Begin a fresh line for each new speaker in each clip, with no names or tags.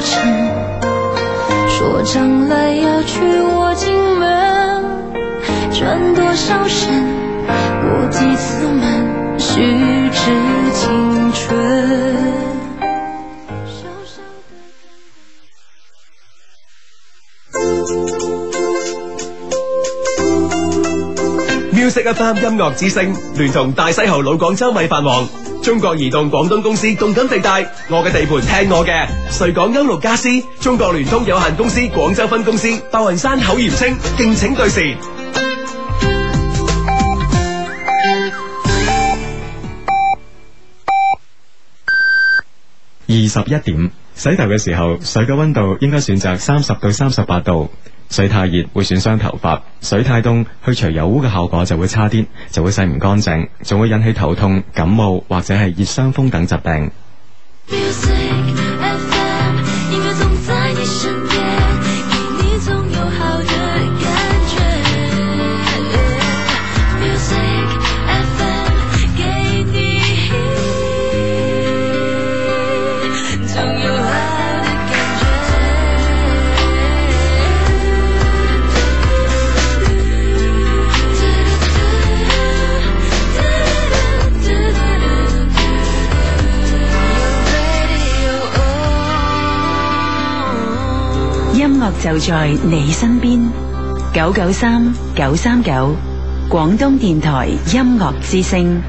缠，说将来要娶我进门，转多少身，过几次门，虚掷青春。小小的
Music FM 音樂之聲聯同大西豪老廣州米飯王、中國移動廣東公司動感地帶、我嘅地盤聽我嘅、瑞港優陸家私、中國聯通有限公司廣州分公司、白雲山口鹽青敬請對時。
二十一點，洗頭嘅時候，水嘅温度應該選擇三十到三十八度。水太熱會損傷頭髮，水太凍去除油污嘅效果就會差啲，就會洗唔乾淨，仲會引起頭痛、感冒或者係熱傷風等疾病。
Music FM，音樂總在你身邊，給你總有好的感覺。Music FM，給你總有好的感覺。
音樂就在你身邊，九九三九三九，廣東電台音樂之聲。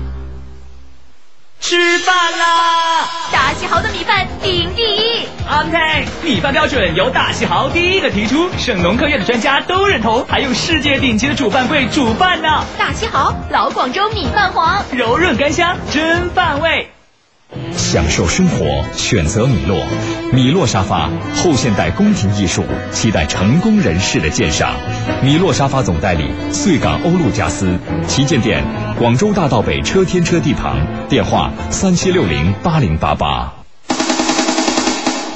吃饭啦！
大西豪的米饭顶第一，
安泰，米饭标准由大西豪第一个提出，省农科院的专家都认同，还有世界顶级的主办会主办呢，
大西豪老广州米饭皇。
柔润干香，真饭味。
享受生活，选择米洛。米洛沙发，后现代宫廷艺术，期待成功人士的鉴赏。米洛沙发总代理：穗港欧陆家私，旗舰店：广州大道北车天车地旁，电话：三七六零八零八八。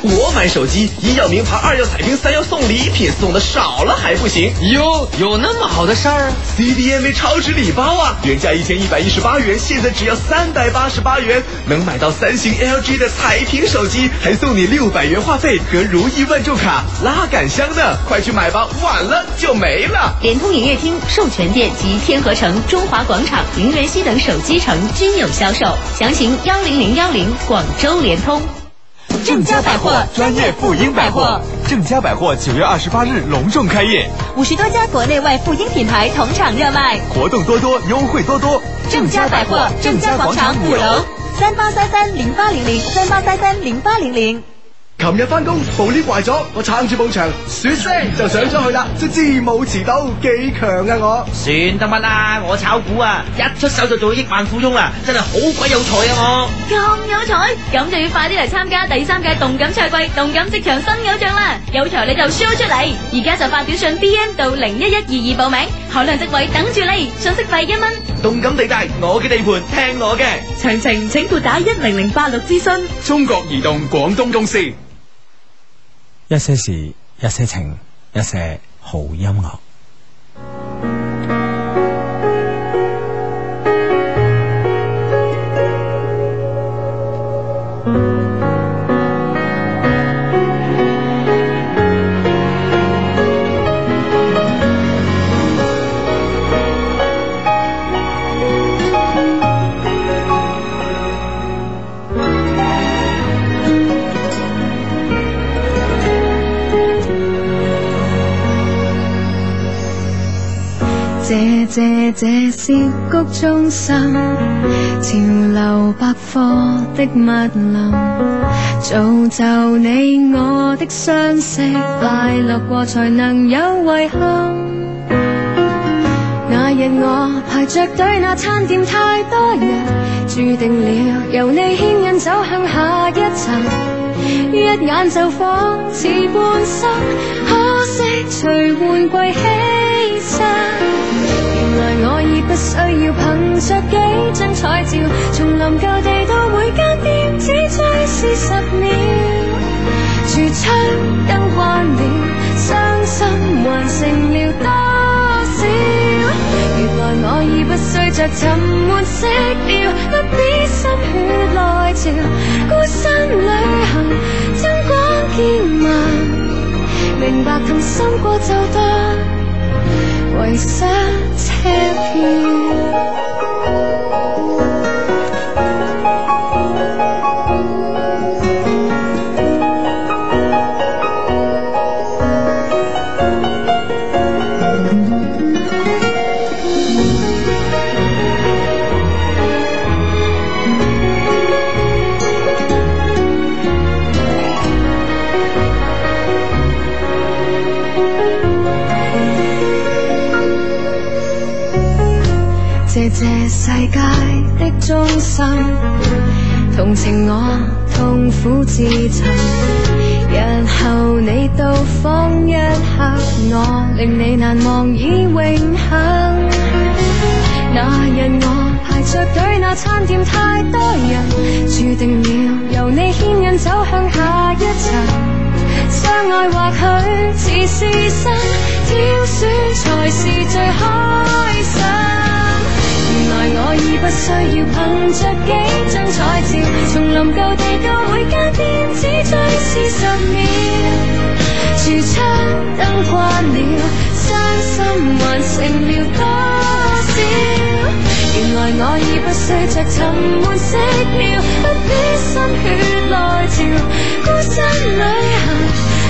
我买手机，一要名牌，二要彩屏，三要送礼品，送的少了还不行？哟，有那么好的事儿？CDMA 超值礼包啊，原价一千一百一十八元，现在只要三百八十八元，能买到三星、LG 的彩屏手机，还送你六百元话费和如意万众卡拉杆箱呢，快去买吧，晚了就没了。
联通营业厅授权店及天河城、中华广场、陵园西等手机城均有销售，详情幺零零幺零广州联通。
正佳百货专业妇婴百货，正佳百货九月二十八日隆重开业，
五十多家国内外妇婴品牌同场热卖，
活动多多，优惠多多。
正佳百货正佳广场五楼。三八三三零八零零三八三三零八零零。
琴日翻工部 lift 坏咗，我撑住埲牆，雪聲就上咗去啦，卒之冇遲到，幾強啊我！
算得乜啦？我炒股啊，一出手就做億萬富翁啦，真係好鬼有才啊我！
咁有才，咁就要快啲嚟參加第三屆動感賽季動感職場新偶像啦！有才你就 show 出嚟，而家就發短信 B N 到零一一二二報名，海量職位等住你，信息費一蚊。
動感地帶，我嘅地盤，聽我嘅。
詳情請撥打一零零八六諮詢。
中國移動廣東公司。
一些事，一些情，一些好音樂。
谢谢这涉谷中心，潮流百貨的密林，造就你我的相識，快樂過才能有遺憾。那日我排着隊，那餐店太多人，注定了由你牽引走向下一層。一眼就仿似半生，可惜隨換季犧牲。原來我已不需要憑着幾張彩照，從臨舊地到每間店，只追思十秒。櫥窗燈關了，傷心還剩了多少？原來我已不需着沉悶色調，不必心血來潮，孤身旅行，真光見。心過就得，為啥車票？
谢谢
世界的中心，同情我痛苦至尋。日後你到訪一刻，我令你難忘已永恆。那日我排着隊，那餐店太多人，注定了由你牽引走向下一層。相愛或許似是生，挑選才是最開心。原來我已不需要憑着幾張彩照，從臨舊地到每間店只追思十秒。櫥窗燈關了，傷心還剩了多少？原來我已不需着沉悶色調，不必心血來潮，孤身旅行，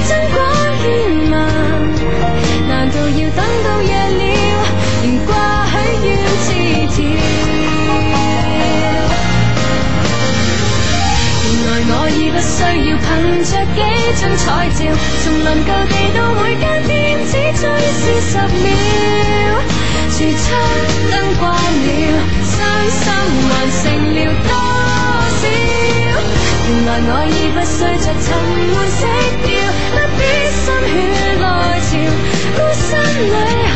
真光獻盟。難道要等到夜了，連掛許願字條？原來我已不需要憑着幾張彩照，從臨舊地到每間店只追思十秒。櫥窗燈關了，傷心還剩了多少？原來我已不需着沉悶色調，不必心血來潮，孤身旅行，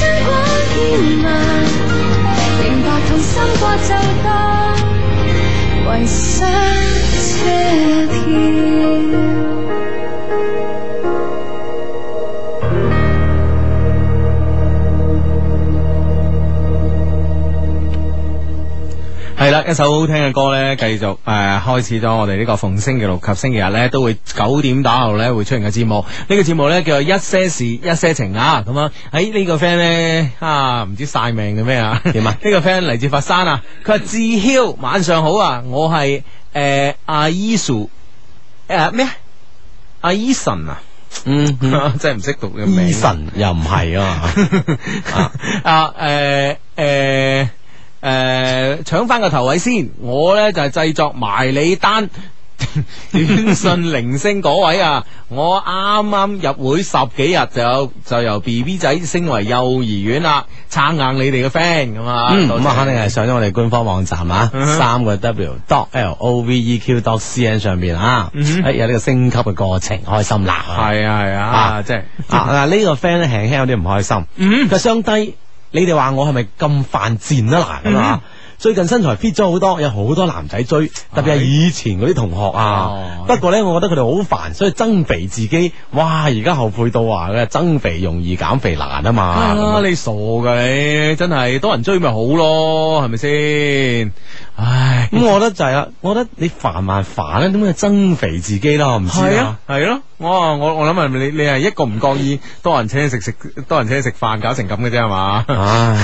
真光獻盟，明白痛心過就得，為啥車票？
系啦，一首好听嘅歌咧，继续诶、呃、开始咗我哋呢个逢星期六及星期日咧，都会九点打后咧会出现嘅节目。呢、个节目咧叫做一些事一些情啊，咁啊，喺、呢个 friend 咧啊，唔知晒命嘅咩啊？点啊？ 呢个 friend 嚟自佛山啊，佢话志枭晚上好啊，我系诶阿 Isu 诶咩啊阿 Eason 啊。嗯，真系唔识读嘅名。Eason 又唔系 啊，啊诶诶。诶，抢翻个头位先，我呢就系、製制作埋你單 短信零星嗰位啊，我啱啱入會十幾日就有就由 B B 仔升為幼兒園啦，撐硬你哋嘅 friend 咁啊，
嗯，
多謝
咁啊，肯定系上咗我哋官方網站啊，三個 W dot L O V E Q dot C N 上边啊，誒有呢個升級嘅過程，開心啦！
係啊係啊，即係
啊嗱，呢個 friend 咧輕輕有啲唔開心，佢相低，你哋話我係咪咁犯賤啊嗱咁啊？最近身材 fit 咗好多，有好多男仔追，特別係以前嗰啲同學
哦
啊。不過呢，我覺得佢哋好煩，所以增肥自己，哇！而家後悔到話咧，增肥容易減肥難啊嘛。
係啊，你傻 噶你，真係多人追咪好咯，係咪先？唉，
咁我覺得就係啦，我覺得你煩還煩咧，點解增肥自己啦？我唔知
係
啦
啊。，系咯，我我我谂系你你系一個唔覺意多人請你食食多人請你食飯搞成咁嘅啫係嘛？
唉，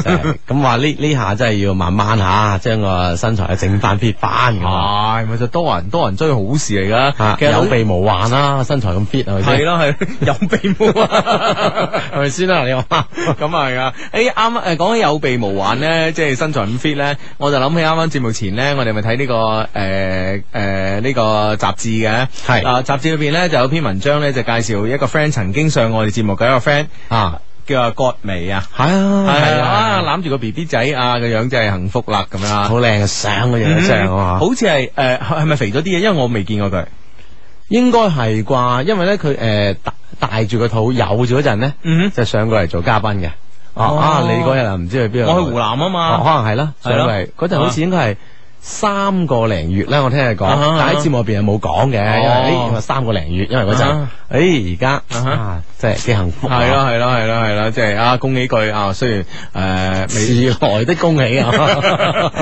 真係咁話呢呢下真係要慢慢吓，將個身材整翻 fit 翻咁啊！
系咪就多人多人追好事嚟
啊
噶？其實
有備無患啦，身材咁 fit 係咪先？
系咯系，有備無
嗯
患，系咪先啦？你話 咁啊係啊！诶，啱啱诶講起有備無患咧，即係身材咁 fit 咧，我就諗起啱啱節目前咧，我哋咪睇呢個诶诶呢個雜誌嘅，
係
啊雜誌裏邊咧就有篇文章咧就介紹一個 friend 曾經上我哋節目嘅一個 friend
啊。
叫阿葛薇啊，
係啊
係
係啊
啊，攬住個 B B 仔啊，個樣真係幸福啦咁樣啊，
好靚嘅相個樣真係哇
好似係诶係咪肥咗啲啊嘢？因為我未見過佢。
應該係啩，因為咧佢诶大大住個肚有咗嗰陣咧，就上過嚟做嘉賓嘅。啊
嗯哦
啊！你嗰日啊，唔知去邊度？
我去湖南啊嘛
哦可能係啦，上過嚟
係咯
嗰陣好似應該係三個零月咧，我聽你講
啊哈，
但喺節目入邊係冇講嘅，因為
哦
呢因為三個零月，因為嗰陣哎
啊，
誒而家
啊哈
啊，真係幾幸福
系
啊。
咯系咯系咯系咯，即系啊，恭喜佢啊！虽然诶，呃
遲來的恭 喜啊，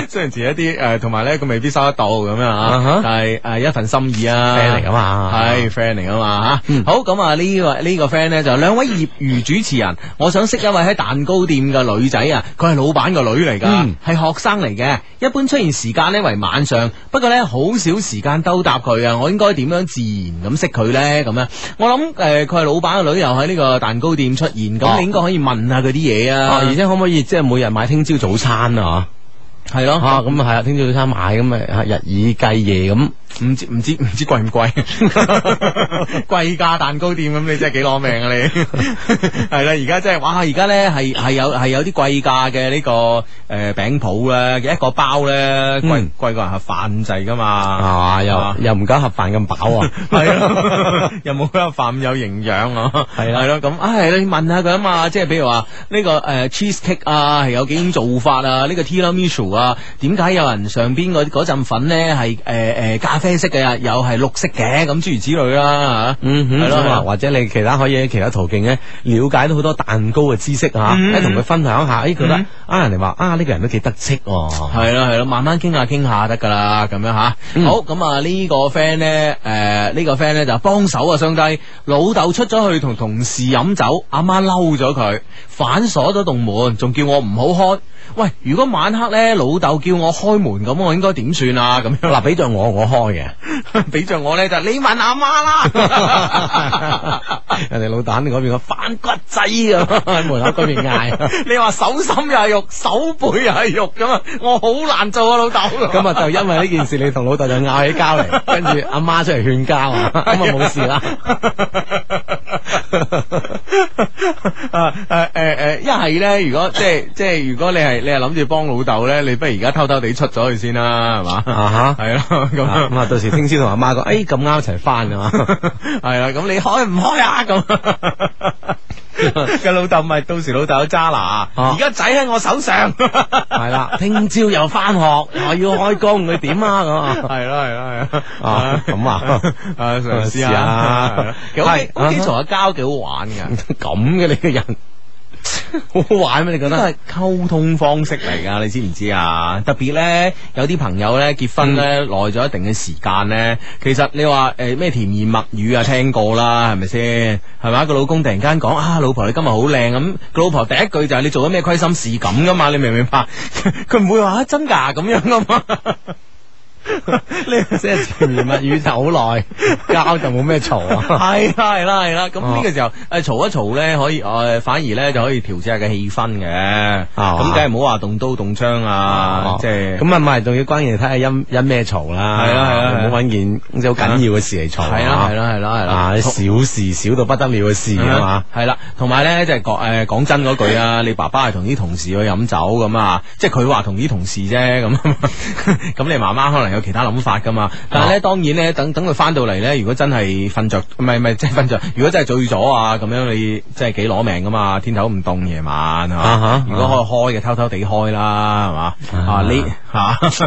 虽然遲一啲呃诶，同埋咧佢未必收得到咁樣
啊
啊
哈，
但係诶一份心意啊
friend 嚟㗎嘛
係 friend 嚟噶啊嘛
嗯
吓。好咁啊，呢個呢個 friend 咧就兩位業餘主持人，我想識一位喺蛋糕店嘅女仔啊，佢係老闆個女嚟
嗯
㗎，係學生嚟嘅，一般出現時間咧為晚上，不過咧好少時間兜搭佢啊，我應該點樣自然咁識佢咧？咁樣我諗诶，佢係老闆個女又喺呢個蛋糕店出現，咁
哦
你應該可以問下佢啲嘢啊
啊，，而且可唔可以即係每日買聽朝早餐啊？
系咯，
啊咁係啊，聽朝早餐買咁咪日以繼夜咁，
唔知唔知唔知貴唔貴？ 貴價蛋糕店咁，你真係幾攞命啊你！ 係啦，而家真係哇！而家咧係係有係有啲貴價嘅呢個誒餅鋪咧，一個包咧貴貴過人盒飯咁滯噶嘛，係
嘛？嗯啊又又唔夠盒飯咁飽啊！
係咯， 又冇一飯咁有營養啊，係
啦
係咯，咁啊係你問下佢啊嘛，即係譬如話呢個誒 cheese cake 啊，係有幾種做法啊，呢個 tiramisu 啊，點解有人上邊嗰嗰陣粉咧係誒誒咖啡色嘅，又係綠色嘅，咁諸如此類啦嚇，
嗯哼，
係
咁啊，
咯，
或者你其他可以喺其他途徑咧，了解到好多蛋糕嘅知識啊，
嗯
咧同佢分享
哎
下，誒覺得
嗯
啊，人哋話啊呢個人都幾得戚喎，
係啦係啦，慢慢傾下傾下得㗎啦，咁樣嚇。好咁啊，呢個 friend 咧，誒呢個 friend 咧就幫手啊，相低老豆出咗去同同事飲酒，阿媽嬲咗佢，反鎖咗棟門，仲叫我唔好開。喂，如果晚黑咧老豆叫我開門咁，我應該點算啊？咁樣嗱，
俾着我我開
嘅， 俾着我咧就你問阿媽啦。
人哋老蛋嗰邊個反骨仔咁喺門口嗰邊嗌，
你話手心又係肉，手背又係肉咁啊，我好難做啊，老豆。
咁啊就因為呢件事你同老豆就拗起交嚟，跟住阿媽出嚟勸交啊，咁啊冇事 啦。
啊诶诶诶，一係咧，如果即係 即系，如果你係你係諗住幫老豆咧，你不如而家偷偷地出咗去先啦，係嘛？
啊
哈，系咯，咁
啊咁啊，到時聽朝同阿媽講，誒咁啱一齊翻啊嘛，
係啦，咁你開唔開啊？ 咁個老豆咪到時老豆有渣拿，而家仔喺我手上，
啊係啦，聽朝又翻學，又要開工，佢點啊咁啊？
係咯係咯係咯，
啊咁啊，
啊嘗 試
試
下
下，
其實屋企
係啊
屋企嘈下交幾好玩㗎。
咁嘅你個人。
好玩咩？你覺得？係溝通方式嚟㗎，你知唔知啊？特別咧，有啲朋友咧結
嗯
婚咧耐咗一定嘅時間咧，其實你話誒咩甜言蜜語啊，聽過啦，係咪先？係咪個老公突然間講啊，老婆你今日好靚咁，個老婆第一句就係你做咗咩虧心事咁㗎嘛？你明唔明白？ 佢唔會話啊真㗎咁樣㗎嘛？
即係甜言蜜語就好耐，交就冇咩嘈啊。
係啦係啦係 啦，咁呢個時候誒嘈一嘈咧，可以誒反而咧就可以調節下嘅氣氛嘅，咁梗係唔好話動刀動槍啊，即係
咁啊，唔係，仲要關鍵係睇下因因咩嘈啦。
啊
係啦啊係啦
唔好揾件即係好緊要嘅事嚟嘈。
係啦係啦係啦係啦
啊小事少到不得了嘅事啊嘛。
系啦，同埋咧即系讲诶讲真嗰句啊，你爸爸系同啲同事去飲酒咁啊，即係佢話同啲同事啫咁， 咁你媽媽可能有其他諗法噶嘛。但係
啊
咧當然咧，等等佢翻到嚟咧，如果真係瞓着，唔係唔係即係瞓着，如果真係醉咗啊，咁樣你真係幾攞命噶嘛，天頭唔凍夜晚係嘛
啊哈
如果可以開嘅，偷偷地開啦係嘛，啊呢吓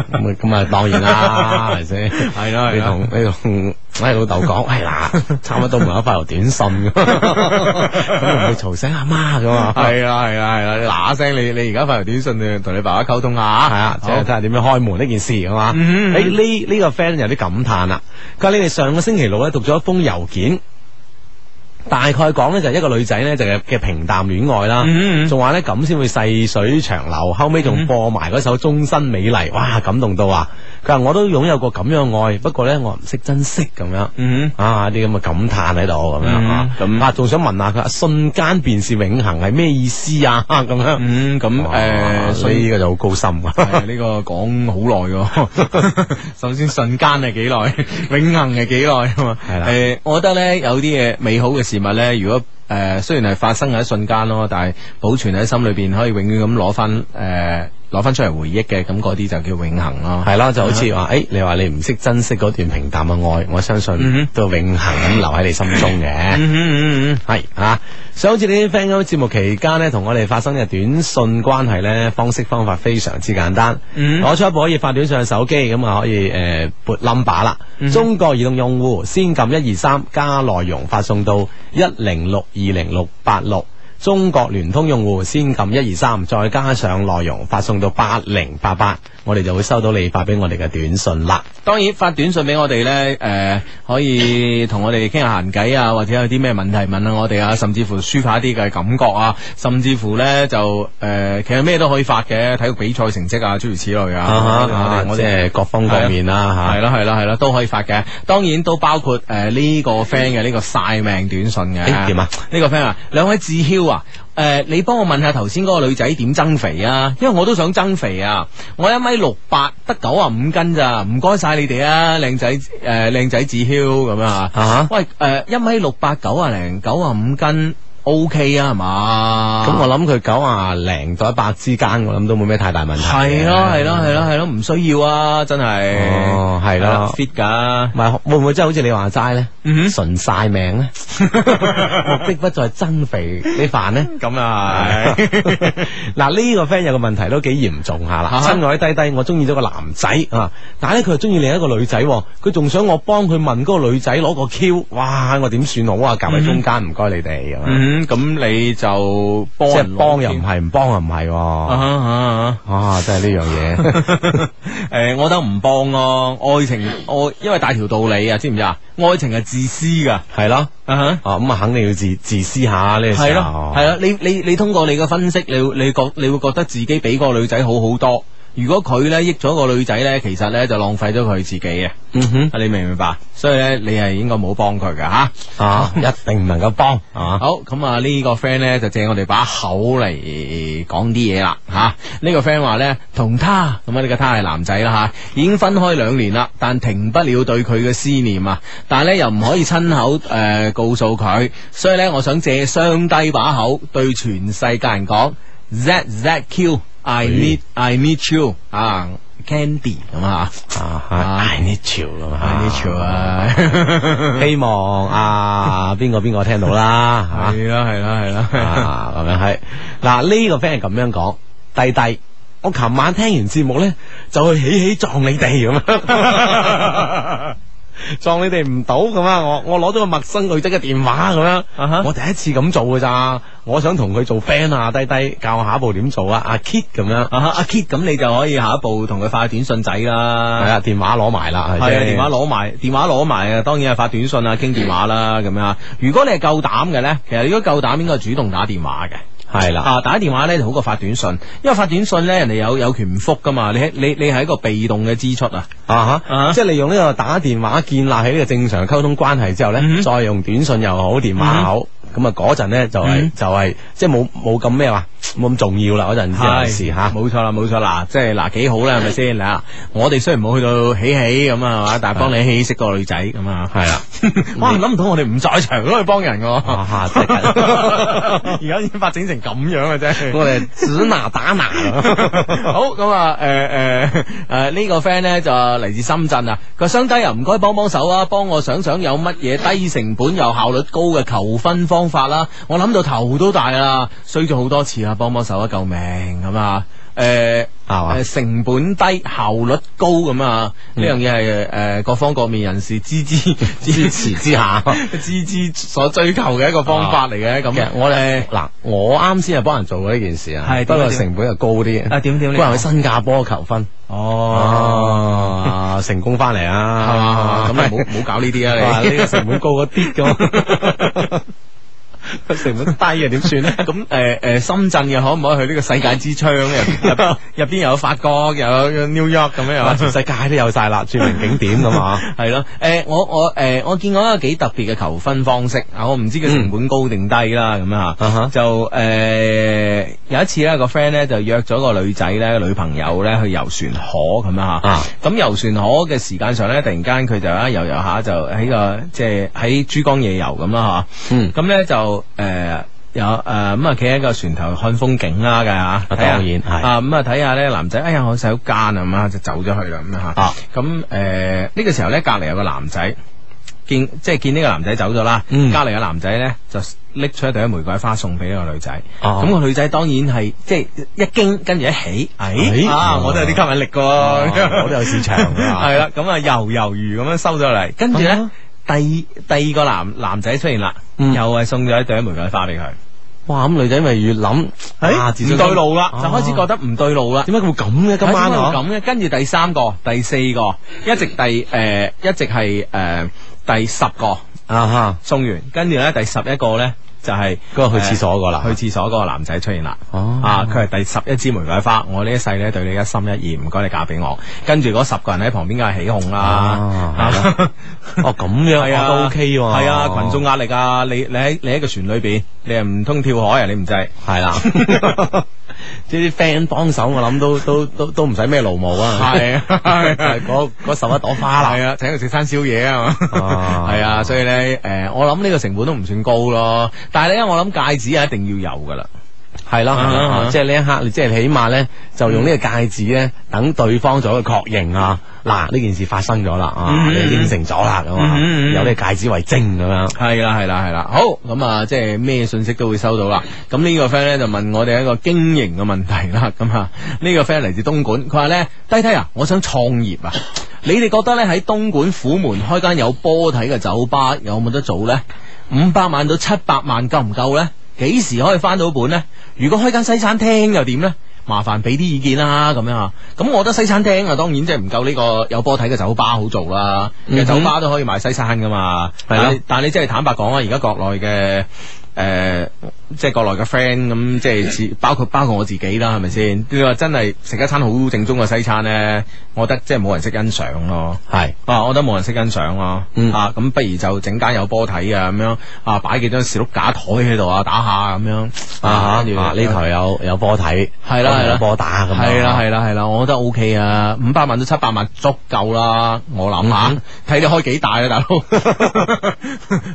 咁啊咁啊，當然啦，係咪先？
係啦係啊
你
啦
同你同我老豆 講，喂嗱，差唔多到門口發條短信咁，咁唔會嘈醒阿媽咁啊。
係啦係啦係啊啦，嗱一聲你你而家發條短信你同你爸爸溝通下，係啊
即係睇下點樣開門呢件事係嘛？誒
嗯
呢呢個 friend 有啲感嘆啦，佢話你哋上個星期六咧讀咗一封郵件。大概講咧就係一個女仔咧就嘅嘅平淡戀愛啦
嗯嗯，
仲話咧咁先會細水長流，後尾
嗯
仲播埋嗰首《終身美麗》，哇感動到啊！佢話我都擁有過咁樣嘅愛，不過咧我唔識珍惜咁樣，
嗯
啊啲咁嘅感嘆喺度咁樣啊，咁啊仲想問下佢話瞬間便是永恆係咩意思啊？咁樣
嗯咁誒
所以呢個就好高深啊！
係呢、個講好耐㗎， 首先瞬間係幾耐， 永恆係幾耐啊嘛。係啦，誒，我覺得咧有啲嘢美好嘅事物咧，如果誒、雖然係發生喺一瞬間咯，但係保存喺心裏邊，可以永遠咁攞翻誒攞翻出嚟回憶嘅，咁嗰啲就叫永恒咯。
系啦，就好似話，
哎
诶，你話你唔識珍惜嗰段平淡嘅愛，我相
嗯哼
信都永恆咁留喺你心中嘅。
嗯嗯嗯
系啊，所以好似呢啲 friend 咁，節目期間呢，同我哋發生嘅短信關係呢，方式方法非常之簡單。
嗯
攞出一部可以發短信嘅手機，咁啊可以诶撥 number 啦。
嗯
中國移動用戶先撳一二三加內容發送到一零六二零六八六。中國聯通用戶先撳一二三，再加上內容發送到八零八八，我哋就會收到你發俾我哋嘅短信啦。
當然發短信俾我哋呢，诶、可以同我哋傾下閒偈啊，或者有啲咩問題問下我哋啊，甚至乎抒發一啲嘅感覺啊，甚至乎呢，就诶、誒其實咩都可以發嘅，體育比賽成績啊，諸如此類啊，
啊
我哋
哈
我哋
即係各方各面啦嚇
係咯啊係咯係咯，都可以發嘅，當然都包括诶呢、個 friend 嘅呢個晒命短信嘅，
哎
誒點啊？
呢個 friend 啊，兩位志囂啊，誒、你幫我問下頭先嗰個女仔點增肥啊？因為我都想增肥啊，我一米六八，得九啊五斤咋，唔該晒你哋啊，靚仔誒，靚、仔志囂咁啊，
啊
喂誒，一、米六八九啊零九啊五斤，OK 啊係嘛？
咁我諗佢九啊零到一百之間，我諗都冇咩太大問題嘅。
係咯係咯係咯係咯，唔需要啊，真係
啊哦，係啦
，fit 㗎。
唔係會唔會真係好似你話齋咧？
嗯，
純晒命 咧，目的不在增肥呢飯咧。
咁啊係
嗱呢個 friend 有個問題都幾嚴重下啦，
啊
親愛低低，我中意咗個男仔啊，但係咧佢又中意另一個女仔喎，佢仲想我幫佢問嗰個女仔攞個 Q，哇！我點算好啊？夾喺中間，唔該你哋咁樣，
嗯，咁你就幫
即
人
係幫
攞
又唔係，唔幫又唔係
啊
喎，
啊啊
啊！真係呢樣 嘢。
诶、我覺得唔幫咯，愛情愛，因為大條道理啊，知唔知啊？愛情係自私噶，
系咯，
啊
哦咁啊，肯定要自自私下呢個時候
係咯，係咯，你你你通過你嘅分析，你會你覺你會覺得自己比個女仔好好多。如果佢咧益咗個女仔咧，其實咧就浪費咗佢自己嘅。
嗯哼，
啊你明唔明白？所以咧，你係應該冇幫佢嘅吓。
啊，一定唔能夠幫啊，
好，咁啊呢個 friend 咧就借我哋把口嚟講啲嘢啦吓。呢、個 friend 話咧同他咁啊呢個他係男仔啦吓、已經分開兩年啦，但停不了對佢嘅思念啊。但係咧又唔可以親口诶、呃告訴佢，所以咧我想借雙低把口對全世界人講 Z Z Q
哎
I need I need you 啊 Candy 咁啊
啊，I need you 咁啊
I need you 啊。
希望啊邊個邊個聽到啦，吓
係啦係啦係啦係啦。
啊咁樣係嗱呢個 friend 係咁樣講，弟弟。我琴晚聽完節目咧，就去起起撞你哋咁樣，撞你哋唔到咁啊！我我攞咗個陌生女仔嘅電話咁樣我第一次咁做㗎咋，我想同佢做 friend 啊，低低教我下一步點做啊，阿 Kit 咁樣，
啊阿 Kit，咁你就可以下一步同佢發短信仔啦。
係啊，電話攞埋啦，
系啊，電話攞埋，電話攞埋啊，當然係發短信啊，傾電話啦咁樣啊。如果你係夠膽嘅咧，其實如果夠膽，應該係主動打電話嘅。
係啦。
啊，打電話咧就好過發短信，因為發短信咧人哋有有權唔覆噶嘛，你係你你係一個被動嘅支出啊。
啊
啊
哈！即係利用呢個打電話建立起呢個正常溝通關係之後咧，
嗯
再用短信又好，電話又好，咁啊嗰陣咧就係、
嗯
就係、即係冇冇咁咩話，冇咁重要啦嗰陣
係
時事嚇。
冇錯啦，冇錯啦，即係嗱幾好啦，係咪先嗱？我哋雖然冇去到起起咁啊，係嘛，但係幫你起起識個女仔咁啊，
係啦，
哇！諗唔到我哋唔在場都去幫人喎，
啊真係
而家已經發展成咁樣嘅啫，
我哋指拿打啊拿，
好咁啊，诶诶诶，誒呃呢個 friend 咧就嚟自深圳啊，佢話相低啊，唔該幫幫手啊，幫我想想有乜嘢低成本又效率高嘅求婚方法啦，我諗到頭都大啦，衰咗好多次啦，幫幫手啊，救命咁啊！诶，
係嘛
誒成本低、效率高咁啊！呢樣嘢係诶各方各面人士支 支支持之 下，支支所追求嘅一個方法嚟嘅咁
啊
呃
其實。我哋嗱，我啱先係幫人做過呢件事啊，不
係點
過
啊點啊
成本又高啲。
啊點點你
幫人去
講
新加坡求婚，哦，成功翻嚟啊，
係嘛？咁你唔好唔好搞 呢啲
哇
啊！你
呢個成本高咗啲咁， 成本低嘅點算咧？
咁誒誒，深圳嘅可唔可以去呢個世界之窗入 入入邊有法國，有有 New York 咁樣
啊
樣？
全世界都有晒啦，著名景點咁啊，
係咯，誒我我誒我見過一個幾特別嘅求婚方式啊，我唔
嗯
知佢成本高定低啦，咁啊
啊哈
就誒有一次咧個 friend 咧就約咗個女仔咧女朋友咧去遊船河咁啊
啊
嚇，咁遊船河嘅時間上咧突然間佢就啊遊遊下就喺個即係喺珠江夜遊咁啦嚇，
嗯
咁咧就誒。有誒咁啊，企喺個船頭看風景啦嘅嚇，
當
睇下
然係
啊咁啊，睇下咧男仔，哎呀我手奸啊咁啊，就走咗去啦咁樣嚇，咁誒呢個時候咧隔離有個男仔。見即係見呢個男仔走咗啦，
嗯
隔離嘅男仔咧就拎出一朵玫瑰花送俾呢個女仔，
哦
咁個女仔當然係即係一驚跟住一起，哎
哎哦
啊我都有啲吸引力㗎喎，
我都有市場㗎 啊
係啦，咁啊猶猶豫咁樣收咗嚟，跟住咧第第二個男男仔出現啦，
嗯
又係送咗一朵玫瑰花俾佢。
哇！咁女仔咪越諗，啊自
哎唔
信
對路啦，
啊
就開始覺得唔對路啦。點
解會咁嘅？
今晚
啊
咁嘅，跟住第三個、第四個，一直第诶、一直係诶、呃第十個
啊哈，
送完，跟住咧第十一個咧就係
嗰個去廁所嗰個啦
呃去廁所嗰個男仔出現啦。
哦
啊！佢係第十一支玫瑰花，我呢一世咧對你一心一意，唔該你嫁俾我。跟住嗰十個人喺旁邊梗係起哄啦，啊
哦咁樣
係啊
哦都 OK 喎
係啊，群眾壓力啊，你你喺你喺個船裏邊，你係唔通跳海啊？你唔制，係
啦，即係啲 friend 幫手，我諗都都都都唔使咩勞務啊，
係啊係啊
就係 嗰嗰十一朵花啦，
係啊，請佢食餐宵夜啊嘛， 係啊，所以咧，誒，我諗呢個成本都唔算高咯，但係咧，我諗戒指係一定要有噶啦。
係咯係
啊
咯，
啊
即係呢一刻，你即係起碼咧就用呢個戒指咧，等對方做一個確認啊，嗱呢件事發生咗啦，啊
嗯
你應承咗啦咁啊，
嗯嗯嗯
有呢個戒指為證咁樣，
係啦，係啦，係啦。好，咁啊，即係咩信息都會收到啦。咁呢個 friend 咧就問我哋一個經營嘅問題啦。 咁啊，呢個 friend 嚟自東莞，佢話咧低低啊，我想創業啊。你哋覺得咧喺東莞虎門開間有波睇嘅酒吧有冇得做咧？五百萬到七百萬夠唔夠咧？幾時可以翻到本咧？如果開間西餐廳又點咧？麻煩俾啲意見啦，咁樣啊。咁我覺得西餐廳啊，當然即係唔夠呢個有波睇嘅酒吧好做啦。其實
嗯哼
酒吧都可以賣西餐噶嘛。
係咯
但係但係你真係坦白講啊，而家國內嘅。誒、即係國內嘅 friend 咁，即係自包括包括我自己啦，係咪先？你話真係食一餐好正宗嘅西餐咧，我覺得即係冇人識欣賞咯。
係
啊，我覺得冇人識欣賞咯。
嗯
啊，咁不如就整間有波睇啊，咁樣啊，擺幾張士碌架台喺度啊，打下咁樣
啊
跟住
啊呢台有有波睇，嗰台
係啦係啦
有波打咁樣，啊
係啦係啦係啦，我覺得 O K 啊，五百萬到七百萬足夠啦，我諗下，睇你開幾大啊，大佬。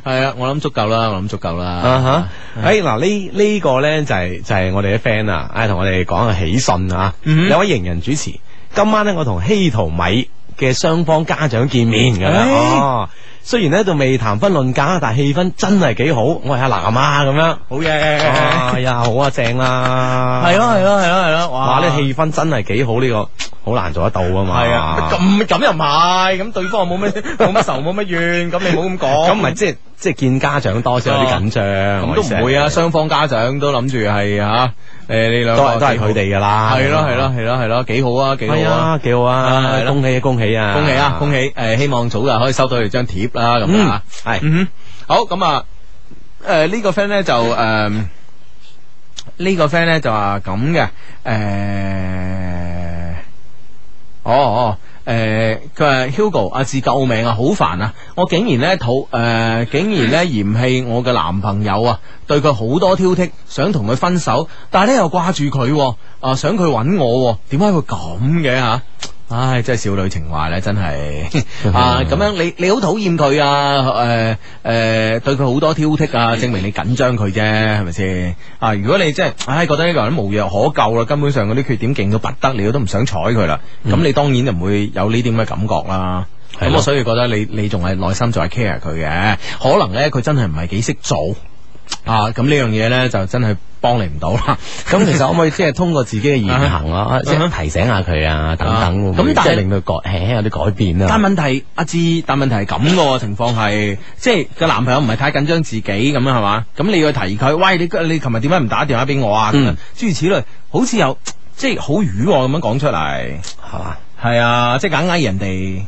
係啊，我諗足夠啦，我諗足夠啦。
啊哈！誒嗱，呢呢個咧就係就係我哋啲 friend 啊，唉，同我哋講嘅喜訊啊，
嗯
有位型人主持，今晚咧我同希圖米嘅雙方家長見面㗎啦。
哎
哦，雖然咧就未談婚論嫁，但係氣氛真係幾好。我係阿男啊，咁樣。
好嘢，
哎呀，好啊，正啦。
係咯係咯係咯係咯，
哇！
哇！
呢氣氛真係幾好，呢個好難做得到啊嘛。
係啊，咁咁又唔係，咁對方又冇 乜冇乜仇冇乜怨，咁你冇咁講。
咁唔係即係即係見家長多少有啲緊張。
咁都唔會啊，雙方家長都諗住係嚇，誒你兩
都係
個
都係佢哋㗎啦
啊係咯係咯係咯係咯，幾好啊幾好
係
啊
à,
啊，！幾好
啊係
啊！
咯
恭喜啊，恭喜啊！
恭喜啊，恭喜！诶，希望早日可以收到你張貼啦，咁
Ừ.
啊，
係
嗯哼，好咁啊，诶呢個 friend 咧就诶呢個 friend 咧就話咁嘅，诶，哦哦。诶，佢話 Hugo 阿志救命啊，好煩啊！我竟然咧肚诶、竟然咧嫌棄我嘅男朋友啊，對佢好多挑剔，想同佢分手，但係咧又掛住佢喎，啊想佢揾我喎，點解會咁嘅啊吓？唉，真係少女情懷咧，真 係啊！咁樣你你好討厭佢啊，誒、誒、對佢好多挑剔
嗯
啊，證明你緊張佢啫，係咪先啊？如果你真係唉覺得呢個人無藥可救啦，根本上嗰啲缺點勁到不得了，都唔想睬佢啦，咁、你當然就唔會有呢啲咁嘅感覺
嗯
啦。
係
咁
咯
我所以覺得你你仲係內心仲係 care 佢嘅，可能咧佢真係唔係幾識做。啊，咁呢樣嘢咧就真係幫你唔到 啦。
咁其實可唔可以即係通過自己嘅
À.
言行啊，即係提醒下佢
à,
啊，等等，
咁
咁
但
即
係
係令到改輕輕有啲改變
但
啊。
問題，阿志，但問題係咁嘅喎情況係，即係個男朋友唔係太緊張自己咁樣係嘛？咁你要提佢，喂，你你琴日點解唔打電話俾我啊？咁樣
嗯
諸如此類，好似又即係好瘀喎咁樣講出嚟，
係嘛？
係啊，即係硬呃人哋。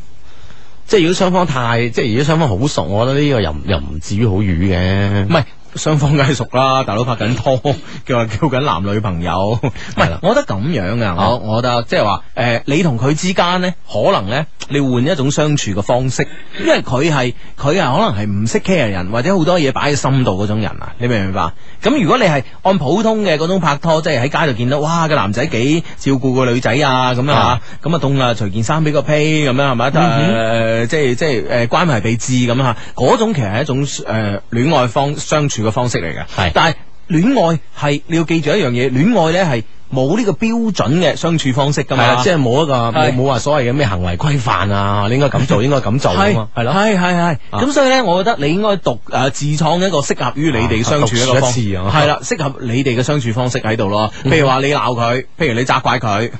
即係如果雙方太，即係如果雙方好熟，我覺得呢個又唔又唔至於好瘀嘅。
唔係雙方梗係熟啦，大佬拍緊拖， 叫叫緊男女朋友，唔係，我覺得咁樣啊，我我覺得即係話，誒、你同佢之間咧，可能咧，你換一種相處嘅方式，因為佢係佢係可能係唔識 care 人，或者好多嘢擺喺心度嗰種人啊，你明唔明白？咁如果你係按普通嘅嗰種拍拖，即係喺街度見到，哇，個男仔幾照顧個女仔啊，咁樣啊
啊，嗯
咁啊凍啦，除件衫俾個披咁樣係咪？誒、即係即係誒關懷備至咁嚇，嗰種其實係一種誒、戀愛方相處嘅方式嚟嘅。係，但係恋爱係你要記住一樣嘢，戀愛咧係冇呢個標準嘅相處方式噶
系啦
嘛，，
即係冇一個
係
冇冇話所謂嘅咩行為規範
à,
啊，你應該咁做，應該咁做啊嘛，係咯。啊
系系系，咁所以咧，我覺得你應該讀诶自創一個適合於你哋相處嘅一個
啊讀
方
書一次啊
係啦，適合你哋嘅相處方式喺度咯。
嗯
譬如話你鬧佢，譬如你責怪 佢，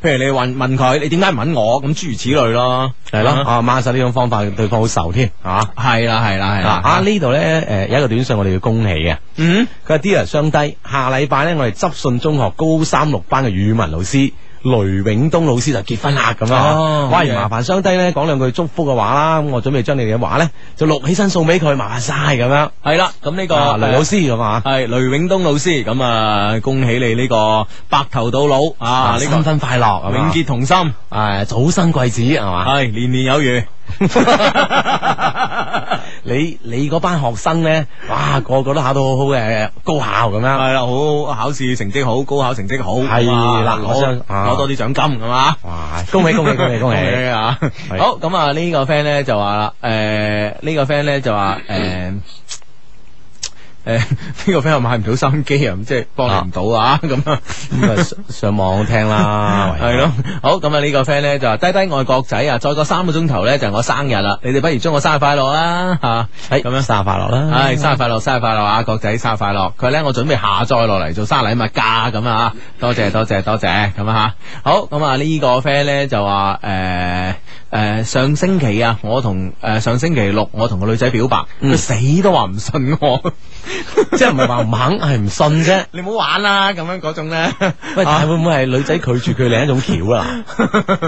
譬如你問問佢你點解唔揾我，咁諸如此類咯，
係咯，
à,
啊孖晒呢種方法，對方好受添，啊，
係啦係啦係
嗱
À,
啦，
啊呢度咧，
ờ,
诶有一個短信我哋要恭喜嘅，
嗯，
佢話 Dear 雙低，下禮拜咧我哋執信中學高三六班嘅語文老師。雷永東老師就結婚啦咁啊
哦！
哇，
係
麻煩雙低咧講兩句祝福嘅話啦，咁我準備將你哋嘅話咧就錄起身送俾佢，麻煩晒咁樣。
哦係啦，咁呢
啊
個
雷老師咁啊，
係雷永東老師，咁啊恭喜你呢個白頭到老啊，呢個
新婚快樂，
永結同心，
誒早生貴子係嘛？
係年年有餘。
你你嗰班學生咧，哇，個個都考到好好嘅高考咁樣。
系啦，好考試成績好，高考成績好，
係啦
咁啊
我
攞
相啊
攞多啲獎金咁啊！
哇，恭喜恭喜恭喜 恭喜！
啊！
係
好咁啊，呢個 friend 咧就話啦，诶，呢個 friend 咧就話诶。诶，呢個 friend 又買唔到收音機啊，咁即係幫你唔到啊，咁啊，
咁啊上上網聽 啦，
系咯，好咁啊！呢個 friend 咧就話低低外國仔啊，再過三個鐘頭咧就係我生日啦，你哋不如祝我生日快樂啦啊吓，
係咁樣生日快樂啦！
唉，生日快樂，生日快樂啊，國仔生日快樂！佢咧，我準備下載落嚟做生日禮物㗎，咁啊，多謝多謝多謝，咁啊吓，好，咁啊呢個 friend 咧就話誒誒上星期啊，我同誒、呃上星期六我同個女仔表白，佢、
嗯
死都話唔信我，
即係唔係話唔肯，係唔信啫。
你唔好玩啦，咁樣嗰種啊咧，
喂，但係會唔會係女仔拒絕佢另一種橋啦？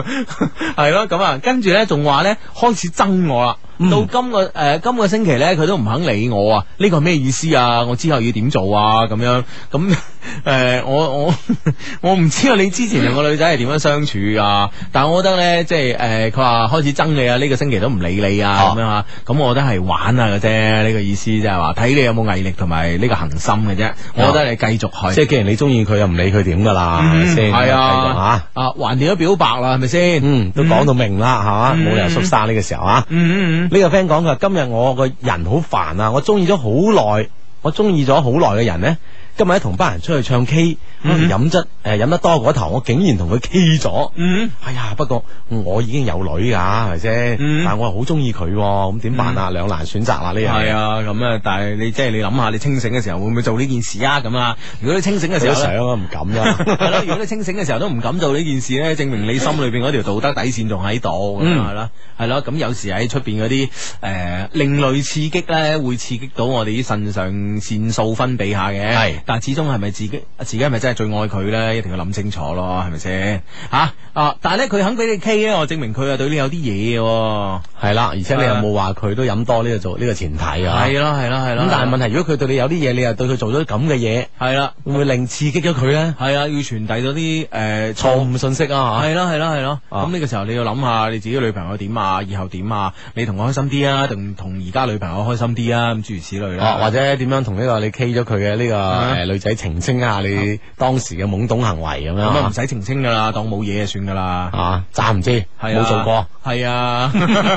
係咯，咁啊，跟住咧仲話咧開始憎我啦。
嗯
到今個誒、呃今個星期咧，佢都唔肯理我啊！呢個係咩意思啊？我之後要點做啊？咁樣咁誒、 呃我我 我唔知道你之前同個女仔係點樣相處噶，但係我覺得咧，即係呃誒佢話開始憎你啊，呢、個星期都唔理你啊，
哦
咁、樣啊，咁我覺得係玩下嘅啫，呢、個意思即係話睇你有冇毅力同埋呢個恒心嘅啫。我覺得你繼續去，
即係既然你中意佢，又唔理佢點噶啦，係咪
嗯
先？
係
繼續
啊
啊，
啊，還掂咗表白啦，係咪先？
嗯，都講到明啦，係嘛，
嗯
冇理由縮沙呢個時候啊。
嗯
呢個 friend 講佢話今日我個人好煩啊，我中意咗好耐，我中意咗好耐嘅人呢，今日咧同班人出去唱 K，可
嗯
能飲得誒飲得多嗰頭，我竟然同佢 K 咗。
嗯，
哎呀，不過我已經有女㗎，係咪先？
嗯
但我又好中意佢喎，咁點辦啊？兩難選擇啦呢樣嘢。
系嗯啊，咁啊，但係你即係你諗下，你清醒嘅時候會唔會做呢件事啊？咁啊，如果你清醒嘅時候
佢
咧，
都想啊唔敢啦
係咯，如果你清醒嘅時候都唔敢做呢件事咧， 證明你心裏边嗰條道德底線仲喺度，咁
嗯
樣係啦，係咯，咁有時喺出边嗰啲诶另類刺激咧，會刺激到我哋啲腎上腺素分泌下嘅，系，但始終係咪自己自己係咪真係最愛佢咧？一定要諗清楚咯，係咪先？吓啊！但係咧，佢肯俾你 K 咧，我證明佢啊對你有啲嘢喎。
系啦，而且你又冇話佢都飲多呢個做呢個前提啊？
係咯係咯係咯
咁但係問題，如果佢對你有啲嘢，你又對佢做咗咁嘅嘢，
係啦，
會唔會令刺激咗佢咧？
系啊，要傳遞到啲呃诶
錯誤信息啊！
系咯系咯系咯，
啊
咁呢個時候你要諗下你自己女朋友點啊，以後點啊，你同我開心啲啊，定同而家女朋友開心啲啊，咁諸如此類啦
啊，。或者點樣同呢個你 K 咗佢嘅呢個呃
啊
誒女仔澄清一下你當時嘅懵懂行為咁樣
咁啊唔
啊
使澄清噶啦，當冇嘢就算噶啦。
啊，暫唔知
係啊
冇做過，
係 啊，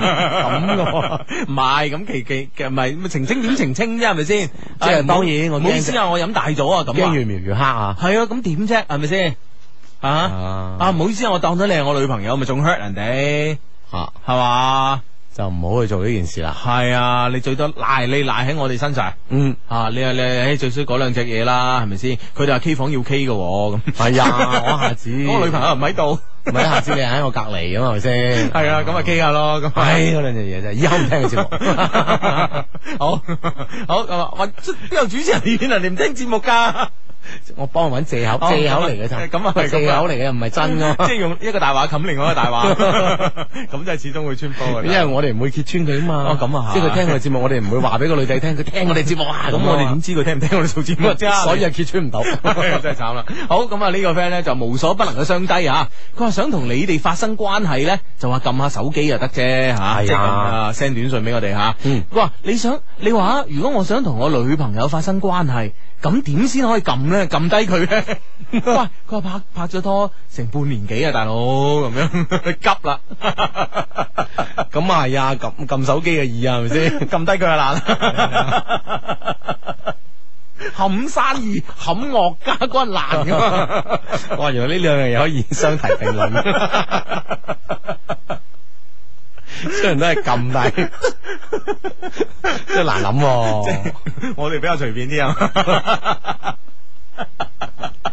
咁噶，唔係咁其其其唔係咁澄清點澄清啫，係咪先？
即係當然我
唔好意思啊，我飲大咗啊，咁
驚
啊
越，描越黑啊！
係啊，咁點啫，係咪先？啊啊，唔好意思啊，我當咗你係我女朋友，咪仲 hurt 人哋
啊，
係嘛？
就唔好去做呢件事啦。
系啊，你最多赖你赖喺我哋身上
嗯，
啊！你啊你唉最衰嗰兩隻嘢啦，係咪先？佢哋話 K 房要 K 嘅 喎，咁
係啊，我下 次
我女朋友唔喺度，
唔係下次你喺我隔離咁係咪先？
係啊，咁啊 K 下咯，咁啊
唉，嗰兩隻嘢啫，以後唔聽嘅節目。
好好咁啊！喂，邊有主持人遠啊？你唔聽節目㗎？
我幫佢揾借口，
哦
借口嚟嘅咋，
啊咁啊係咁啊
借口嚟嘅，唔係真啊噶
即。係用一個大話冚另外一個大話，咁就始終會穿煲 啊！
因為我哋唔會揭穿佢啊嘛，
哦咁啊係
即係佢聽我哋節目，我哋唔會話俾個女仔聽， 佢聽我哋節目啊，咁啊
咁我哋點知佢聽唔聽我哋做節目啫？
所以就揭穿唔到。
真係慘啦！好咁啊，呢個 friend 咧就無所不能嘅雙低啊！佢話想同你哋發生關係咧，就話撳下手機就得啫
係啊
吓，即係撳啊 send 短信俾我哋吓。
嗯
佢話你想你話啊如果我想同我女朋友發生關係，咁點先可以撳咧？撳低 佢咧？喂，佢話拍拍咗拖成半年幾啊，大佬咁樣 急啦，
咁啊係啊， 撳撳手機嘅意啊，係咪先？
撳低佢啊
冚生意、冚樂家嗰一難噶嘛。
哇！原來呢兩樣嘢可以相提並 論，雖然都係咁大， 真係難諗喎。
我哋比較隨便啲啊。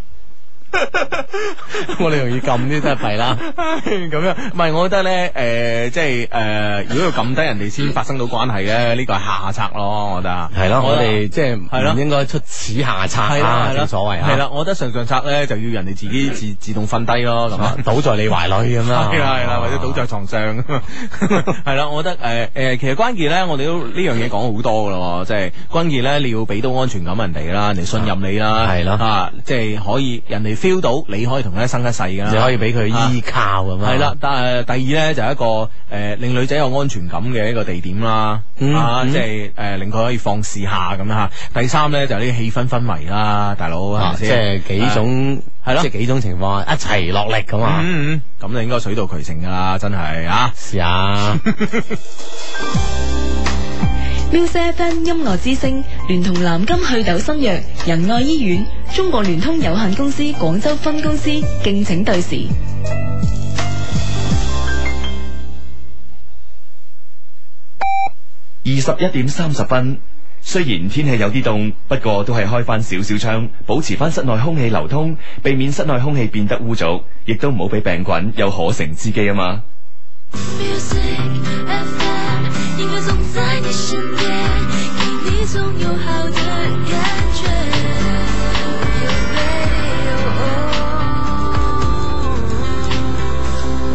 我哋容易撳啲真係弊啦。
咁樣，唔係我覺得咧，诶、即係诶、誒如果要撳低人哋先發生到關係咧，呢個係下策咯，我覺得。
係咯，我哋即係
係咯
唔應該出此下策
係
啊，
啦，
正所謂啊。
係啦，我覺得上上策咧就要人哋自己自自動瞓低咯，咁啊。
倒在你懷裏咁啦。啊
嗯 係啦係啦，或者倒在床上 咁啊係啦，我覺得誒誒、呃其實關鍵咧，我哋都呢樣嘢講好多噶咯，即係關鍵咧，你要俾到安全感人哋啦，人哋信任你啦，係啦，啊，即係可以人哋 feel 到你可以同佢一生一世噶啦，
你可以俾佢依靠咁啊
係啦，但係第二咧就係一個誒、呃令女仔有安全感嘅一個地點啦，
嗯
啊，
嗯
即係誒令佢可以放肆下咁嚇。第三咧就係呢個氣氛氛圍啦，大佬係
啊
咪
即
先
係幾種
係咯，
即係幾種情況一齊落力咁啊。
嗯嗯，咁就應該水到渠成噶啦，真係啊！
是啊，
Music FM 音樂之聲聯同藍金祛痘新藥、仁愛醫院、中國聯通有限公司廣州分公司敬請對時。
二十一点三十分。虽然天气有啲冻，不过都系开翻少少窗，保持翻室内空气流通，避免室内空气变得污糟，亦都唔好俾病菌有可乘之机啊嘛。
音乐总在你身边，给你总有好的感觉。oh,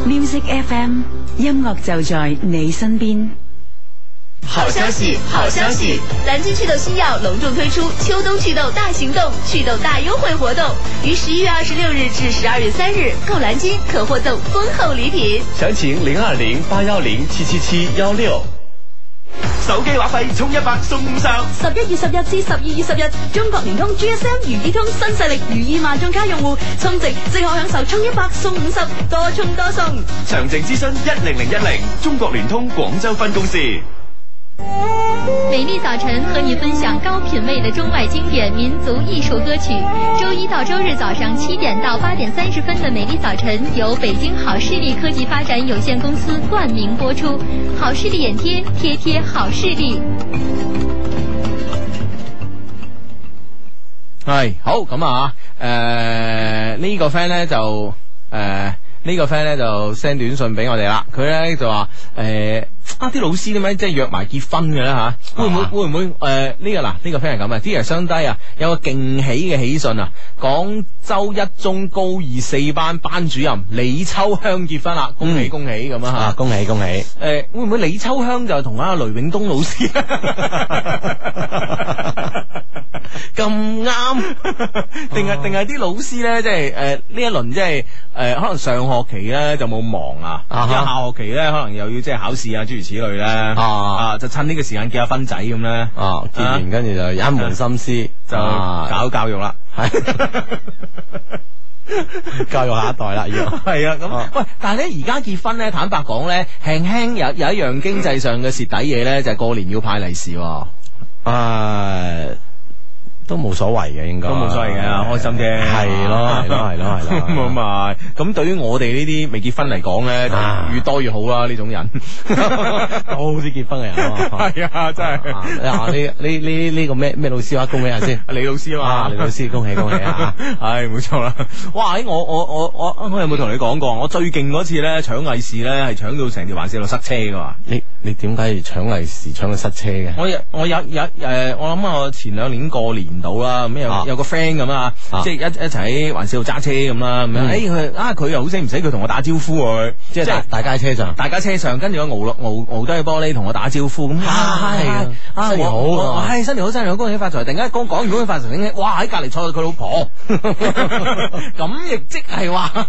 Music FM 音樂就在你身邊。
好消息，好消息！蓝鲸祛痘新药隆重推出秋冬祛痘大行动，祛痘大优惠活动，于十一月二十六日至十二月三日购蓝鲸可获赠丰厚礼品。
详情零二零八幺零七七七幺六。手机话费充一百送五十。
十一月十日至十二月十日，中國聯通 GSM 如意通新勢力如意萬眾家用戶充值即可享受充一百送五十，多充多送。
详情咨询一零零一零中国联通广州分公司。
美丽早晨和你分享高品位的中外经典民族艺术歌曲。周一到周日早上七点到八点三十分的美丽早晨由北京好视力科技发展有限公司冠名播出。好视力眼贴，贴贴好视力。
系好咁啊！诶、呢、個 friend 咧就诶。呢個 friend 咧就 send 短信俾我哋啦，佢咧就話誒啊啲老師點解即係約埋結婚嘅咧嚇？會唔會會唔會誒呢、個嗱呢個 friend 係咁啊？啲人相低啊，有個勁喜嘅喜訊啊！廣州一中高二四班班主任李秋香結婚啦，恭喜恭喜咁啊
啊，恭喜恭喜！
嚇！誒、會唔會李秋香就同阿雷永東老師咁啱？定係定係啲老師咧，即係誒呢一輪即係誒可能上學期咧就冇忙啊，
啊
因
哈
為下學期咧可能又要即係考試啊諸如此類咧，啊就趁呢個時間結下婚仔咁咧，啊
結完跟住就一門心思
就
啊
搞教育啦，
教育下一代啦，要
系啊，咁喂，但系咧而家結婚咧，坦白講咧，輕輕有有一樣經濟上嘅蝕底嘢咧，就係過年要派利是喎。
诶，啊都冇所謂嘅，應該
都冇所謂嘅，開心啫。
係咯係咯係咯 係咯
咁啊，咁對於我哋呢啲未結婚嚟講咧，就越多越好啦。呢種 人
都啲結婚嘅人啊嘛。
係啊，真係
啊！呢呢呢呢個咩咩老師話恭喜下先，
李老師啊嘛
啊李老師恭喜恭喜啊！
唉，冇錯啦。哇！咦我我我我我有冇同你講過？我最勁嗰次咧搶利是咧，係搶到成條環線路塞車噶嘛。
你你點解要搶利是搶到塞車嘅？
我有我有有诶、我諗我前兩年過年到啦，咁有、
啊
有個 friend 咁啊
啊，
即係一一齊喺環市度揸車咁啦，咁樣
嗯
诶佢啊佢又好死唔死，佢同我打招呼喎，
即係大大家喺車上，
大家車上，跟住我熬落熬熬低玻璃同我打招呼，咁啊
係啊
啊
新年好
我我
啊
係新年好新年好，恭喜發財！突然間講講完恭喜發財，突然間哇喺隔離坐到佢 老婆，咁亦即係話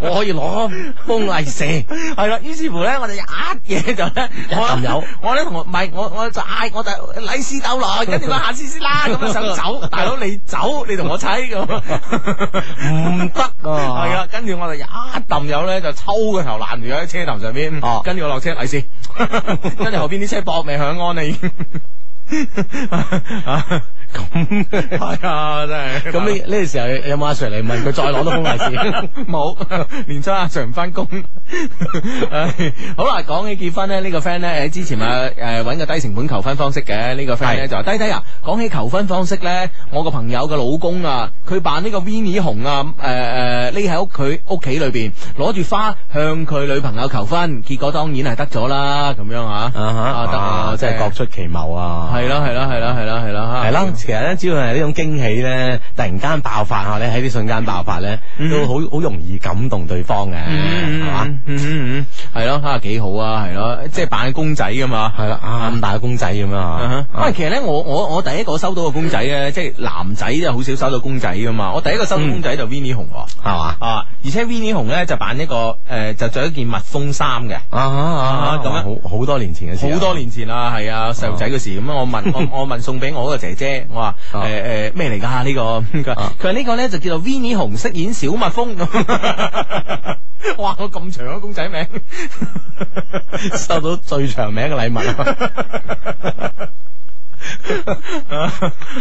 我可以攞封利是，
係啦。於是乎咧，我就一嘢就咧，
一
我
撳油，
我咧同我唔係我我就嗌我就利是 斗來，跟住我下次先啦，咁樣想走，大佬你走，你同我砌咁。
唔得 啊！
系啊，跟住我哋一抌友咧就抽個頭攔住咗喺 啊車頭上邊，跟住我落車，嚟先，跟住後邊啲車搏命響安啦已經。 啊咁系啊，真系。咁呢呢个时候有冇阿 Sir 嚟问佢再攞到封利啊 是？冇，年初阿 Sir 唔翻工。唉好啦，讲起结婚咧，呢个 friend 咧，诶之前啊诶揾个低成本求婚方式嘅，呢个 friend 咧就話低低啊，讲起求婚方式咧，我个朋友嘅老公啊，佢扮呢个 v i n n i e 熊啊，诶诶匿喺屋佢屋企里边，攞住花向佢女朋友求婚，结果当然系得咗啦，咁样啊，啊得
啊，真系各出其謀啊！
系啦，系啦，系啦，系啦，系啦，
系啦，其實咧，只要係呢種驚喜咧，突然間爆發下咧，喺呢瞬間爆發咧，都好好容易感動對方嘅，係嘛？
嗯嗯嗯，系咯，吓几好啊，系咯，即系扮公仔噶嘛，
系啦，啊咁大個公仔咁樣啊
啊！哈喂，其實咧，我我我第一個收到嘅公仔咧，即係男仔真係好少收到公仔噶嘛。我第一個收到公仔就 v i n n i e 熊喎，
係嘛
啊，而且 v i n n i e 熊咧就扮一個誒、呃就着一件蜜蜂衫嘅。
啊啊
咁
咁
樣
樣好好多年前嘅事啊，
好多年前啦，係啊，細路仔嗰時咁啊，我 問我我問送俾我嗰個姐姐，我話
啊
誒誒咩嚟㗎呢個？佢話佢話呢個咧就叫做 v i n n i e 熊飾演小蜜蜂 咁。哇！我咁長嘅公仔名，
收到最長名嘅禮 物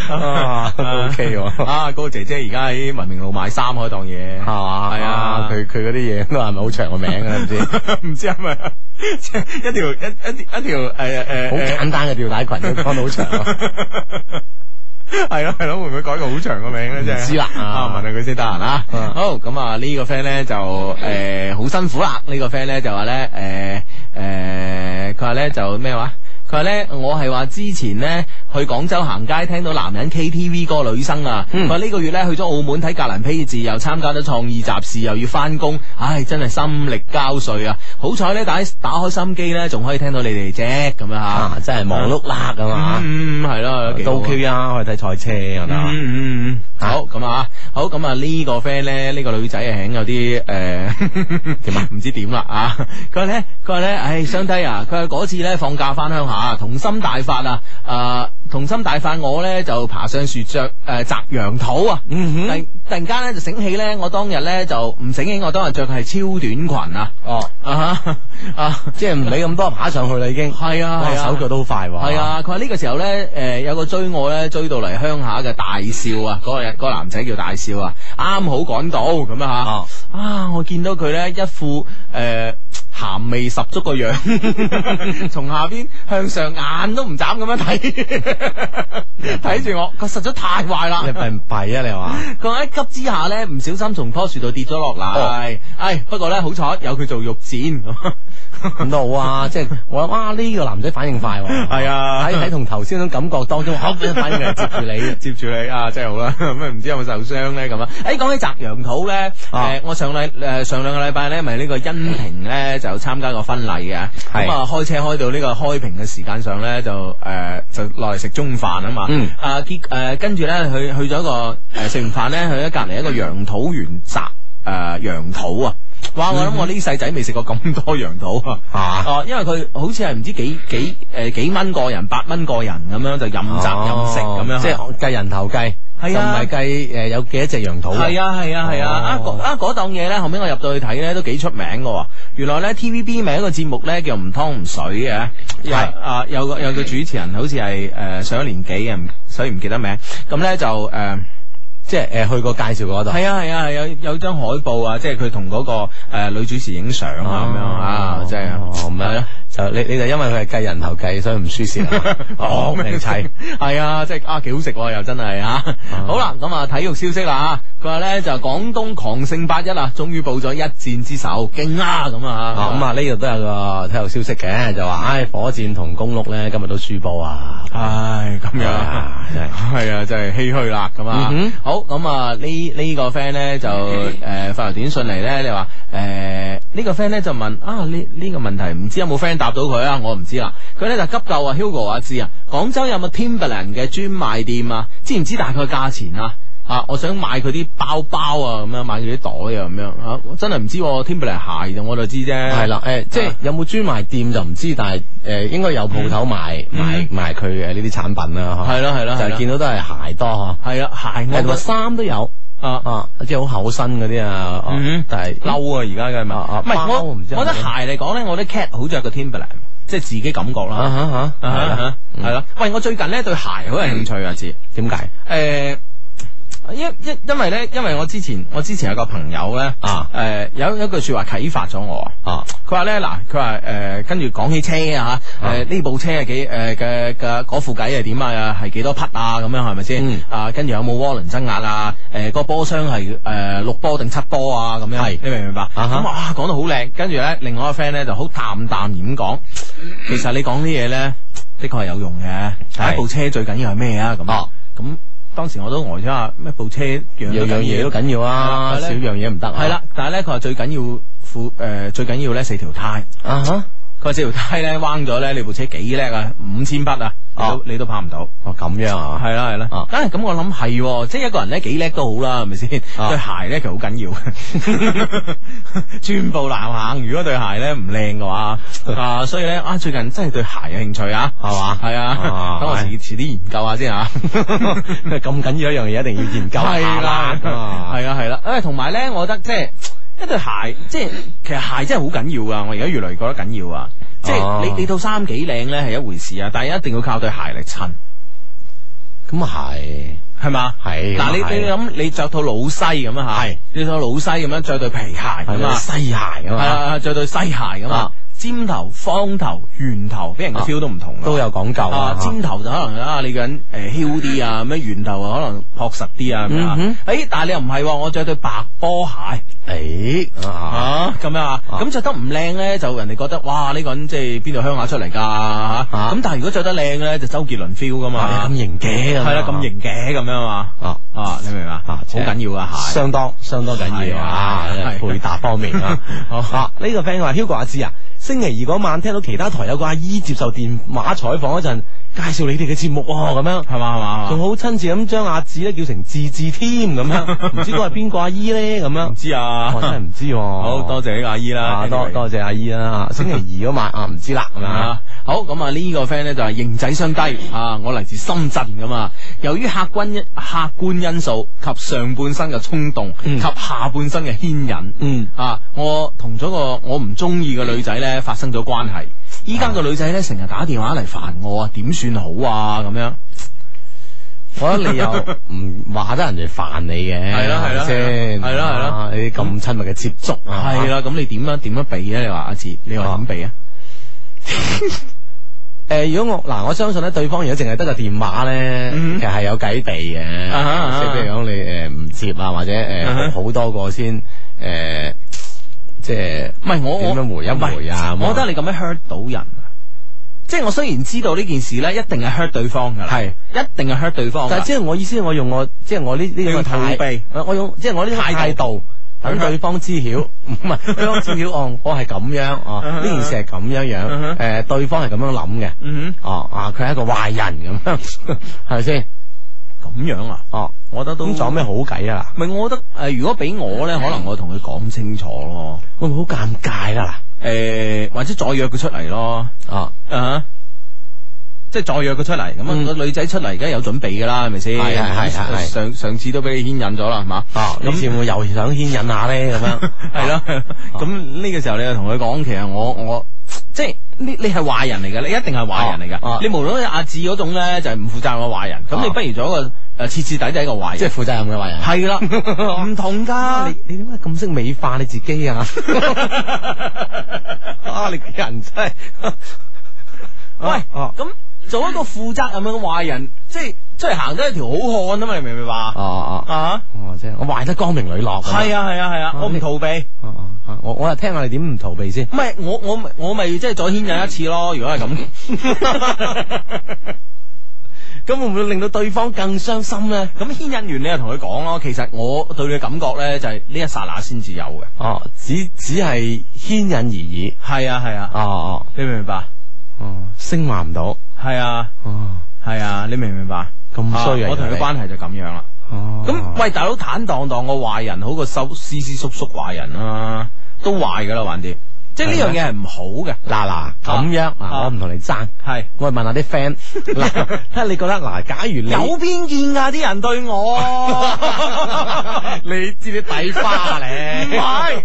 啊都！OK 喎。
啊，嗰個姐姐而家喺文明路買衫嗰檔嘢，係嘛？係啊，
佢佢嗰啲嘢都係咪好長個名啊？唔知
唔知係咪啊？即係一條一一一條誒誒，
好簡單嘅吊帶 裙都講到好長啊。
係咯係咯，會唔會改個好長嘅名咧？ 真係
唔知啦啊
啊，問下佢先得閒啊。好，咁啊呢個 friend 咧就誒好辛苦啦，呢個 friend 咧就話咧誒誒，佢話咧就咩話？佢話咧，我係話之前咧去廣州行街，聽到男人 KTV 嗰個女生啊，
嗯
佢話呢個月咧去咗澳門睇格蘭披治，又參加咗創意集市，又要翻工，唉，真係心力交瘁啊！好彩咧打打開心機咧，仲可以聽到你哋啫，咁樣吓，
啊真係忙碌啦咁啊
嗯，係咯，幾好
都
啊
OK 啊，可以睇賽車咁
嗯
啊。
嗯嗯，好咁啊，好咁啊呢個 friend 咧，呢個女仔啊，肯有啲 诶点啊，唔知點啦啊！佢話咧，佢話咧，唉，相低啊！佢話嗰次咧放假翻鄉下，童心大發啊！啊，童心大發，我咧就爬上樹着诶摘楊桃啊！
嗯
哼，突然間咧就醒起咧，我當日咧就唔醒起，我當日着嘅係超短裙啊！
哦
啊哈啊，
即係唔理咁多，爬上去啦已經。
係啊，
哇
係啊
手腳都好快喎。
系啊，佢話呢個時候咧，诶、有個追我咧，追到嚟鄉下嘅大少啊，嗰、個嗰個男仔叫大少啊，啱好趕到咁
哦
啊吓，啊，我見到佢咧一副诶。鹹味十 足個樣，從下邊向上眼都唔眨咁樣 睇，睇住我，佢實在太壞啦！
你弊唔弊啊？你話？
佢話喺急之下咧，唔小心從棵樹度跌咗落
哦
嚟。唉，不過咧好彩有佢做肉墊。
咁都好啊！ 即係我諗哇，呢個男仔反應快喎。
係啊
喺喺同頭先嗰種感覺當中，嚇反應嚟接住你。
接住你啊，真系好啦。 咁啊唔知有冇受傷咧咁啊？诶，講起摘楊桃咧，诶、
啊
我上禮诶、上兩個禮拜咧，咪呢個恩平咧就參加個婚禮嘅，
係
咁啊開車開到呢個開平嘅時間上咧，就诶、呃就落嚟食中午飯啊嘛，
嗯
啊結诶跟住咧去去咗一個诶食、完飯咧去咗隔離一個楊桃園摘诶楊桃啊。哇！我諗我呢世仔未食過咁多楊桃啊！
啊
哦，因為佢好似係唔知幾幾诶、幾蚊個人，八蚊個人咁樣就任摘任食咁樣，
哦即係計人頭計，
係
就唔
啊
係計誒有幾多隻羊肚。
系啊系啊系啊！啊嗰啊嗰檔嘢咧，後尾我入到去睇咧，都幾出名嘅喎。原來咧 TVB 咪有一個節目咧叫唔湯唔水嘅，有啊有個有個主持人好似係誒上咗年紀嘅，唔所以唔記得名。咁咧就誒。
即係誒去過介紹嗰度。
係啊係啊，有有張海報啊，即係佢同嗰個誒女主持影相啊咁樣啊，即係
哦咁樣就你你就因為佢係計人頭計，所以唔輸蝕啊。 哦，明砌。
系啊，即系啊，几好食喎又真係啊！ 好啦，咁啊，體育消息啦吓，佢話咧就廣東狂勝八一啊，終於報咗一戰之首，勁啦咁啊！
啊咁啊，呢度都有個體育消息嘅，就話唉，火箭同公鹿咧今日都輸波啊！
唉，咁樣系啊，真係唏噓啦咁啊
嗯！
好咁啊，呢呢個 friend 咧 就诶發條短信嚟咧，你話诶呢個 friend 咧就問啊呢呢個問題唔知有冇 friend 答到佢啊？我唔知啦。佢咧就急救啊，Hugo 啊知啊，廣州有冇 Timberland 嘅專賣店啊？知唔知大概價錢啊？啊！我想買佢啲包包啊，咁樣買佢啲袋啊，咁樣啊，我真係唔知喎 Timberland 鞋就我就知啫。
係啦，誒，即係有冇專賣店就唔知，但係誒應該有鋪頭賣賣賣佢嘅呢啲產品啦，嚇
嗯係啦係啦係啦
就見到都係鞋多，
係啦，鞋我
誒同埋衫都有。
啊
啊！即係好厚身嗰啲啊，啊但係
褸啊，而家嘅咪
啊
唔係
包
我
唔知係咪
我覺得鞋嚟講咧，我覺得 cat 好着過 Timberland，即係自己感覺
啊哈
啦
啊。哈
係啦係啦。喂，我最近咧對鞋好有興趣啊，志。
點解？嗯
诶、因因因为咧，因为我之前我之前有个朋友咧，
啊，
诶、有有一句说话启发咗我
啊，
佢话咧嗱，佢话诶，跟住讲起车啊，诶呢部车系几诶嘅嘅嗰副偈系点啊，系几多匹啊咁样系咪
嗯
先？啊，跟住有冇涡轮增压啊？诶、个波箱系诶六波定七波啊？咁样，系你明唔明白？
哈
咁啊讲到好靓，跟住咧另外一個 friend 咧就好淡淡然咁讲，
嗯
其实你讲啲嘢咧的确系有用嘅，但一部车最紧要系咩啊？咁
哦
咁。當時我都呆咗下，咩部車樣
樣樣嘢都緊要啊少樣嘢唔得啊
係啦，但係咧佢話最緊要副誒、呃最緊要咧四條胎
啊哈。
佢話四條胎咧彎咗咧，你部車幾叻啊？五千匹啊，你都你都拍唔到。
哦，咁樣啊，
係啦係啦。啊，咁我諗係喎，即係一個人咧幾叻都好啦，係咪先？對鞋咧其實好緊要嘅， 全部難行。如果對鞋咧唔靚嘅話，啊，所以咧啊，最近真係對鞋有興趣啊，係 嘛？係啊
啊，
等我遲遲啲研究下先啊。
咁緊要一樣嘢，一定要研究啊
係
下啦。
啦，系啦，啊系啦。诶，同埋咧，我覺得即係一對鞋，即係其實鞋真係好緊要噶。我而家越嚟越覺得緊要啊。即
哦
係你你套衫幾靚咧係一回事啊，但係一定要靠對鞋嚟襯。
咁啊系，
係嘛？
係咁啊
嗱，你
係
你諗你着套老西咁啊吓，系你着套老西咁樣着對皮鞋咁
係
啊，
西鞋咁啊
係啊，着對西鞋咁啊
啊。
尖頭、方頭、圓頭，俾人嘅
啊
feel 都唔同啊
都有講究
啊
啊！
尖頭就可能啊，你個人誒囂啲啊，咁樣圓頭啊，可能樸實啲啊，咁樣啊
嗯。
誒，但係你又唔係喎，我着對白波鞋。
誒
啊咁樣啊，咁着得唔靚咧，就人哋覺得哇呢個人即係邊度鄉下出嚟㗎啊嚇咁但係如果着得靚咧，就周杰倫 feel 噶嘛。
啊咁型嘅咁樣
係啦，咁型嘅咁樣啊嘛。啊，你明唔明啊？好緊要啊，鞋。
相當相當緊要啊
係啊！係啊
配搭方面 啊， 啊呢個 friend 話 Hugo 阿志啊，星期二嗰晚聽到其他台有個阿姨接受電話採訪嗰陣，介紹你哋嘅節目喎，咁樣
係嘛係嘛係嘛
仲好親切咁將阿志咧叫成志志添咁 樣，唔知嗰係邊個阿姨咧咁樣？唔
知啊
哦我真係唔知喎。
好多謝呢個阿姨啦
啊多
anyway
多謝阿姨 啦。星期二嗰晚啊，唔知啦咁樣啊
啊。好咁啊！呢個 friend 咧就係型仔相低啊！我嚟自深圳咁啊。由於客觀因客觀因素及上半身嘅衝動、及下半身嘅牽引，
嗯
啊，我同咗個我唔中意嘅女仔咧發生咗關係。依家個女仔咧成日打電話嚟煩我啊，點算好啊？咁樣。
我覺得你又 唔話得人哋煩你嘅，
係啦係啦
咪先
係啦係啦
啊你咁親密嘅接觸啊，
係啦，咁你點樣點樣避啊？你話阿志，你話點避啊？
诶、如果我嗱，我相信咧，對方如果淨係得個電話咧，其實係有計避嘅，
嗯啊哈啊哈
即係譬如講你诶唔接啊，或者诶
啊哈
好、多個先诶、即係
唔係我我
點樣回一回啊？
唔係我覺得你咁樣 hurt 到人啊。即係我雖然知道呢件事咧，一定係 hurt 對方噶啦，係一定係 hurt 對方㗎。
但係即係我意思，我用我即係我呢呢
你
種
用逃
態
避，嗯
我我用即係我呢種態度。等對方知曉， 唔係對方知曉，哦，我係咁樣，哦，呢件事係咁樣
嗯
樣，
哼
誒，對方係咁樣諗嘅，
嗯
哦，啊，佢係一個壞人咁樣， 係咪先？
咁樣啊？
哦，
我覺得都
咁仲有咩好計啊？嗯
唔係，我覺得誒、呃如果俾我咧，可能我同佢講清楚咯。
會唔會好尷尬啦？
誒、或者再約佢出嚟咯。
啊嗯
啊！即係再約佢出嚟，咁啊個女仔出嚟，而家有準備㗎啦，係咪先？
係係係係係
上上次都俾你牽引咗啦，係嘛？
啊，呢次會唔會又想牽引下咧？咁樣 啊
係咯，咁呢個時候你就同佢講，其實我我即係你你係壞人嚟嘅，你一定係壞人嚟
啊
嘅
啊。
你無論阿志嗰種咧，就係唔負責任嘅壞人，咁你不如做一個誒徹徹底底嘅壞人，
即係負責任嘅壞人。
係啦，唔同㗎。
你點解咁識美化你自己啊？ 啊，你個人真係啊
喂，咁做一個負責任嘅壞人，即係出嚟行都係條好漢啊嘛，你明唔明白？
哦哦
啊！
哦，即係我壞得光明磊落。
係
啊，
啊係啊係啊，我唔逃避，唔
啊我我又聽下你點唔逃避先。
係我我咪我咪即係再牽引一次 咯。如果係咁。
咁會唔會令到對方更傷心咧？
咁牽引完你就同佢講咯，其實我對你嘅感覺咧就係呢一剎那先至有嘅。
哦，只只係牽引而已。
係啊係啊，
哦哦，
你明唔明白？
哦，升華唔到。
係啊
哦，
係啊，你明唔明白？
咁衰啊
我同佢
人哋
關係就咁樣啦。
哦，
咁喂，大佬坦蕩蕩個壞人好過收斯斯縮縮壞人啦，都壞噶啦，橫掂。即係呢樣嘢係唔好嘅。
嗱嗱咁樣
啊
啊，我唔同你爭。
係
我係問下啲 friend，嗱，睇下你覺得嗱，假如你
有偏見㗎啲人對 我。
你知你底花
唔
咧，
係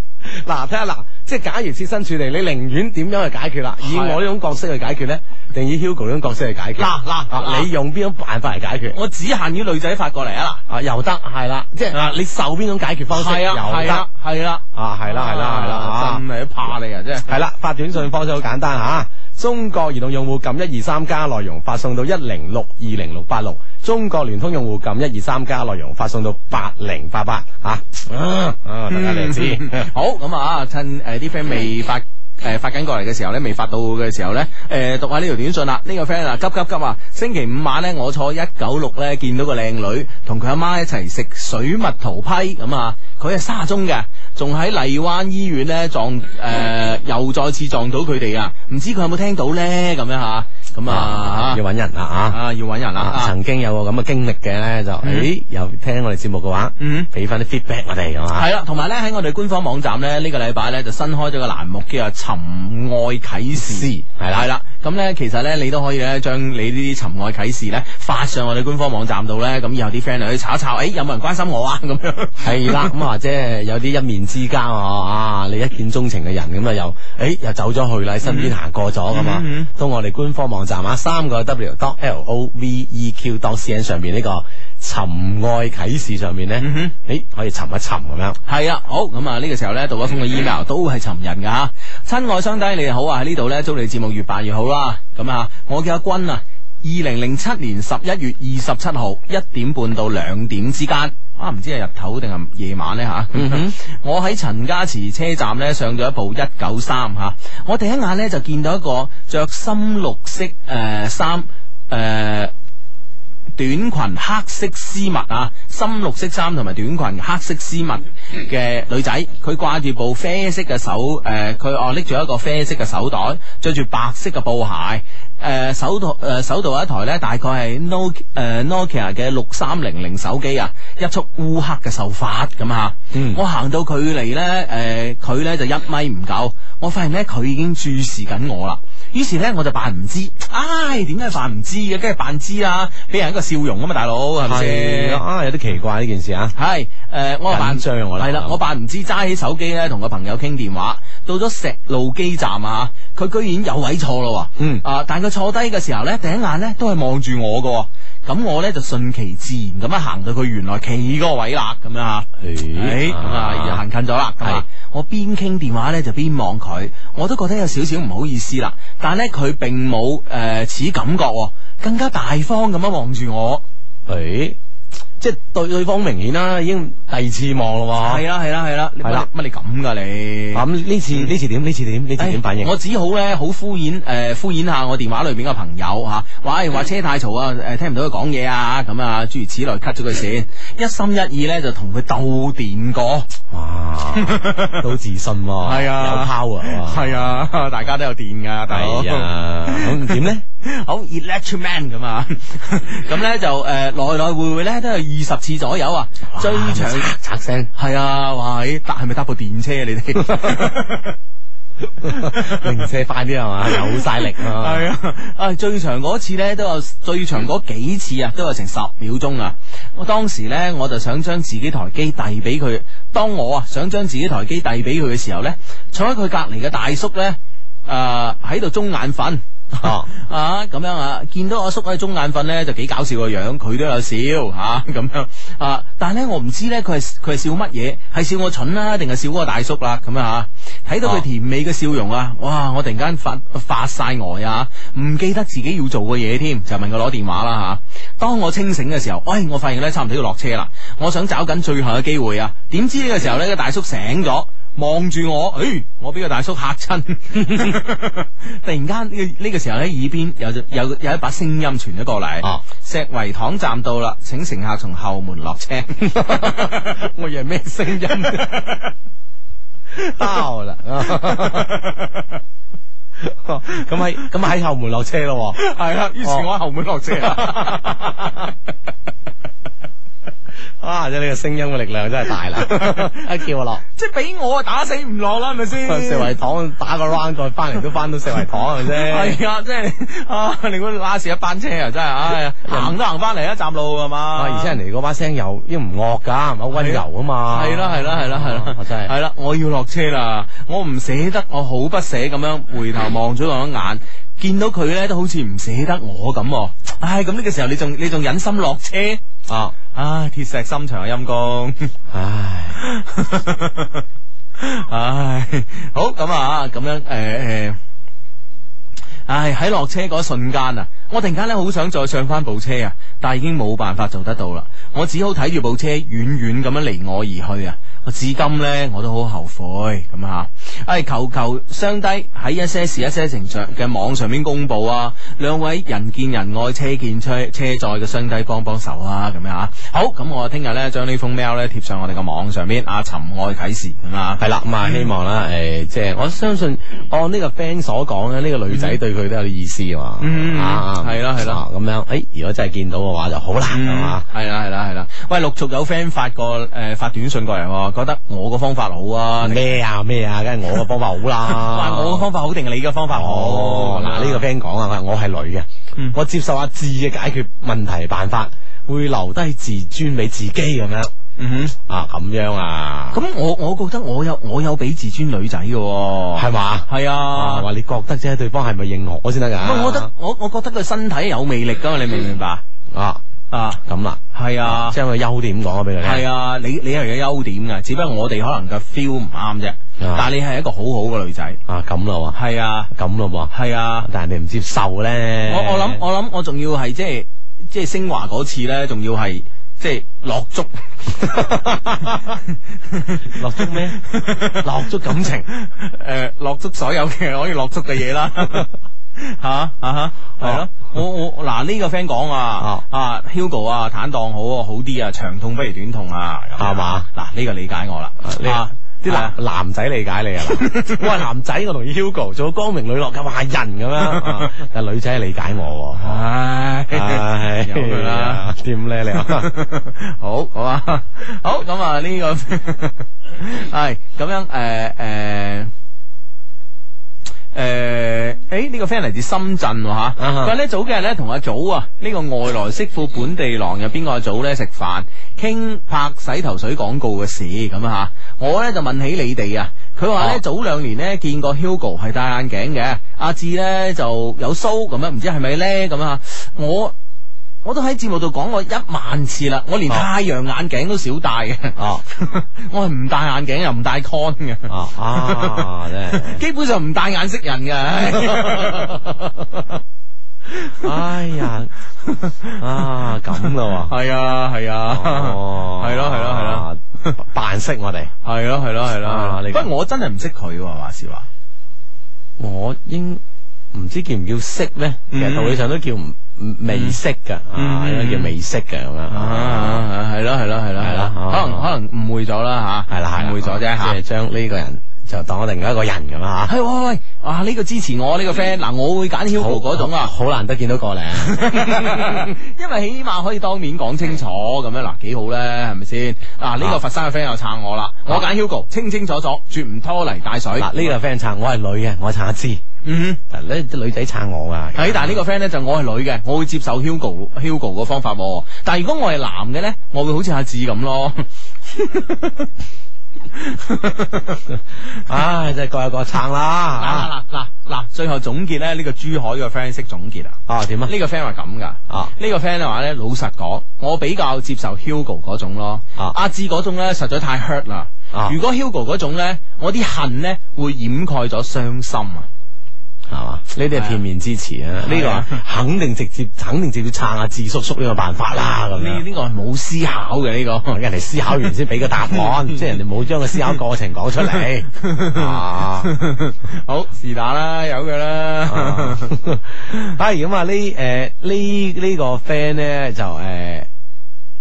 嗱，睇下嗱，即係假如設身處地，你寧願點樣去解決啦？以
係啊
我呢種角色去解決咧，定以 Hugo 呢種角色去解決？
嗱嗱
啊
嗱
你用邊種辦法嚟解決？
我只限於女仔發過嚟啊
啊，又得係啦，即係
啊
你受邊種解決方式？
係啊
又
係
得
啊係啦
啊，係啦係啦係啦
啊，真係怕你啊真係。
系啦，發短信方式好簡單吓、中國移動用戶撳一二三加內容發送到一零六二零六八六，中國聯通用戶撳一二三加內容發送到八零八八吓。啊，啊大家嚟知。
嗯好咁啊，趁诶啲 friend 未發诶、發紧過嚟嘅時候咧，未發到嘅時候咧，诶、讀下呢條短信啦。呢、個 friend 啊，急急急啊！星期五晚咧，我坐一九六咧，見到個靚女同佢阿媽一齊食水蜜桃批咁啊，佢係沙中嘅，仲喺荔灣醫院咧撞诶、又再次撞到佢哋啊！唔知佢有冇聽到咧？咁樣吓，咁啊，
要揾人啦啊！
啊，要揾人啦啊
曾經有個咁嘅經歷嘅咧，就
嗯
誒有聽我哋節目嘅話，
嗯，
俾翻啲 feedback 我哋咁嘛。
系啦，同埋咧喺我哋官方網站咧呢、個禮拜咧就新開咗個欄目叫做《尋愛啟示》，係啦，系啦。咁咧其實咧你都可以咧將你呢啲尋愛啟示咧發上我哋官方網站度咧，咁以後啲 friend 就去查一查，诶、有冇人關心我啊？ 咁樣
係啦，咁或者係有啲一面之交啊，啊你一見鍾情嘅人咁啊又，诶又走咗去啦，喺身邊行過咗咁啊
嗯嗯，
到我哋官方網站啊，三個 W dot L O V E Q dot C N 上面呢個尋愛啟示上面咧，诶可以尋一尋咁樣。
系嗯啊，好咁啊！呢個時候咧，杜一峰嘅 email 都係尋人噶吓。親愛相低，你哋好啊！喺呢度咧，祝你節目越辦越好啦。咁啊，我叫阿君啊，二零零七年十一月二十七號一點半到兩點之間啊，唔知係日頭定係夜晚呢？吓、 我喺陳家祠車站咧上咗一部一九三吓，我第一眼咧就見到一個着深綠色诶衫诶。呃短裙黑色絲襪啊，深綠色衫同埋短裙黑色絲襪嘅女仔，佢掛住部啡色嘅手诶，佢哦拎住一個啡色嘅手袋，着住白色嘅布鞋。誒、手度誒、手度有一台咧，大概係 No 誒、Nokia 嘅六三零零手機啊，一束烏黑嘅秀髮咁啊。我行到距離咧，誒、佢咧就一米唔夠，我發現咧佢已經注視緊我啦。於是咧我就扮唔知，唉，點解扮唔知嘅？梗係扮知啦，俾人一個笑容啊嘛，大佬係咪
係
先？
啊，有啲奇怪呢件事啊。
系诶、我扮
緊張啊我諗
系啦，我扮唔知揸起手機咧，同個朋友傾電話。到咗石路基站啊，佢居然有位坐咯喎，
嗯
啊，但佢坐低嘅時候咧，第一眼咧都係望住我噶、喎。咁我咧就順其自然咁樣行到佢原來企嗰個位啦，咁樣吓，誒咁啊
啊
行近咗啦，咁啊，我邊傾電話咧就邊望佢，我都覺得有少少唔好意思啦，但係咧佢並冇誒此感覺、喎，更加大方咁樣望住我，
诶，即係對對方明顯啦，已經第二次望咯喎。
係啦係啦係啦，你
哦係啦啊
乜你咁噶你？
咁呢次
嗯
呢次點？呢次點？呢次點反應？
我只好咧好敷衍诶、呃敷衍下我電話裏邊嘅朋友吓，啊話
嗯
唉話車太嘈啊，诶、聽唔到佢講嘢啊，咁啊諸如此類 cut 咗佢線，一心一意咧就同佢鬥電過，
哇， 都自信喎，
係
有
啊
power 啊，
係啊， 大家都有電噶，大佬。
係啊，咁點 咧？
好 electric man 咁啊， 咁咧就诶來來回回咧都有二十次左右啊，最長
拆聲
係啊，哇！咦搭係咪搭部電車啊你 哋？
零舍快啲係嘛，有晒力啊，
系啊，啊最長嗰次咧都有最長嗰幾次啊，都有成十秒鐘啊！我當時咧我就想將自己台機遞俾佢，當我啊想將自己台機遞俾佢嘅時候咧，坐喺佢隔離嘅大叔咧，诶呃喺度中眼瞓。
哦，
啊咁樣啊，見到阿叔喺中眼瞓咧，就幾搞笑個樣，佢都有笑吓 咁、樣啊。但係咧，我唔知咧，佢係佢係笑乜嘢，係笑我蠢啦、定係笑嗰個大叔啦咁樣吓。睇到佢甜美嘅笑容啊，哇！我突然間發發晒呆啊，唔記得自己要做嘅嘢添，就問佢攞電話啦吓、啊當我清醒嘅時候，喂，我發現咧差唔多要落車啦，我想找緊最後嘅機會啊。點知呢個時候呢個大叔醒咗。望住我，诶、我俾個大叔 嚇親。突然間呢、呢個時候咧，耳邊有有有一把聲音傳咗過嚟，
啊
石圍塘站到啦，請乘客從後門落 車。我以為咩聲音？
包 啦。咁喺咁喺後門落車咯喎，哦
係啦，於是我喺後門落車啦。
哇！即係呢個聲音嘅力量真係大 啦，一叫我落。
即系俾我打死唔落啦，系咪先？
四圍糖打個 round 再翻嚟都翻到四圍糖係咪 先？
系啊，即系啊，你估拉屎一班车啊，真系，唉呀，行都行翻嚟一站路噶嘛。
啊！而且人哋嗰把聲又又唔惡㗎，係咪温柔啊嘛？
係啦係啦係啦係啦
啊真係
系啦，我要落车啦，我唔舍得，我好不舍咁样回头望咗佢一眼。見到佢咧都好似唔捨得我咁喎，唉咁呢個時候你仲你仲忍心落車啊？唉，鐵石心腸啊陰公，唉 唉，好咁啊咁樣誒誒。呃唉，喺落車嗰瞬間啊，我突然間咧好想再上翻部車啊，但係已經冇辦法做得到啦。我只好睇住部車遠遠咁樣離我而去啊！我至今呢，我都好後悔咁啊！唉，求求相低喺一些事一些情上嘅網上面公佈啊，兩位人見人愛車見車車載嘅相低幫幫手啊！咁樣啊，好咁我聽日呢，將呢封 mail 呢貼上我哋嘅網上面啊，尋愛啟事咁啊，
係啦，咁啊希望啦，誒，
嗯
即係我相信按呢個 friend 所講咧，呢個女仔對佢都有啲意思㗎嘛，
嗯
啊，
係啦係啦
啊咁樣，誒，如果真係見到嘅話就好啦，係嘛？
系嗯啦系啦系啦，喂，陸續有 friend 發個诶、呃、发短信過嚟喎，覺得我個方法好啊，
咩啊咩啊，梗係我個方法好 啦
喂，我個方法好定係你嘅方法好？嗯
哦，嗱呢個 friend 講啊，佢話我係女嘅，我接受阿志嘅解決問題辦法，會留低自尊俾自己咁樣。
嗯
啊咁樣啊，
咁我我覺得我有我有俾自尊女仔嘅喎，
係嘛？
係啊，
話你覺得啫，對方係咪認可我先得
唔係
㗎？
我覺得我我覺得佢身體有魅力噶嘛，你明唔明白？
啊
啊
咁啦，
係啊，
將佢優點講咗俾佢聽。
係啊，你你係有優點嘅，只不過我哋可能嘅 feel 唔啱啫。但係你係一個好好嘅女仔。
啊咁咯喎，
係啊，
咁咯喎，
係啊，
但係人哋唔接受咧。
我我諗我諗我仲要係即係即係升華嗰次咧，仲要係即係落 足
落足咩？落足感情，
诶、落足所有嘅可以落足嘅嘢 啦。吓啊吓，系咯，我我嗱呢個 friend 講啊，啊 Hugo 啊，坦蕩好啊，好啲啊，長痛不如短痛啊，係嘛？嗱呢個理解我啦，啊
啲
係
男
啊
男仔理解 你啊，嗱我係男仔，我同 Hugo 做光明磊落嘅壞人咁樣啊，但女仔理解我喎，
唉
唉，哎
由佢啦，
點咧你啊話？
好好啊，好咁啊呢個 係咁樣诶诶。诶，诶呢、個 friend 嚟自深圳喎吓，佢話咧早幾日咧同阿祖啊，呢、個外來媳婦本地郎入邊個阿祖咧食飯，傾拍洗頭水廣告嘅事咁啊吓，我咧就問起你哋啊，佢話咧早兩年咧見過 Hugo 係戴眼鏡嘅，阿志咧就有須咁樣，唔知係咪咧咁啊，我。我都喺節目度講過一萬次啦，我連太陽眼鏡都少戴嘅。
哦，
我係唔戴眼鏡又唔戴 con 嘅。
啊啊，真係。
基本上唔戴眼識 人嘅。
哎呀，啊咁咯
系啊系啊，
哦
係咯係咯係咯
係咯，扮識我哋，
係咯係咯係
啊
咯
你
不過我真係唔識佢喎，話是話。
我應唔知叫唔叫識咧？其實道理上都叫唔唔未識噶，啊，應該叫未識嘅咁樣。
啊，係咯係咯係咯係
係啦
咯，哦可能
啊
可能誤會咗啦吓，
係啦係啦
誤會咗啫吓
即係。將呢個人就當另外一個人咁啊
係喂喂，哇！呢個支持我呢個 friend，嗱我會揀 Hugo 嗰種啊，
好難得見到個咧。
因為起碼可以當面講清楚咁樣，嗱幾好咧，係咪先？嗱呢個佛山嘅 friend 又撐我啦，我揀 Hugo，清清楚楚，絕唔拖泥帶水。
嗱呢個 friend 撐我係女嘅，我撐阿芝。
嗯，
嗱呢啲女仔撐我噶。
係，但係呢個 friend 咧就我係女嘅，我會接受 Hugo Hugo 嘅方法喎。但係如果我係男嘅咧，我會好似阿志咁咯。
唉，真係各有各撐啦。
嗱嗱嗱，最後總結咧，呢、個珠海嘅 friend 識總結啊。
啊，點啊？
呢個 friend 話咁噶。
啊，
呢個 friend 話咧，老實講，我比較接受 Hugo 嗰種咯。
啊
阿志嗰種咧，實在太 hurt 啦。
啊
如果 Hugo 嗰種咧，我啲恨咧會掩蓋咗傷心啊。
係嘛？呢啲係片面之詞啊！呢
係啊
個肯定直接，肯定直接撐阿智叔叔呢個辦法啦。咁
呢
樣
呢個係冇思考嘅呢個。
人哋思考完先俾個答 案，即係人哋冇將個思考過程講出嚟。啊，
好是但啦，有嘅啦
啊。係咁啊！呢誒呢呢個 friend 咧就誒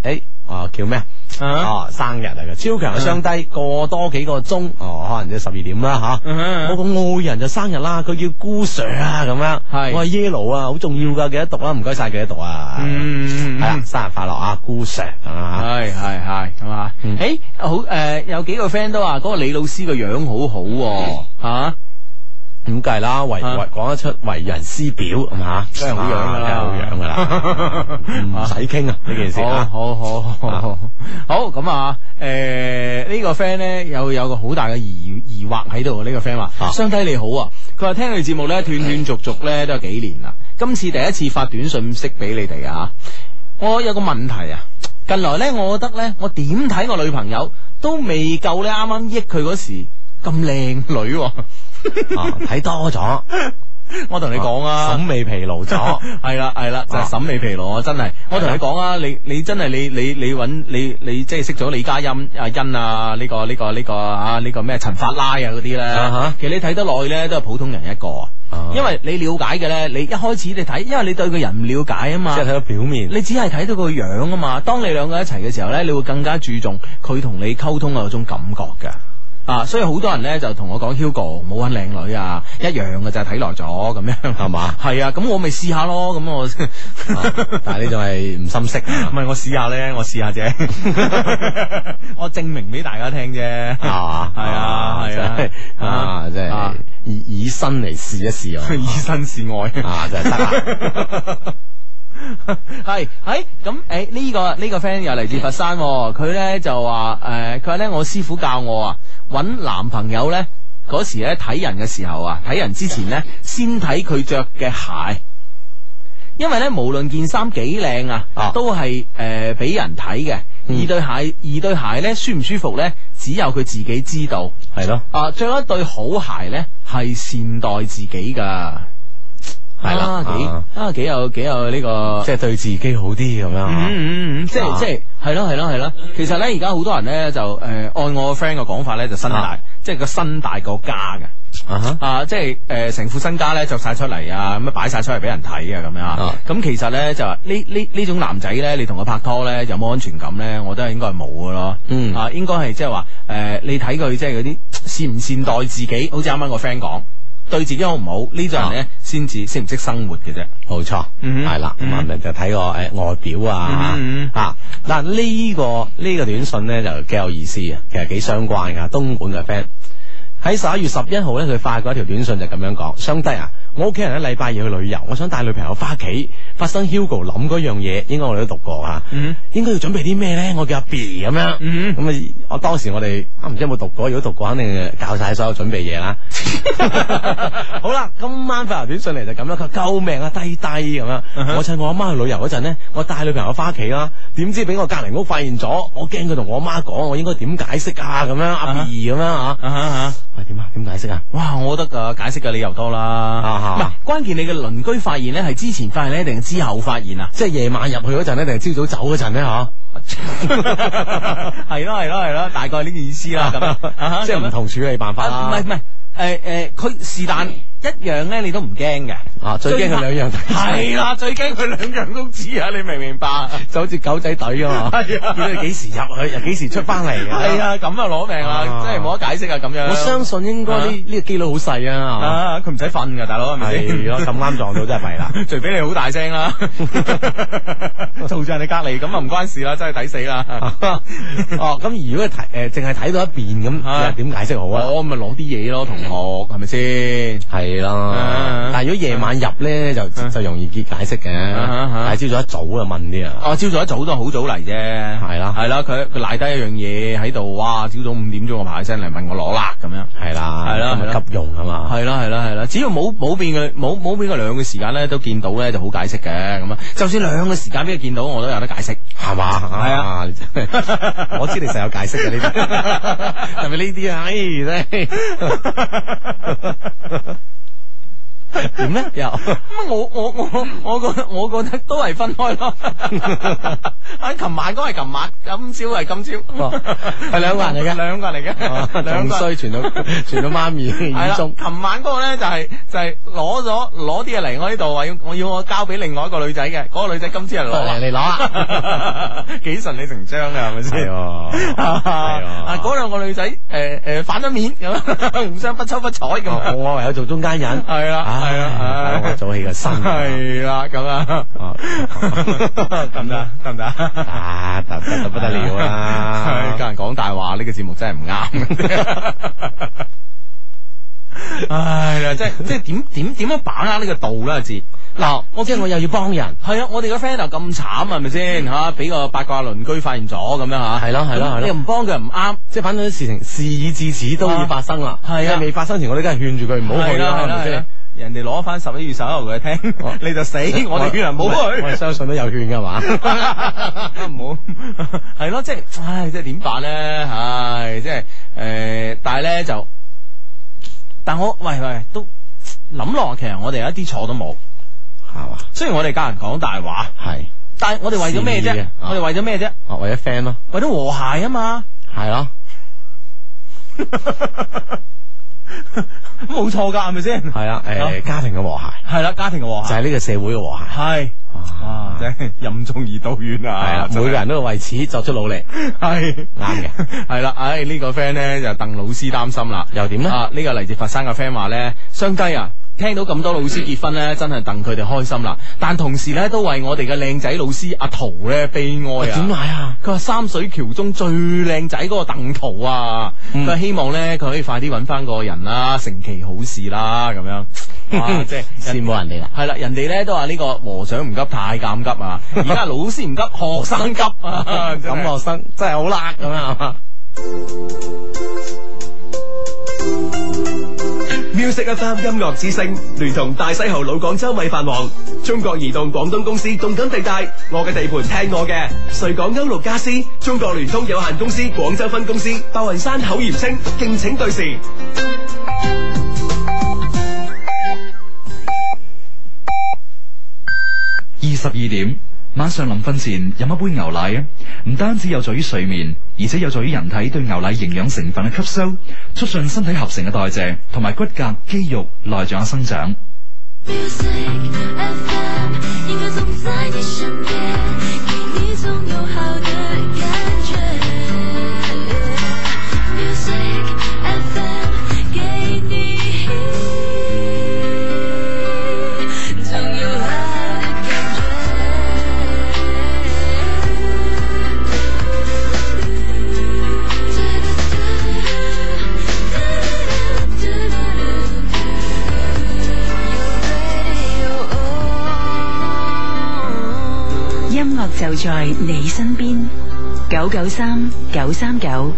誒啊叫咩啊？啊哦生日嚟嘅，超強嘅相低，過多幾個鐘，哦，可能即係十二點啦吓。
啊
我個愛人就生日啦，佢叫姑 Sir 啊，咁樣。
係
我話 yellow 啊，好重要噶，幾多讀啦？唔該晒幾多讀啊？
嗯，
係啦，生日快樂啊，姑 Sir 啊。
係係係咁啊！诶，好诶，有幾個 friend 都話嗰個李老師個樣好好喎啊吓。
咁梗係啦，為為講得出為人師表咁吓，
啊梗係好樣㗎
啊梗
啦
係好樣噶 啦，唔使傾啊呢件事啊。
好好好好好好咁啊！诶，呢個 friend 咧有有個好大嘅疑疑惑喺度啊！呢個 friend 話：，相低你好啊！佢話聽你節目咧斷斷續續咧都有幾年啦，今次第一次發短信息俾你哋啊！我有個問題啊，近來咧，我覺得咧，我點睇我女朋友都未夠咧，啱啱益佢嗰時咁靚女、喎。
啊睇多咗。
我同你講啊，
審美疲勞咗，
係啦係啦，就係審美疲勞啊！真係，我同你講啊，你你真係你你你揾你你即係識咗李嘉欣啊欣啊呢個呢個呢個啊呢個咩陳法拉啊嗰啲
啊
咧
哈，
其實你睇得耐咧都係普通人一個啊。因為你了解嘅咧，你一開始你睇，因為你對個人唔了解啊嘛，
即係睇到表面
你只係睇到個樣啊嘛。當你兩個一齊嘅時候咧，你會更加注重佢同你溝通嗰種感覺嘅。啊，所以好多人咧就同我講 Hugo 冇揾靚女啊，一樣嘅就睇耐咗咁樣，係嘛？係啊，咁我咪試下咯，咁 我，但
啊係你就係唔心識，啊唔
係我試下咧，我試 下啫， 我證明俾大家聽啫，係
嘛？
係啊，係啊！
真，係啊，真係以以身嚟試一試啊
以身試愛
啊，真係得啊！
系，诶，哎咁诶呢個呢、個 friend 又嚟自佛山喎、佢咧就話诶，誒佢話咧我師傅教我啊，揾男朋友咧嗰時咧睇人嘅時候啊，睇人之前咧先睇佢着嘅鞋。因為咧，無論件衫幾靚啊，都係诶俾人睇嘅。
嗯
而對鞋，而對鞋咧舒唔舒服咧，只有佢自己知道。
係咯，
啊，着一對好鞋咧，係善待自己噶。
係啦
啊
啊
幾啊幾有幾有呢個，
即係對自己好啲咁樣啊。
嗯嗯嗯，即係
啊
即係係咯係咯係咯。其實咧，而家好多人咧就诶按我 friend 嘅講法咧，就身大，即係個身大過家嘅。
啊
啊，即係诶，成副身家咧着晒出嚟啊，咁啊擺晒出嚟俾人睇啊，咁樣啊。咁其實咧就話呢呢呢種男仔咧，你同佢拍拖咧有冇安全感咧？我覺得應該係冇嘅咯。
嗯
啊，應該係即係話诶，你睇佢即係嗰啲善唔善待自己，好似啱啱個 friend 講，對自己好唔好呢種人咧，先至識唔識生活嘅啫。
啊冇錯，
嗯
係啦，咁啊咪就睇個诶外表啊
嗯嗯
啊嗱呢個呢個短信咧就幾有意思啊，其實幾相關噶，東莞嘅 friend。喺十一月十一號咧，佢發過一條短信就咁樣講：，相低啊，我屋企人咧禮拜二去旅遊，我想帶女朋友翻屋企。發生 Hugo 諗嗰樣嘢，應該我哋都讀過吓，
嗯
應該要準備啲咩咧？我叫阿 B 咁樣，咁啊，我當時我哋啊唔知有冇讀過，如果讀過肯定教晒所有準備嘢 啦。好啦，今晚發條短信嚟就咁啦，佢話救命啊，低低咁樣。
Uh-huh
我趁我阿媽去旅遊嗰陣呢，我帶女朋友翻屋企啦，點知俾我隔離屋發現咗，我驚佢同我阿媽講，我應該點解釋啊？咁樣
Uh-huh
阿 B 咁樣啊，喂點啊？點解釋啊？
哇，我覺得呃誒解釋嘅理由多啦。嗱、關鍵你嘅鄰居發現咧，係之前發現咧，定係之後發現啊？
即係夜晚入去嗰陣咧，定係朝早走嗰陣咧？嗬，
係咯係咯係咯，大概呢個意思啦。咁啊
即係唔同處理辦法
啊
啦。
唔係唔係，誒誒，佢是但一樣咧，你都唔驚嘅。
啊，最驚佢兩樣
係 啦，最驚佢兩樣都知啊！你明唔明白？
就好似狗仔隊啊嘛，
係啊
見到你幾時入去，又幾時出翻嚟啊？
係啊，咁啊攞命啦，
啊
真係冇得解釋啊！咁樣，
我相信應該呢呢個機率好細啊，
啊，佢唔使瞓噶，大佬係咪先？
係咯，咁啱撞到真係弊 啦。
除非你好大聲 啦，嘈住人哋隔離咁啊唔關事啦，真係抵死啦！
哦，咁如果睇誒淨係睇到一邊咁，
啊
嗯又點解釋好啊？
我哦咪攞啲嘢咯，同學係咪先？
係啦
啊，
但係如果夜晚入咧，就就容易結解釋嘅。
啊啊啊
但係朝早一早就問啲啊，
哦，朝早一早都好早嚟啫，係
啦，
係啦，佢佢賴低一樣嘢喺度，哇！朝早五點鐘我爬起身嚟問我攞啦，咁樣
係啦，
係啦
咁
係
咪
啦
急用啊嘛。
係啦係啦係啦，只要冇冇變佢冇冇俾佢兩個時間咧都見到咧就好解釋嘅咁啊，就算兩個時間俾佢見到我都有得解釋，
係嘛？
係啊
啊，你真係 我知你實有解釋嘅呢 啲，係咪呢啲啊？唉，真係。
点咧？又咁啊我我我我觉我觉得都系分開 咯。喺琴晚嗰係琴晚，今朝係今朝，
哦係兩個人嚟嘅
兩個人嚟嘅，兩
仲
個
衰，
人。
傳 到傳到媽咪
系
耳
啦，
中。
琴晚嗰個咧就係就係攞咗攞啲嘢嚟我呢度，話要我要我交俾另外一個女仔嘅，嗰個女仔今朝嚟攞
啊
啦，
嚟攞啊
啦，幾順理成章嘅係咪先？ 啊，嗰兩個女仔诶诶反咗面咁樣， 互相不瞅不睬咁樣。
我唯有做中間人。
系啦，
啊
系啦，
我早起個身。
系啦，咁 啊，
哦
得唔得？得唔得？
啊，得得得不得了啊啦
係！教人講大話呢個節目真係唔啱。 唉呀，即係即系点点点样把握呢個度啦？字嗱，我
即係我又要幫人。
系啊，我哋個 friend 又咁慘係咪先吓？俾個八卦鄰居發現咗咁樣吓，
嗯係咯係咯係咯
你又唔幫佢唔啱，
即係反正啲事情事已至此都要發生啦。
係啊
即係未發生前，我哋梗係勸住佢唔好去啦，係咪先？？
人哋攞翻十一月十一號佢聽，你就死，我哋勸人唔好去
我。哋相信都有勸噶嘛。
唔好系咯，即系唉，即系点办咧？唉，即系诶，但系咧就，但我喂喂都谂落，其实我哋一啲錯都冇，
系嘛？
雖然我哋教人講大話，
係，
但系我哋為咗咩
善意
啫
嘅？
我哋為咗咩啫？
哦，為咗 friend 咯，
為咗和諧啊嘛，
係咯。
冇錯㗎，係咪 先？
係啦，誒，家庭嘅和諧
係啦，家庭嘅和
就
諧
係呢個社會嘅和諧。
係哇，真係任重而道遠
係
啊！
啊，
真
每
係
個人都為此作出努 力。
系
啱嘅，
系啦，唉呢个 friend 咧就鄧老師擔心啦，
又點咧
啊呢個嚟自佛山嘅 friend 話咧，相低啊。聽到咁多老師結婚咧，真係戥佢哋開心啦。但同時咧，都為我哋嘅靚仔老師阿陶咧悲哀啊！
點解啊？
佢話三水橋中最靚仔嗰個鄧圖啊，
嗯
佢話希望咧佢可以快啲揾翻個人啦，成其好事啦咁 樣。哇！即係
羨慕人哋啦。
系啦，人哋咧都話呢個和尚唔急太監急啊，而家老師唔急， 學生急啊，真係
咁學生真係好辣咁啊！
Music FM 音樂之聲聯同大西豪老廣州米飯王、中國移動廣東公司動感地帶、我嘅地盤聽我嘅、瑞港歐陸家私、中國聯通有限公司廣州分公司、白雲山口鹽青，敬請對視。
二十二點，晚上臨瞓前飲一杯牛奶啊！唔單止有助於睡眠，而且有助於人體對牛奶營養成分嘅吸收，促進身體合成嘅代謝，同埋骨骼、肌肉、內臟嘅生長。
Music FM，音乐总在你身边，给你总有好的感觉。Music FM，给你总有好的感觉。
音樂就在你身邊，九九三九三九，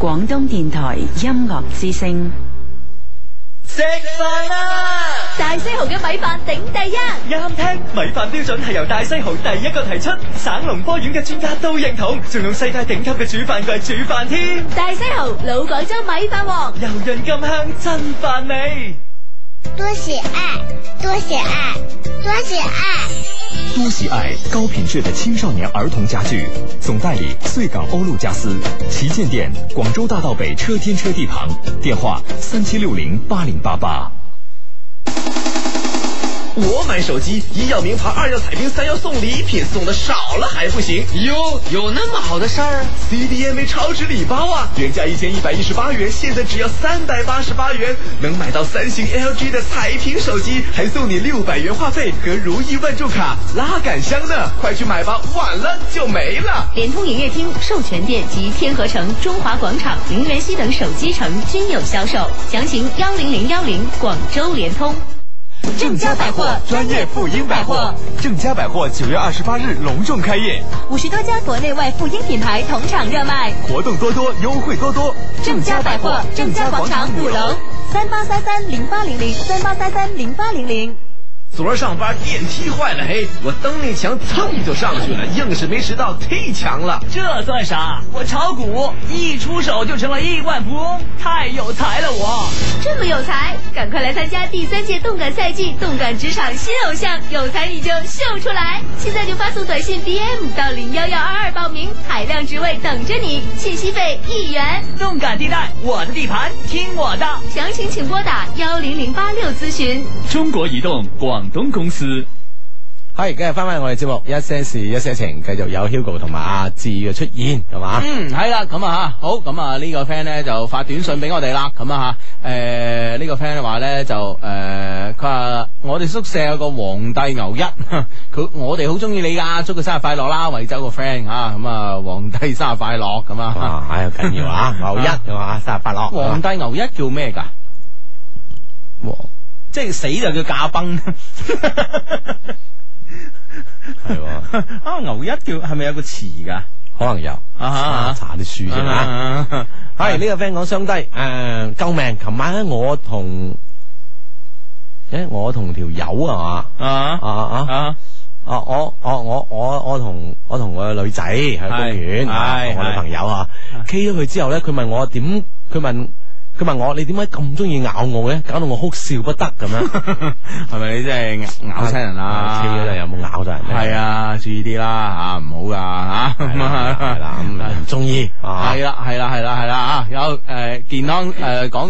廣東電台音樂之聲。
食饭啦！
大西豪嘅米飯頂第一。
啱聽，米飯標準係由大西豪第一個提出，省農科院嘅專家都認同，仲用世界頂級嘅煮飯櫃煮飯添，
大西豪老廣州米飯王，
油潤甘香真飯味。
多喜爱，多喜爱，多喜爱。
多喜爱高品质的青少年儿童家具，总代理穗港欧陆家私，旗舰店广州大道北车天车地旁，电话三七六零八零八八。
我买手机，一要名牌，二要彩屏，三要送礼品，送的少了还不行？哟，有那么好的事儿？CDMA 超值礼包啊，原价一千一百一十八元，现在只要三百八十八元，能买到三星、LG 的彩屏手机，还送你六百元话费和如意万众卡、拉杆箱呢，快去买吧，晚了就没了。
联通营业厅授权店及天河城、中华广场、陵园西等手机城均有销售，详情幺零零幺零广州联通。
正佳百货专业妇婴百货，
正佳百货九月二十八日隆重开业，
五十多家国内外妇婴品牌同场热卖。
活动多多，优惠多多。
正佳百货正佳广场五楼，三八三三零八零零，三八三三零八零零。
昨儿上班电梯坏了，嘿，我蹬那墙蹭就上去了，硬是没迟到，忒强了。
这算啥？我炒股一出手就成了亿万富翁，太有才了我！
这么有才，赶快来参加第三届动感赛季动感职场新偶像，有才你就秀出来！现在就发送短信 DM 到零幺幺二二报名，海量职位等着你，信息费一元。
动感地带，我的地盘，听我的。
详情请拨打幺零零八六咨询。
中国移动广东公司。
系，今日翻翻我哋节目一些事一些情，繼續有 Hugo 同埋阿志嘅出現，係嘛？
嗯，系啦，咁啊吓，好，咁啊呢個 friend 咧就發短信俾我哋啦，咁啊吓，诶、呢、個 friend 話咧就诶，佢、話我哋宿舍有個皇帝牛一， 佢我哋好中意你噶，祝佢生日快樂啦，惠州個 friend 啊，咁啊皇帝生日快樂咁啊，
哇，係緊要 啊，牛一係嘛，生日快樂！
皇帝牛一叫咩噶？即係死就叫駕崩。
系
啊，牛一叫系咪有個詞噶？
可能有查
啊
查啲書先
啊
啊。係呢個 friend 講相低，诶，救命！琴晚咧我同诶我同條友啊嘛，
啊
啊啊啊！我我我我我同我同個女仔喺公園，
係
啊
係
同我女朋友啊，K 咗佢之後咧，佢問我點，佢問佢問我你點解咁中意咬我咧？搞到我哭笑不得咁樣。
系咪你真系咬亲人啦？
跳咗就有冇咬到人咧？
系啊，注意啲啦吓，唔好噶吓，咁啊系啦，
唔中意啊
系啦 系啦系啦系啦啊！有诶健康诶讲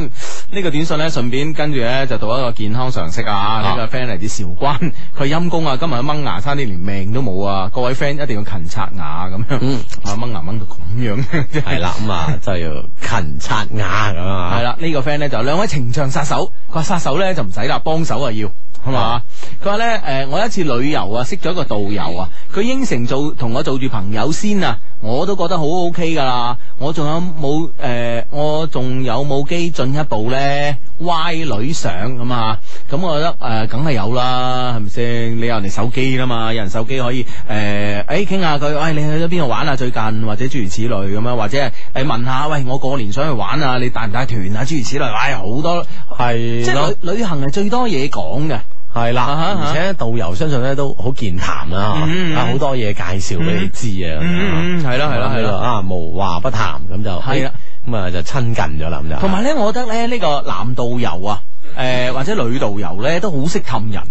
呢個短信咧，順便跟住咧就讀一個健康常識啊！呢個 friend 嚟自韶關， 佢陰公啊，今日掹牙差啲連命都冇啊！各位 friend 一定要勤刷牙咁樣，啊掹牙掹到咁樣，
嗯 係啦，咁啊就要勤刷牙咁啊
系啦，呢、個 friend 咧就兩位情場殺手，佢話殺手咧就唔使啦，幫手啊要。係嘛？佢話咧，誒、我有一次旅遊啊，識咗一個導遊啊，佢應承做同我做住朋友先啊，我都覺得好 OK 噶啦。我仲有冇誒、我仲有冇機進一步咧？歪女相咁啊，咁我覺得誒，梗、係有啦，係咪先？你有人哋手機啦嘛，有人手機可以誒，誒傾下佢，喂、你去咗邊度玩啊？最近或者諸如此類咁樣，或者係誒問下，喂，我過年想去玩啊，你帶唔帶團啊？諸如此類，唉、好多
係
即係
咯
旅旅行係最多嘢講嘅。啊
系啦，而且導遊相信咧都好健談啦，
嗯嗯
啊好多嘢介紹俾你知啊，
嗯嗯嗯係啦係啦係啦
啊無話不談咁就
係啦，
咁啊就親近咗啦咁 就，
同埋咧，我覺得咧呢、個男導遊啊，誒、或者女導遊咧都好識氹人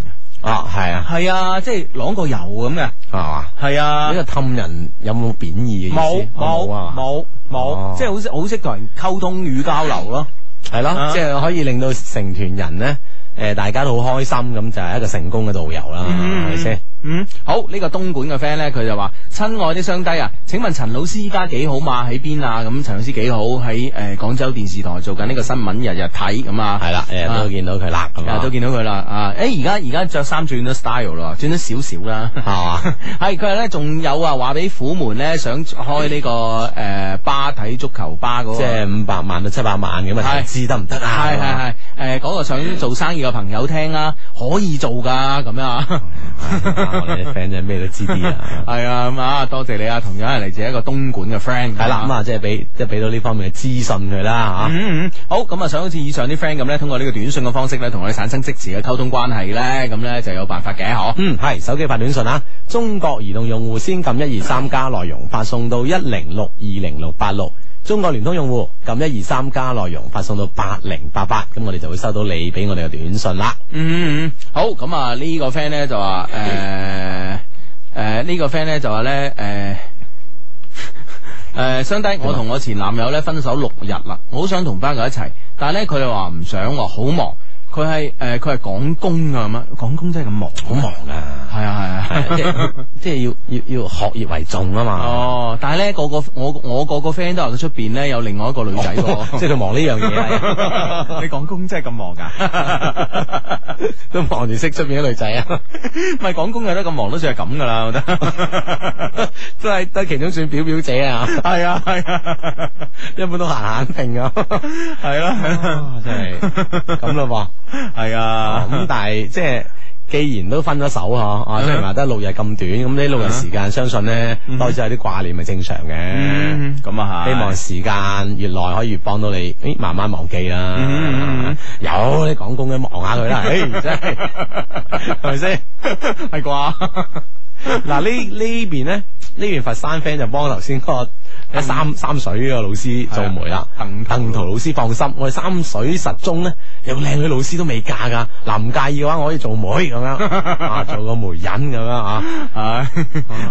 嘅，
啊係啊，
係啊，即係啷個遊咁嘅，
係嘛，
係啊，
呢個氹人有冇貶義嘅意思？
冇
冇
冇
啊，
冇
哦
冇，即係好識好識同人溝通與交流咯。
係咯，
啊
即係可以令到成團人咧，誒大家都好開心咁就係一個成功嘅導遊啦，係咪先？
嗯，好呢、個東莞嘅 friend 咧，佢就話：親愛啲雙低啊，請問陳老師依家幾好嘛？喺邊啊？咁陳老師幾好？喺誒、呃、廣州電視台做緊呢個新聞，日日睇咁啊。
係啦，誒都見到佢啦，咁
啊，
啊
都見到佢啦啊！誒，而家而家着衫轉咗 style 啦，轉咗少少啦，係
嘛？
係佢話咧，仲有啊，話俾虎門咧想開呢、個誒、呃巴睇足球吧嗰、個，
即係五百萬到七百萬咁啊，
係
投資得唔得啊？
係係係誒，嗰、個想做生意嘅朋友聽啦，可以做㗎咁樣啊。
我哋啲 friend 真係咩都知啲 啊！
系啊，咁啊，多謝你啊，同樣係嚟自一個東莞嘅 friend。
係啦，咁啊，即係俾即係俾到呢方面嘅資訊佢啦嚇。
嗯嗯，好咁啊，想好似以上啲 friend 咁咧，通過呢個短信嘅方式咧，同我哋產生即時嘅溝通關係咧，咁咧就有辦法嘅嗬。
嗯，係手機發短信啊！中國移動用戶先撳一二三加內容，發送到一零六二零六八六。中國聯通用戶撳一二三加內容，發送到八零八八，咁我哋就會收到你俾我哋嘅短信啦。
嗯嗯嗯，好咁啊，呢個 friend 咧就話 诶诶呢個 friend 咧就話咧 诶。诶，相低，我同我前男友咧分手六日啦，我好想同翻佢一齊，但系咧佢又話唔想喎，好忙。佢係诶，佢係港工啊咁啊，港工真係咁忙，好忙
噶。
係啊係啊，
即係即係要要要學業為重啊嘛。
哦，但係咧，個個我我個個 friend 都話佢出邊咧有另外一個女仔 喎，
哦即係佢忙呢樣嘢啊
你講工真係咁忙㗎？
都忙住識出面啲女仔啊，
唔係講工有得咁忙都算係咁㗎啦，我覺得
都係都係其中算表表姐啊。
係啊係啊，
一般都閒閒平啊，
係咯，
真係咁咯噃。 哦
係啊嗯
咁但係即係既然都分咗手啊，啊，雖然話得六日咁短，咁呢六日時間，相信咧多少有啲掛念係正常嘅
嗯。
咁啊希望時間越耐可以越幫到你，誒慢慢忘記啦。嗯有你講工嘅忘下佢 啦，誒真係係咪先？係啩？嗱呢呢邊咧，呢邊佛山 friend 就幫頭先嗰個三三水個老師做媒啦，鄧鄧嗯圖老師放心，我哋三水實中咧有靚女老師都未嫁噶，嗱唔介意嘅話，我可以做媒咁 樣，啊做個媒人咁樣啊，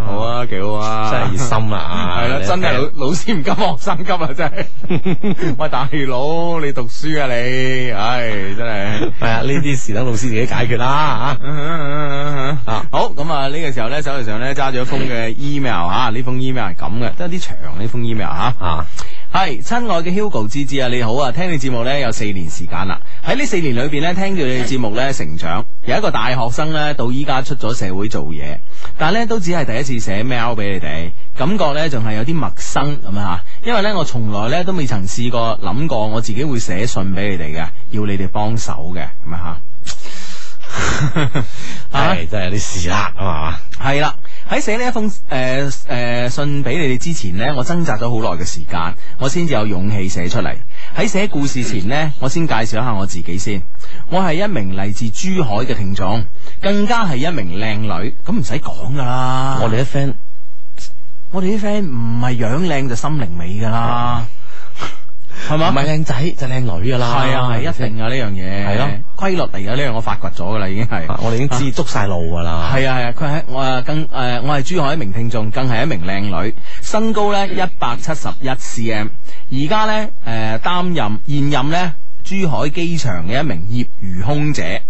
好啊幾好啊， 真係熱心啊，
系啦，真系老老师唔急學生急啊，真 係。喂，大佬，你讀書啊你，唉，真係。
系啊呢啲事等老師自己解決啦啊
嗯嗯嗯嗯嗯好咁啊！呢個時候咧，手頭上咧揸住一封嘅 email 吓，呢封 email 係咁嘅，都有啲長呢封 email 吓。
啊
系，親愛嘅 Hugo 芝芝啊，你好啊！聽你節目咧有四年時間啦，喺呢四年裏边咧聽住你哋節目咧成長，由一個大學生咧到依家出咗社會做嘢，但系咧都只係第一次寫 mail 俾你哋，感覺咧仲係有啲陌生咁啊！因為咧我從來咧都未曾試過諗過我自己會寫信俾你哋嘅，要你哋幫手嘅咁啊吓，啊
唉真係有啲事啦，係嘛？
系啦，喺寫呢一封诶诶、呃信俾你哋之前呢，我掙扎咗好耐嘅時間，我先至有勇氣寫出嚟。喺寫故事前呢，我先介紹一下我自己先。我係一名嚟自珠海嘅聽眾，更加係一名靚女，咁唔使講噶啦。
我哋啲 friend，
我哋啲 friend 唔係樣靚就心靈美噶啦，係嘛？
唔係靚仔就靚女噶啦，
係啊，係一定啊呢樣嘢，
係咯
規律嚟噶呢樣，我發掘咗噶啦，已經係，
啊我哋已經知捉晒路噶啦，
系啊系啊，佢喺我啊更诶，我係珠海一名聽眾，更係一名靚女，身高咧一百七十一 cm，而家咧诶担任現任咧珠海機場嘅一名業餘空姐。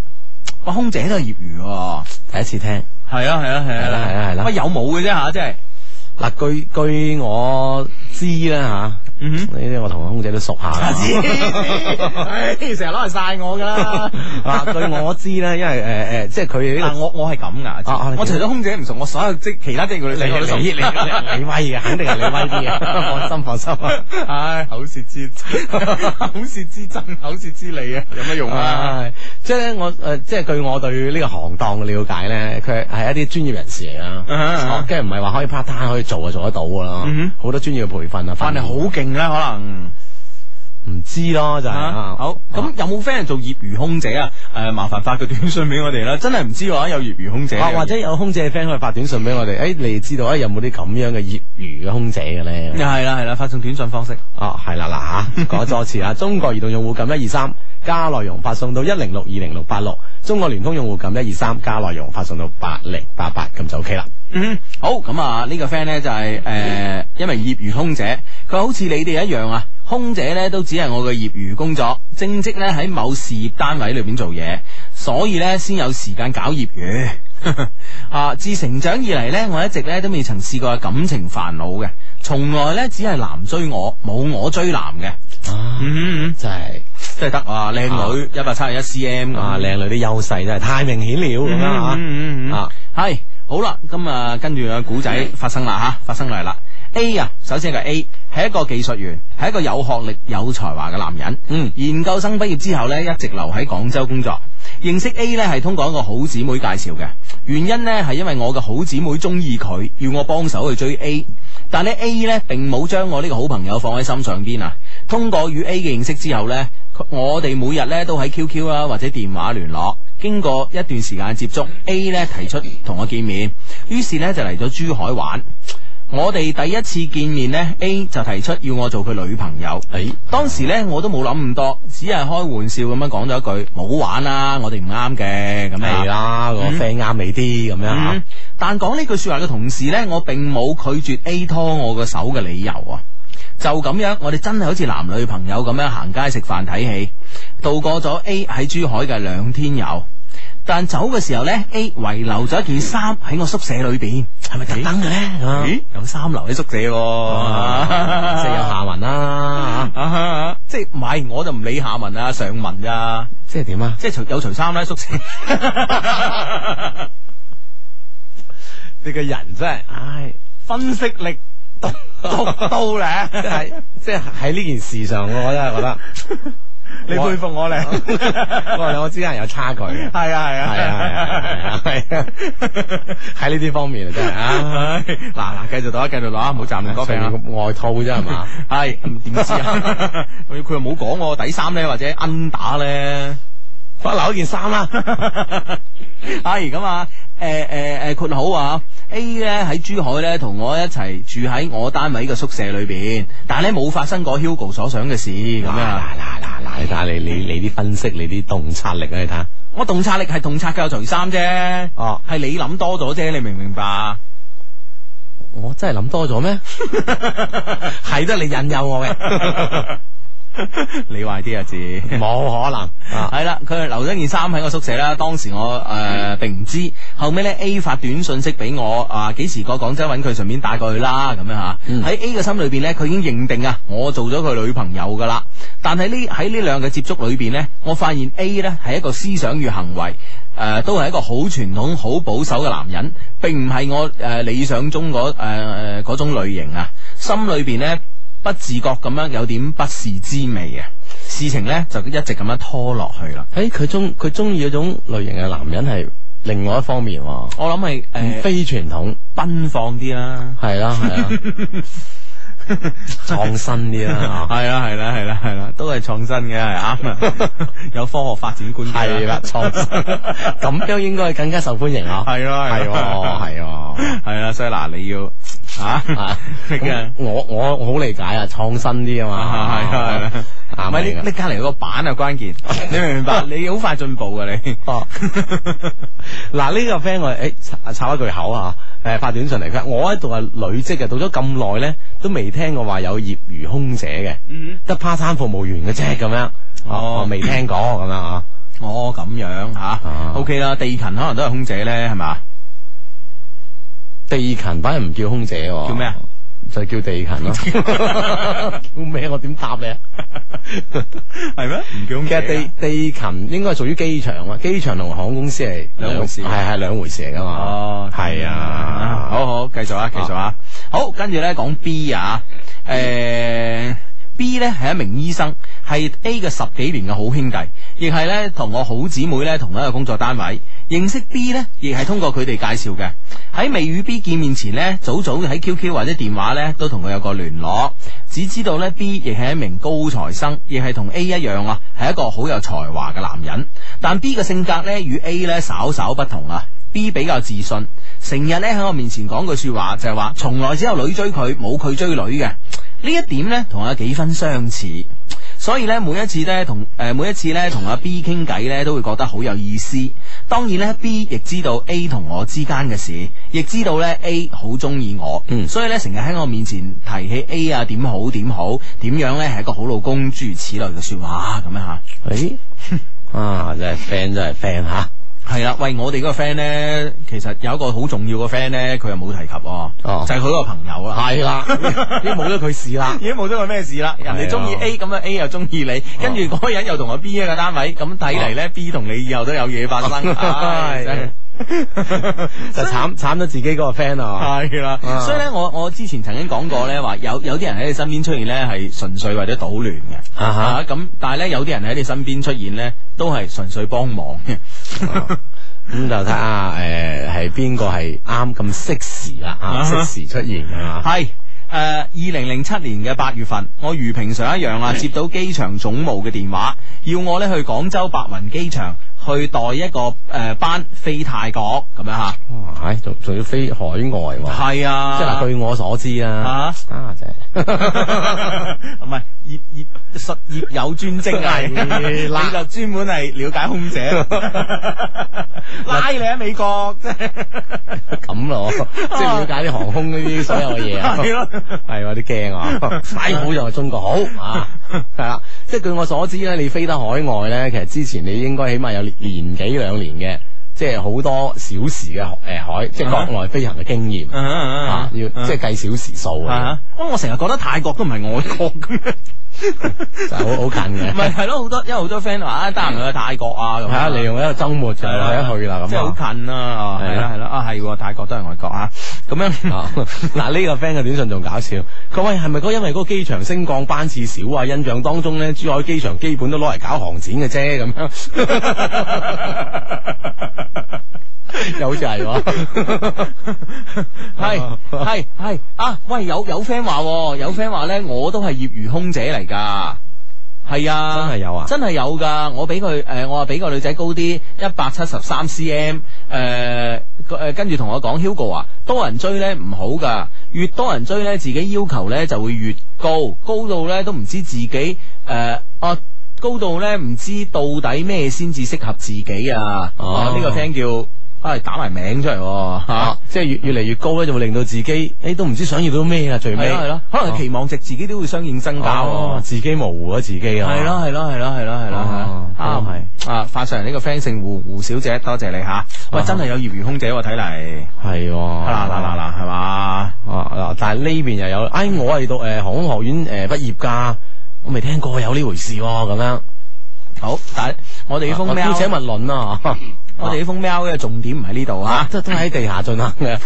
哇，空姐都係業餘喎，
第一次聽。
係啊係啊係
係啦係啦係啦
喂有冇嘅啫 吓，真係
嗱，據據我知啦
吓，呢
啲我同空姐都熟 下
啊
啦。
唉，成日攞嚟晒我噶啦。
啊，據我知咧，因為诶诶，即係佢呢
但
個
我我係咁
啊
噶
你，
我除咗空姐唔熟，我所有職其他職業女
你
性我都熟。
你你你你威嘅，肯定係你威啲 嘅，放心放心啊！
唉，口舌之 口舌之爭，口舌之利啊，有乜用啊？
唉即係咧，我诶，即係據我對呢個行當嘅了解咧，佢係一啲專業人士嚟啦，哦跟住唔係話可以 part time 可以做就做得到噶啦
嗯，
好多專業嘅培訓啊，
但係好勁咧，可能。
唔知咯，就係
啊
啊
好，咁有冇 friend 做業餘空姐啊？诶，麻煩發個短信俾我哋啦，真係唔知嘅話有業餘空姐
啊，或者有空姐嘅 friend 可以發短信俾我哋，誒，你哋知道啊有冇啲咁樣嘅業餘嘅空姐嘅咧？
又係啦係啦，發送短信方式。
哦，係啦嗱嚇，講多 次啊，中國移動用戶撳一二三，加內容發送到一零六二零六八六，中國聯通用戶撳一二三，加內容發送到八零八八，咁就 OK 啦。
嗯，好咁啊！呢、個 friend 呢就係、呃一名業餘空姐，佢好似你哋一樣啊。空姐呢都只係我嘅業餘工作，正職呢喺某事業單位裏邊做嘢，所以呢先有時間搞業餘。 啊，自成長以嚟呢，我一直呢都未曾試過有感情煩惱嘅，從來呢只係男追我，冇我追男嘅。嗯，
啊真係
真係得啊！靚女一百七十一 cm
啊，靚女啲優勢真係太明顯了咁樣嚇。
嗯嗯嗯
啊，
系好啦，咁啊，跟住個古仔發生啦吓，發生嚟啦。A 啊，首先個 A 係一個技術員，係一個有學歷、有才華嘅男人。
嗯，
研究生畢業之後呢，一直留喺廣州工作。認識 A 呢係通過一個好姊妹介紹嘅，原因呢係因為我嘅好姊妹中意佢，要我幫手去追 A。但呢 A 呢並冇將我呢個好朋友放喺心上邊啊。通過與 A 嘅認識之後呢，佢我哋每日呢都喺 QQ 啦或者電話聯絡。經過一段時間接觸，A 呢提出同我見面，於是呢就嚟咗珠海玩。我哋第一次見面呢 a 就提出要我做佢女朋友。
誒、
當時呢我都冇諗咁多，只係開玩笑咁樣講咗一句：冇玩啦，我哋唔啱嘅咁
係
樣。
啦，啊個
嗯
friend 啱你啲咁樣啊嚇
嗯。但講呢句說話嘅同時呢，我並冇拒絕 A 拖我個手嘅理由啊。就咁樣，我哋真係好似男女朋友咁樣行街食飯睇戲，度過咗 A 喺珠海嘅兩天遊。但走嘅時候呢 a 遺留咗一件衫喺我宿舍裏邊，係咪特登嘅呢？咦，有衫留喺宿舍 喎，
哦即係有下文啦
啊哈啊即係唔係？我就唔理下文啦，上文咋？
即係點啊？
即係除有除衫啦，宿舍。
你個人真係，唉，分析力 獨到咧，即係即係喺呢件事上，我真係覺得你佩服我哋，我
啊
哋兩個之間有差距嘅。係啊係啊係啊係啊喺呢啲方面啊真係啊！嗱嗱，繼續讀啊，繼續讀啊，唔好暫停歌
隨
名
便
啦。外套啫係嘛？
系点知啊？佢佢又冇講我底衫咧，或者恩打咧，
我留一件衫啦。
系咁啊，诶诶诶，括好啊，A 咧喺珠海咧同我一齊住喺我單位嘅宿舍裏边，但系咧冇發生過 Hugo 所想嘅事咁樣啊。
嗱，你睇下你你你啲分析，你啲洞察力啊，你睇下。
我洞察力係洞察嘅除衫啫，
哦，
係你諗多咗啫，你明唔明白？
我真係諗多咗 咩？係得你引誘我嘅。
你坏啲啊，字
冇可能。啊
系啦，佢留咗件衫喺我宿舍啦。當時我诶、呃、并唔知，後尾咧 A 發短信息俾我啊，幾時過廣州揾佢，順便帶過去啦咁樣吓。喺、A 嘅心裏边咧，佢已經認定啊，我做咗佢女朋友噶啦。但係呢喺呢兩個接觸裏边咧，我發現 A 咧係一個思想與行為。誒、都係一個好傳統、好保守嘅男人，並唔係我誒、呃理想中嗰誒誒嗰種類型啊。心裏邊呢，不自覺咁樣有點不是滋味啊。事情呢，就一直咁樣拖落去啦。
誒，佢中佢中意嗰種類型嘅男人係另外一方面喎。我
諗係哦誒
非傳統、
呃奔放啲啦，
係啦係 啦，創新啲啦。
係啦係啦係啦係啦，都係創新嘅，係啱啊， 有科學發展觀啊啲
係啦，創新 咁樣應該更加受歡迎啊！
係咯係
係
咯
喎，係喎。
係啦，所以嗱，你要啊，
咁我我我好理解啊，創新啲啊嘛，
啊係啊係啊
啱
唔係
你
你
嘅
你隔離嗰個板啊關 鍵，你明唔明白？你好快進步嘅你。
哦，嗱呢個 friend 我诶插插一句口啊，诶發短信嚟，佢話我喺度係累積嘅，到咗咁耐咧都未聽過話有業餘空姐嘅，得 part time 服務員嘅啫咁樣，
嗯哦
我未聽過咁樣啊，
哦咁樣吓，OK 啦，地勤可能都係空姐咧，係嘛？
地勤反而唔叫空姐喎，
叫咩啊？
就叫地勤 咯，叫咩？我點答你啊？
係咩？唔叫空
其
姐啊
實地地勤應該係屬於機場啊，機場同航空公司係
兩回事
係係兩回事嚟噶嘛。
哦，
係啊，
好好，繼續啊，繼續啊，好，跟住咧講 B 啊，诶、B 咧係一名醫生，係 A 嘅十幾年嘅好兄弟，亦係咧同我好姊妹咧同一個工作單位。認識 B 咧，亦係通過佢哋介紹嘅。喺未與 B 見面前咧，早早喺 QQ 或者電話咧都同佢有個聯絡。只知道咧 B 亦係一名高材生，亦係同 A 一樣啊，係一個好有才華嘅男人。但 B 嘅性格咧與 A 咧稍稍不同啊。B 比較自信，成日咧喺我面前講句说話，就係話從來只有女追佢，冇佢追女嘅。呢一點咧同我有幾分相似。所以咧，每一次咧同诶，每一次咧同阿 B 傾偈咧，都會覺得好有意思。當然咧，B 亦知道 A 同我之間嘅事，亦知道咧 A 好中意我，嗯、所以咧成日喺我面前提起 A 啊點好點好，點樣咧係一個好老公，諸如此類嘅说話咁樣吓。
诶、啊，真係 friend 真係 friend 吓。
系啦，喂，我哋嗰個 friend 咧，其實有一個好重要嘅 friend 咧，佢又冇提及喎，
哦
就係佢嗰個朋友啦。
係啦
已經冇咗佢事啦，已經冇咗佢咩事啦。人哋中意
係啊
A，咁啊 A 又中意你，跟住嗰個人又同我 B 一個單位，咁睇嚟咧 B 同你以後都有嘢發 生。唉真係
就慘慘咗自己嗰個 friend 啊！
系啦
啊，
所以咧，我我之前曾經講過咧，話有有啲人喺你身邊出現咧，係純粹為咗搗亂嘅，
啊哈
啊咁，但係咧有啲人喺你身邊出現咧，都係純粹幫忙嘅，
哦咁就睇下诶係邊個係啱咁適時啦
啊
啊，適時出現㗎嘛。
係诶，二零零七年嘅八月份，我如平常一樣 啊，接到機場總務嘅電話，要我咧去廣州白雲機場去代一個诶、呃班飛泰國咁樣吓。
哇，唉仲仲要飛海外喎。
係啊
啊即係嗱，據我所知啊，啊真係。
唔係業業實業有專精啊，
係啦
你就專門係了解 空姐，拉你喺美國，即係
咁咯，即係了解啲航空呢啲所有嘅嘢啊，
係咯
係有啲驚 啊，太好就係中國好啊， 係啦，即係據我所知咧，你飛得海外咧，其實之前你應該起碼有年年幾兩年嘅，即係好多小時嘅誒海，即係國內飛行嘅經驗
啊
啊，要即係計小時數
啊
啊，
哈！哇我成日覺得泰國都唔係我國咁樣，
就好好近嘅。
唔 係係咯，好多因為好多 friend 話啊，得閒去泰國啊咁。
係啊，利用一個周末就去一去啦咁啊。
即係好近啦，哦係
係
啦
啊
係啦，啊係喎，泰國都係外 國啊，咁樣
嗱呢個 friend 嘅短信仲搞笑，佢喂係咪嗰因為嗰個機場升降班次少啊？印象當中咧，珠海機場基本都攞嚟搞航展嘅啫，咁樣 又好似 係喎。
係係係啊！喂，有有 friend 話喎，有 friend 話咧，我都係業餘空姐嚟㗎。係
真
啊，
係有啊
真係有㗎！我比佢誒、我話比個女仔高啲，一百七十三 cm，誒、個誒跟住同我講 Hugo 啊，多人追咧唔好㗎，越多人追咧自己要求咧就會越高，高到咧都唔知自己誒、呃、啊高到咧唔知到底咩先至適合自己啊！
哦
啊呢、個 friend 叫啊打埋名出嚟喎嚇。
啊，即係越越嚟越高咧，就會令到自己，誒都唔知想要到咩啦，最尾
係咯係咯可能期望值自己都會相應增加喎
哦自己模糊咗自己啊，
係咯係咯係咯係咯係咯
哦，
啱係啊！發上嚟呢個 friend 姓胡胡小姐，多謝你吓。喂，真係有業餘空姐喎，睇嚟
啊係喎，
嗱
嗱
嗱嗱嗱，係嘛？
啊嗱，但係呢邊又有，哎，我係讀誒航空學院誒呃畢業㗎，我未聽過有呢回事喎，咁樣。啊
好，但係我哋呢封 mail，
姑且勿論啦，嚇
我哋呢封 mail 嘅重點唔喺呢度啊，
都都喺地下進行 嘅，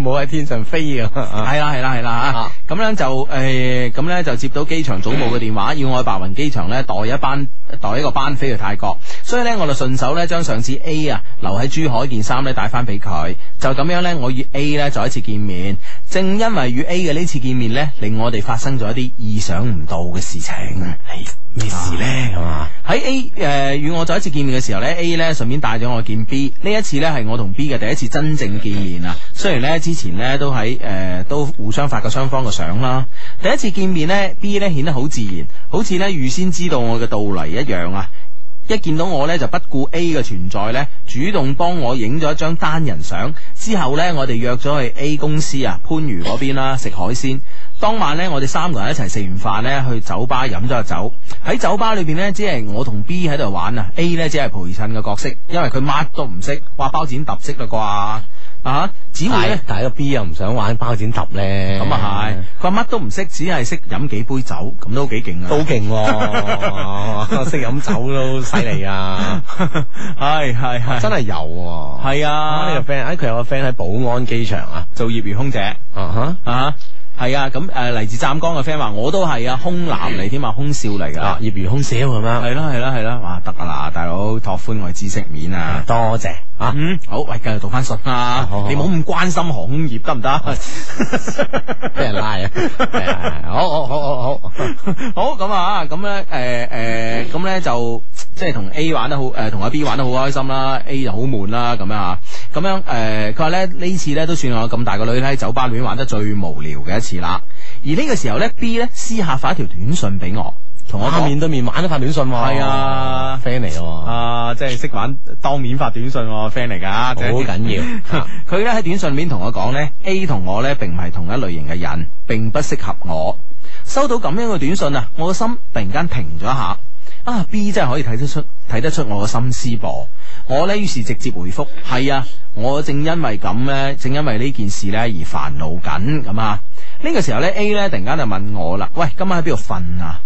冇喺天上飛嘅。啊係
係啦係啦係啦吓，咁咧就诶，咁咧就接到機場總部嘅電話，
嗯
要我喺白雲機場咧代一班代一個班飛去泰國，所以咧我就順手咧將上次 A 啊留喺珠海件衫咧帶翻俾佢，就咁樣咧我與 A 咧再一次見面，正因為與 A 嘅呢次見面咧，令我哋發生咗一啲意想唔到嘅事情。哎
咩事咧？咁嗯啊，
喺 A 誒、呃、與我再一次見面嘅時候呢 A 呢順便帶咗我見 B，呢一次呢係我同 B 嘅第一次真正見面啊。雖然呢之前呢都喺誒、呃都互相發過雙方嘅相啦，第一次見面呢 B 呢顯得好自然，好似呢預先知道我嘅到嚟一樣啊。一見到我呢，就不顧 A 嘅存在呢，主動幫我影咗一張單人相。之後呢，我哋約咗去 A 公司啊，番禺嗰邊啦，食海鮮。當晚呢，我哋三個人一齊食完飯呢，去酒吧飲咗個酒。喺酒吧裏邊呢，只係我同 B 喺度玩啊，A 呢，只係陪襯嘅角色，因為佢乜都唔識，話包剪揼識啦啩。啊！只會咧，
但係個 B 又唔想玩包剪揼嗯咧。
咁啊係，佢話乜都唔識，只係識飲幾杯酒，咁都幾勁啊！
都勁 喎， 識飲酒都犀利啊！
係係係，
真係有喎。
係啊！
呢個 friend，哎，佢有個 friend 喺保安機場啊，
做業餘空姐。
啊
啊！系啊，咁诶嚟自湛江嘅 friend 話我都係啊，空男嚟添啊，空少嚟噶，
業餘空少咁啊樣。
係啦係啦係啦，哇得啊嗱，大佬拓寬我嘅知識面啊，
多謝啊，
嗯，好，喂，繼續讀翻信啦，你唔好咁關心航空業得唔
啊
得？
俾人拉 啊！係啊好好好好 好。
好咁啊，咁咧，诶、诶，咁、咧就即系同 A 玩得好，诶、同阿 B 玩得好開心啦，A 就好悶啦，咁樣啊，咁樣诶，誒佢話咧呢次咧都算我咁大個女咧喺酒吧裏面玩得最無聊嘅一次啦。而呢個時候咧，B 咧私下發一條短信俾我，同我
哇
講
面對面玩都發短信喎。
係啊
，friend 嚟喎。
啊，即係識玩當面發短信喎，friend 嚟噶，即係
好緊要。
佢咧喺短信面同我講呢 a 同我呢並唔係同一類型嘅人，並不適合我。收到咁樣嘅短信啊，我個心突然間停咗一下。啊，B 真係可以睇得出睇得出我嘅心思噃。我呢於是直接回覆：係啊，我正因為咁呢，正因為呢件事呢而煩惱緊咁啊。呢、個時候呢 a 呢突然間就問我啦：喂，今晚喺邊度瞓啊？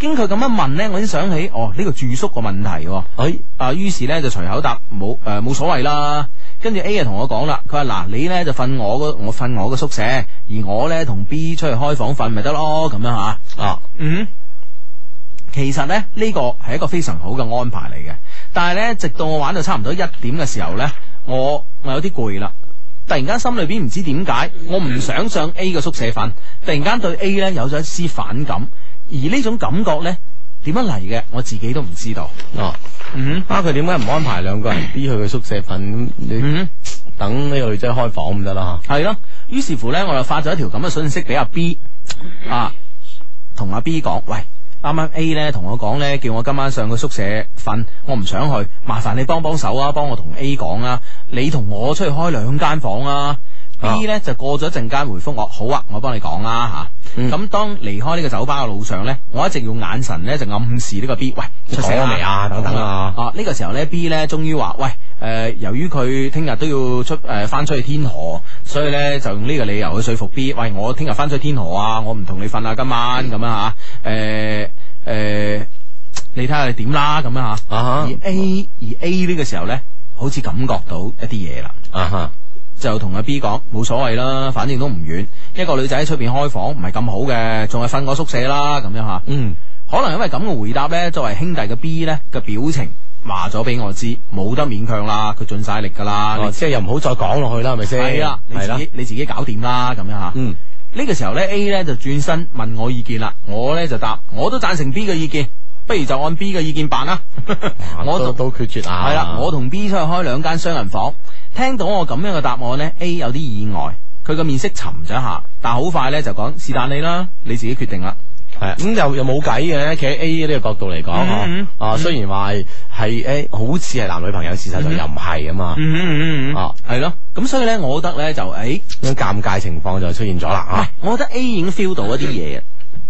經佢咁樣問呢，我先想起哦呢、個住宿個問題喎、啊，於是呢就隨口答冇誒冇所謂啦。跟住 A 就同我講啦，佢話嗱你呢就瞓我個我瞓我個宿舍，而我呢同 B 出去開房瞓咪得咯咁樣嚇。
啊，
嗯，其實呢，呢個係一個非常好嘅安排嚟嘅，但係呢，直到我玩到差唔多一點嘅時候呢，我我有啲攰啦。突然間心裏邊唔知點解，我唔想上 A 嘅宿舍瞓，突然間對 A 呢有咗一絲反感，而呢種感覺呢，點樣嚟嘅，我自己都唔知道。
哦，
嗯，
啊，佢點解唔安排兩個 人 B 去佢宿舍瞓？咁你等呢個女仔開房咁得啦
系嗯咯，於是乎呢，我就發咗一條咁嘅信息俾阿 B 啊，同阿 B 講，喂，啱啱 A 呢同我講呢，叫我今晚上佢宿舍瞓，我唔想去，麻煩你幫幫手啊，幫我同 A 講啊，你同我出去開兩間房啊。B 呢就過咗一陣間回覆我，好啊，我幫你講啦吓。咁、當離開呢個酒吧嘅路上呢，我一直用眼神呢就暗示呢個 B，喂，出聲
講咗未啊等等啊
啊呢、個時候呢 B 呢終於話：喂，
呃由於佢聽日都要出诶翻、出去天河，所以咧就用呢個理由去說服 B，喂，我聽日翻出去天河啊，我唔同你瞓啊，今晚咁樣吓，诶、诶、你睇下你點啦咁樣吓。而 A 而 A 呢個時候咧，好似感覺到一啲嘢啦。
啊哈。
就同阿 B 講冇所謂啦，反正都唔遠。一個女仔喺出邊開房唔係咁好嘅，仲係瞓我宿舍啦咁樣吓。
嗯，
可能因為咁嘅回答呢，作為兄弟嘅 B 呢嘅表情話咗俾我知，冇得勉強啦，佢盡晒力噶啦，
哦即係又唔好再講落去啦，係咪先？
係啦，你
係
自
啦
己，你自己搞掂啦，咁樣吓。
嗯。
呢個時候呢 a 呢就轉身問我意見啦，我呢就答，我都贊成 B 嘅意見，不如就按 B 嘅意見辦 啦。我
都都決絕啊！
系啦，我同 B 出去開兩間雙人房，聽到我咁樣嘅答案呢 a 有啲意外，佢個面色沉咗一下，但好快呢就講是但你啦，你自己決定啦。
系咁又又冇計嘅，企喺 A 呢個角度嚟講，
嗯嗯
啊啊雖然話係诶好似係男女朋友，事實上又唔係啊嘛，
嗯嗯嗯
啊
係咯，咁所以咧，我覺得咧就诶，
咁尷尬情況就出現咗啦啊！
我覺得 A 已經 feel 到一啲嘢啊。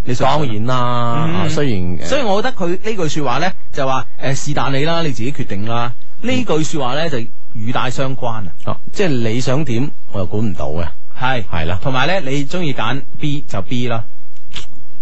你嗯
當然啦，啊雖然
所以我覺得佢呢句说話呢，就話诶是但你啦，你自己決定啦。呢句说話呢，就語帶相關
啊，即係你想點，我又管唔到嘅，
係
係啦，
同埋呢，你中意揀 B 就 B 啦。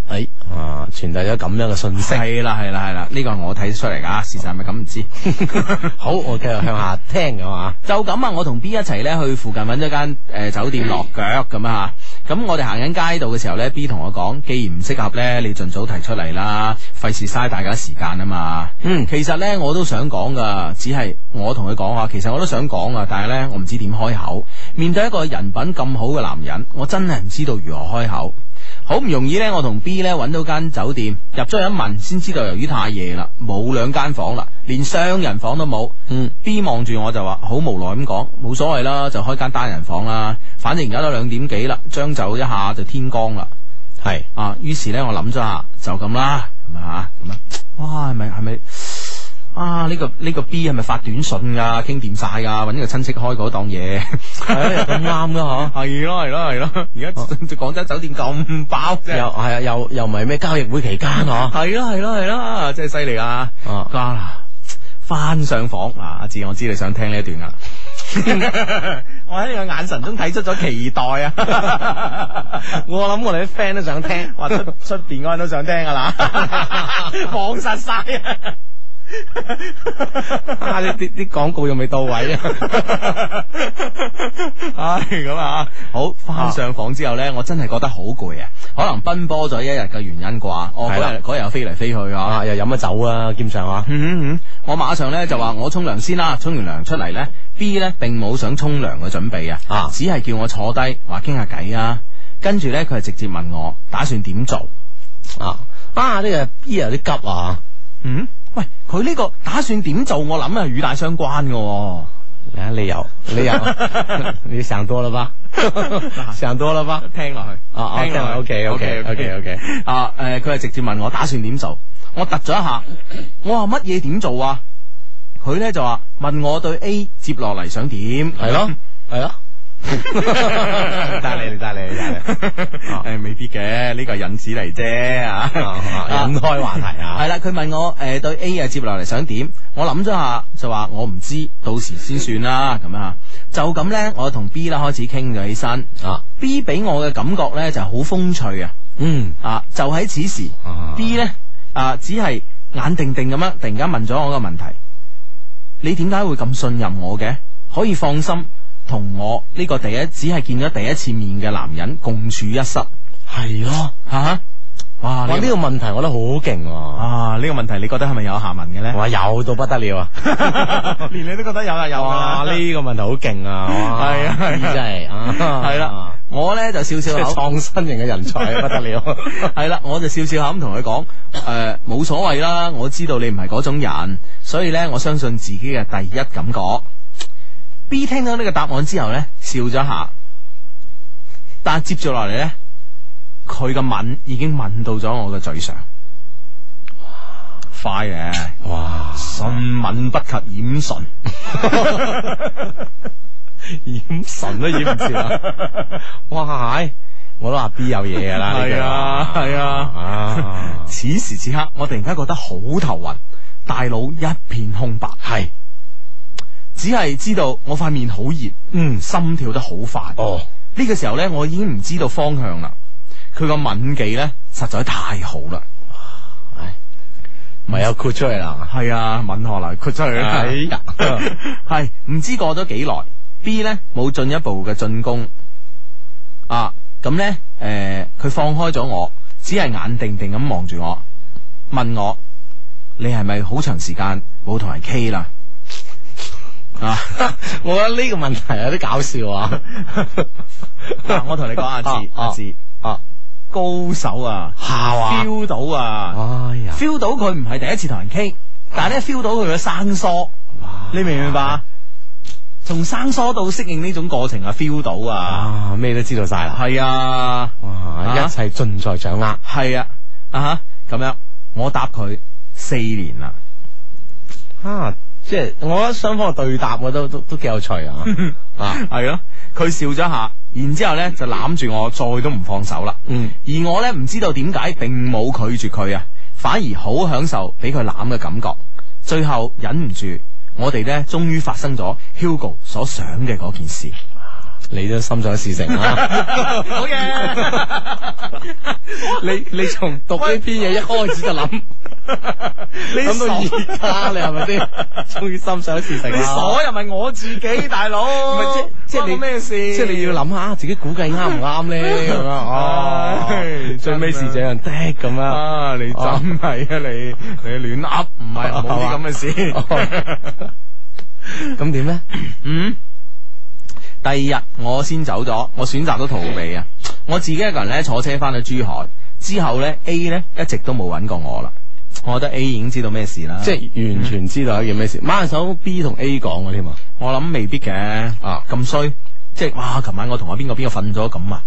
诶啊傳遞咗咁樣嘅信息，
係啦係啦係啦，呢個係我睇出嚟㗎，啊事實係咪咁 唔知。
好，我繼續向下聽㗎嘛。
就咁啊！我同 B 一齊咧去附近揾咗間诶酒店落腳咁啊！咁我哋行緊街道嘅時候咧，B 同我講：既然唔適合咧，你盡早提出嚟啦，費事嘥大家時間啊嘛。嗯，其實咧我都想講噶，只係我同佢講啊，其實我都想講啊，但係咧我唔知點開口。面對一個人品咁好嘅男人，我真係唔知道如何開口。好唔容易呢，我同 B 呢揾到間酒店，入咗去一問，先知道由於太夜啦，冇兩間房啦，連雙人房都冇。嗯，B 望住我就話好無奈咁講，冇所謂啦，就開間單人房啦，反正而家都兩點幾啦，將就一下就天光啦。
係
啊，於是呢，我諗咗下，就咁啦，咁啊吓，咁啊，哇，係咪係咪？啊！呢、個呢、個 B 係咪發短信噶？傾掂晒噶，揾個親戚開嗰檔嘢，係
啊又咁啱 噶嗬？
係咯係咯係咯！而家廣州酒店咁爆
又
啫，
係啊，又又唔係咩交易會期間嗬？
係咯係咯係咯，真係犀利啊！
啊
家啦，翻上房啊！阿志，我知你想聽呢一段噶。 我喺你嘅眼神中睇出咗期 待啊！
我諗我哋啲 friend 都想聽，
哇出出边嗰人都想聽噶 啦，望實晒啊！
啊！你啲啲廣告又未到位 啊！
唉，咁啊，好翻上房之後呢，我真係覺得好攰啊！可能奔波咗一日嘅原因啩，我
係
嗰
啦
日嗰日又飛嚟飛去啊，
又飲咗酒啊，兼上啊，
嗯嗯，我馬上呢就話我沖涼先啦，沖完涼出嚟呢 b 呢並冇想沖涼嘅準備啊，
啊
只係叫我坐低話傾下偈啊，跟住呢，佢係直接問我打算點做。
啊啊！呢個 B 有啲急啊，
嗯，喂，佢呢個打算點做，我諗啊係與大相關嘅、喎。
你啊理由理 由，你想多了吧？想多了吧？
聽落去，
啊啊
聽落
OK
去
OK OK OK，
啊，诶、佢係直接問我打算點做，我突咗一下，我話乜嘢點做啊？佢咧就話問我對 A 接落嚟想點，
係咯係咯， 得你得你得你， 哦
诶，未必嘅，呢個係引子嚟啫啊，
啊引開話題啊
系啦，佢問我诶、誒對 A 啊接落嚟想點，我諗咗下就話我唔知，到時先算啦咁啊。就咁呢，我同 B 啦開始傾咗起身
啊
，B 俾我嘅感覺呢就係好風趣啊，
嗯
啊就喺此時、b 呢，啊只係眼定定咁樣，突然間問咗我個問題，你點解會咁信任我嘅？可以放心同我呢個第一只係見咗第一次面嘅男人共處一室。
係咯，
吓、哇！
哇！呢個問題我覺得好勁喎，
啊呢、個問題，你覺得係咪有下文嘅咧？
哇！有到不得了啊！
連你都覺得有啊有
哇！
啊！
呢個問題好勁啊！哇
係啊係啊
呢真係啊，
係啦，我咧就笑
即
笑
係
口，
創新型嘅人才啊，不得了。
係啦，我就笑笑口咁同佢講，诶、冇所謂啦，我知道你唔係嗰種人，所以咧，我相信自己嘅第一感覺。B 聽到呢個答案之後咧，笑咗一下，但接住落嚟咧，佢嘅吻已經吻到咗我嘅嘴上，快嘅，
哇！
唇吻不及掩唇。
掩神都掩唔住啊！哇，係我都話 B 有嘢噶啦，呢
係啊
句話
係啊
啊，
此時此刻，我突然間覺得好頭暈，大腦一片空白。
係
只係知道我塊面好熱，嗯，心跳得好快。哦，呢個時候呢，我已經唔知道方向啦。佢個吻技呢，實在太好啦。
咪又豁出去啦？
係啊，吻學嚟豁出去啦。
哎 呀
係唔知過咗幾耐，B 呢冇進一步嘅進攻啊。咁呢，誒、佢放開咗我，只係眼定定咁望住我，問我你係咪好長時間冇同人 K 啦？啊！
我覺得呢個問題有啲搞笑啊！
嗱，啊我同你講阿志，阿志啊，高手啊，
係嘛
feel 到啊，哎呀，feel 到佢唔係第一次同人傾，但係咧 feel 到佢嘅生疏，你明唔明白啊？從生疏到適應呢種過程啊，feel 到啊，
咩都知道晒啦，
係啊，
哇，一切盡在掌握。
係啊，啊哈，咁樣我答佢四年啦，
啊，即係我覺得雙方嘅對答，我都都都幾有趣啊！
啊，系咯，佢笑咗一下，然之后咧就攬住我，再都唔放手啦。
嗯，
而我呢，唔知道點解並冇拒絕佢啊，反而好享受俾佢攬嘅感覺。最後忍唔住，我哋呢終於發生咗 Hugo 所想嘅嗰件事。
你都心想事成啊！
好
你你從讀呢篇嘢一開始就諗，諗到而啊家你係咪 先？終於心想事成啊啦！
又咪我自己，大佬，唔係即即你咩事？
即係你要諗下啊自己估計啱唔啱 咧咁樣哦，最尾是這樣的咁樣哦
啊！你真係啊你你亂噏，唔係冇啲咁嘅事。
哦咁點咧？
嗯，第二日我先走咗，我選擇咗逃避啊！我自己一個人咧坐車翻到珠海之後咧，A 咧一直都冇揾過我啦。我覺得 A 已經知道咩事啦，嗯
即係完全知道一件咩事。馬手 B 同 A 講嘅添啊！
我諗未必嘅啊，咁衰，即係哇！琴晚我同阿邊個邊個瞓咗咁啊，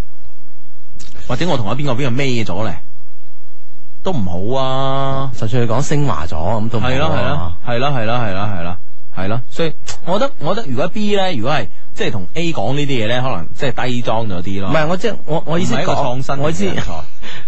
或者我同阿邊個邊個孭咗咧，都唔好啊！
就算佢講升華咗咁都唔好啊
係咯係咯係咯係咯係咯係咯係咯，所以我覺得我覺得如果 B 咧，如果係即係同 A 講呢啲嘢咧，可能即係低裝咗啲咯。
唔係我即係我我意思
唔係一個
講
創新嘅
我意思
人才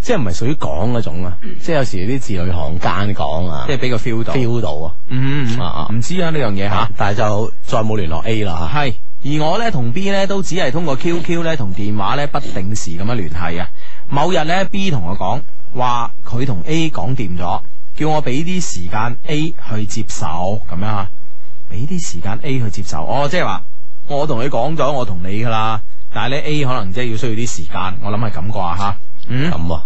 即係唔係屬於講嗰種啊？即係有時啲字裏行間講啊，
即係俾個 feel 到
feel 到啊！
嗯
啊
唔知啊呢樣嘢吓，
但係就再冇聯絡 A 啦
係，而我呢同 B 呢都只係通過 QQ 呢同電話呢不定時咁樣聯繫啊。某日呢 B 同我講話佢同 A 講掂咗，叫我俾啲時間 A 去接手咁樣啊，俾啲時間 A 去接手。哦，即係話我同你講咗，我同你噶啦，但係呢 A 可能即係要需要啲時間，我諗係咁啩吓。嗯，
咁啊，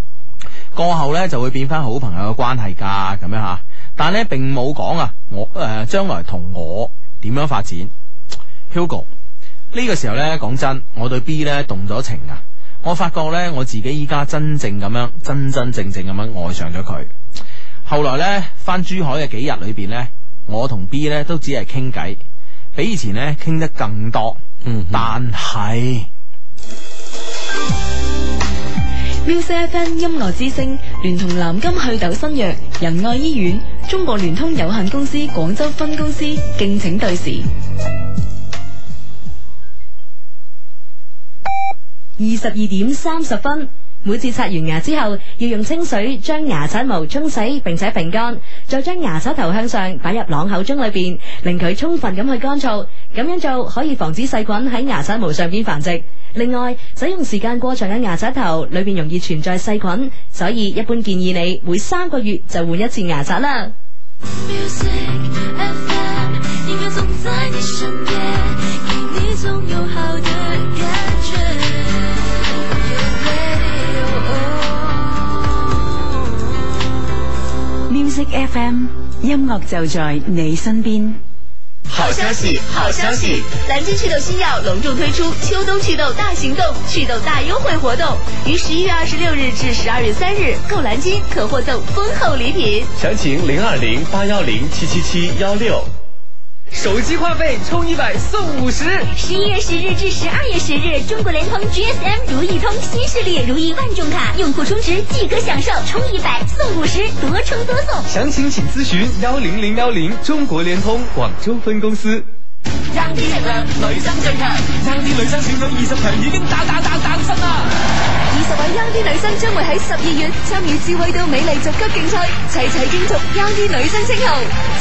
過後呢就會變翻好朋友嘅關係㗎，咁樣吓。但呢並冇講啊，我誒將、來同我點樣發展，Hugo 呢個時候呢，講真，我對 B 呢動咗情啊，我發覺呢，我自己依家真正咁樣真真正正咁樣愛上咗佢。後來呢，翻珠海嘅幾日裏邊呢，我同 B 呢都只係傾偈，比以前呢傾得更多。嗯，但係。
Music FM 音樂之聲聯同南金祛痘新藥、仁愛醫院、中國聯通有限公司廣州分公司敬請對時。
二十二点三十分。每次刷完牙之後，要用清水將牙刷毛沖洗並且平乾，再將牙刷頭向上擺入朗口中裏邊，令佢充分咁去乾燥。咁樣做可以防止細菌喺牙刷毛上邊繁殖。另外，使用時間過長嘅牙刷頭裏邊容易存在細菌，所以一般建議你每三個月就換一次牙刷啦。
Music FM，音乐总在你身边，给你总有好的感觉。
Music FM 音樂就在你身邊。
好消息，好消息！
蓝鲸祛痘新药隆重推出秋冬祛痘大行动，祛痘大优惠活动，于十一月二十六日至十二月三日购蓝鲸可获赠丰厚礼品。
详情零二零八幺零七七七幺六。
手机话费充一百送五十。
十一月十日至十二月十日，中国联通 GSM 如意通新势力如意万众卡，用户充值即可享受，充一百送五十，多充多送。
详情请咨询幺零零幺零中国联通广州分公司。
爭啲力量，女生最強。
爭啲女生小組二十強已經打打打打出啦！
二十位
Young 啲女生
生將會喺十二月參與智慧到美麗逐級競賽，齊齊競逐 Young 啲女生稱號。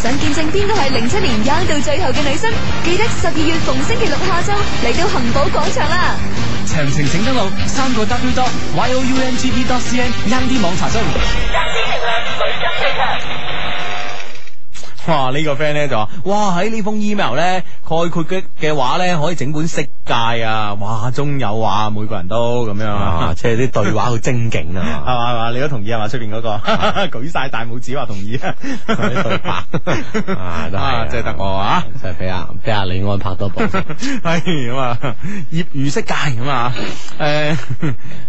想見證邊個係零七年 Young 到最後嘅女生，記得十二月逢星期六下晝嚟到恒寶廣場啦！
详情请登录三个 W dot y o u n g p dot c n 啱啲网查詢。
哇！呢、個 friend 咧就話：，哇！喺呢封 email 咧概括嘅嘅話咧，可以整本色戒啊！哇，中有啊，每個人都咁樣啊，
即係啲對話好精警啊！
係嘛係嘛，你都同意係嘛？出邊嗰個 舉晒大拇指話同意啊！對 白
啊，都係
啊，真係得我啊！
真係俾阿俾阿李安拍多 部。
系咁啊，业余色戒 咁啊，诶、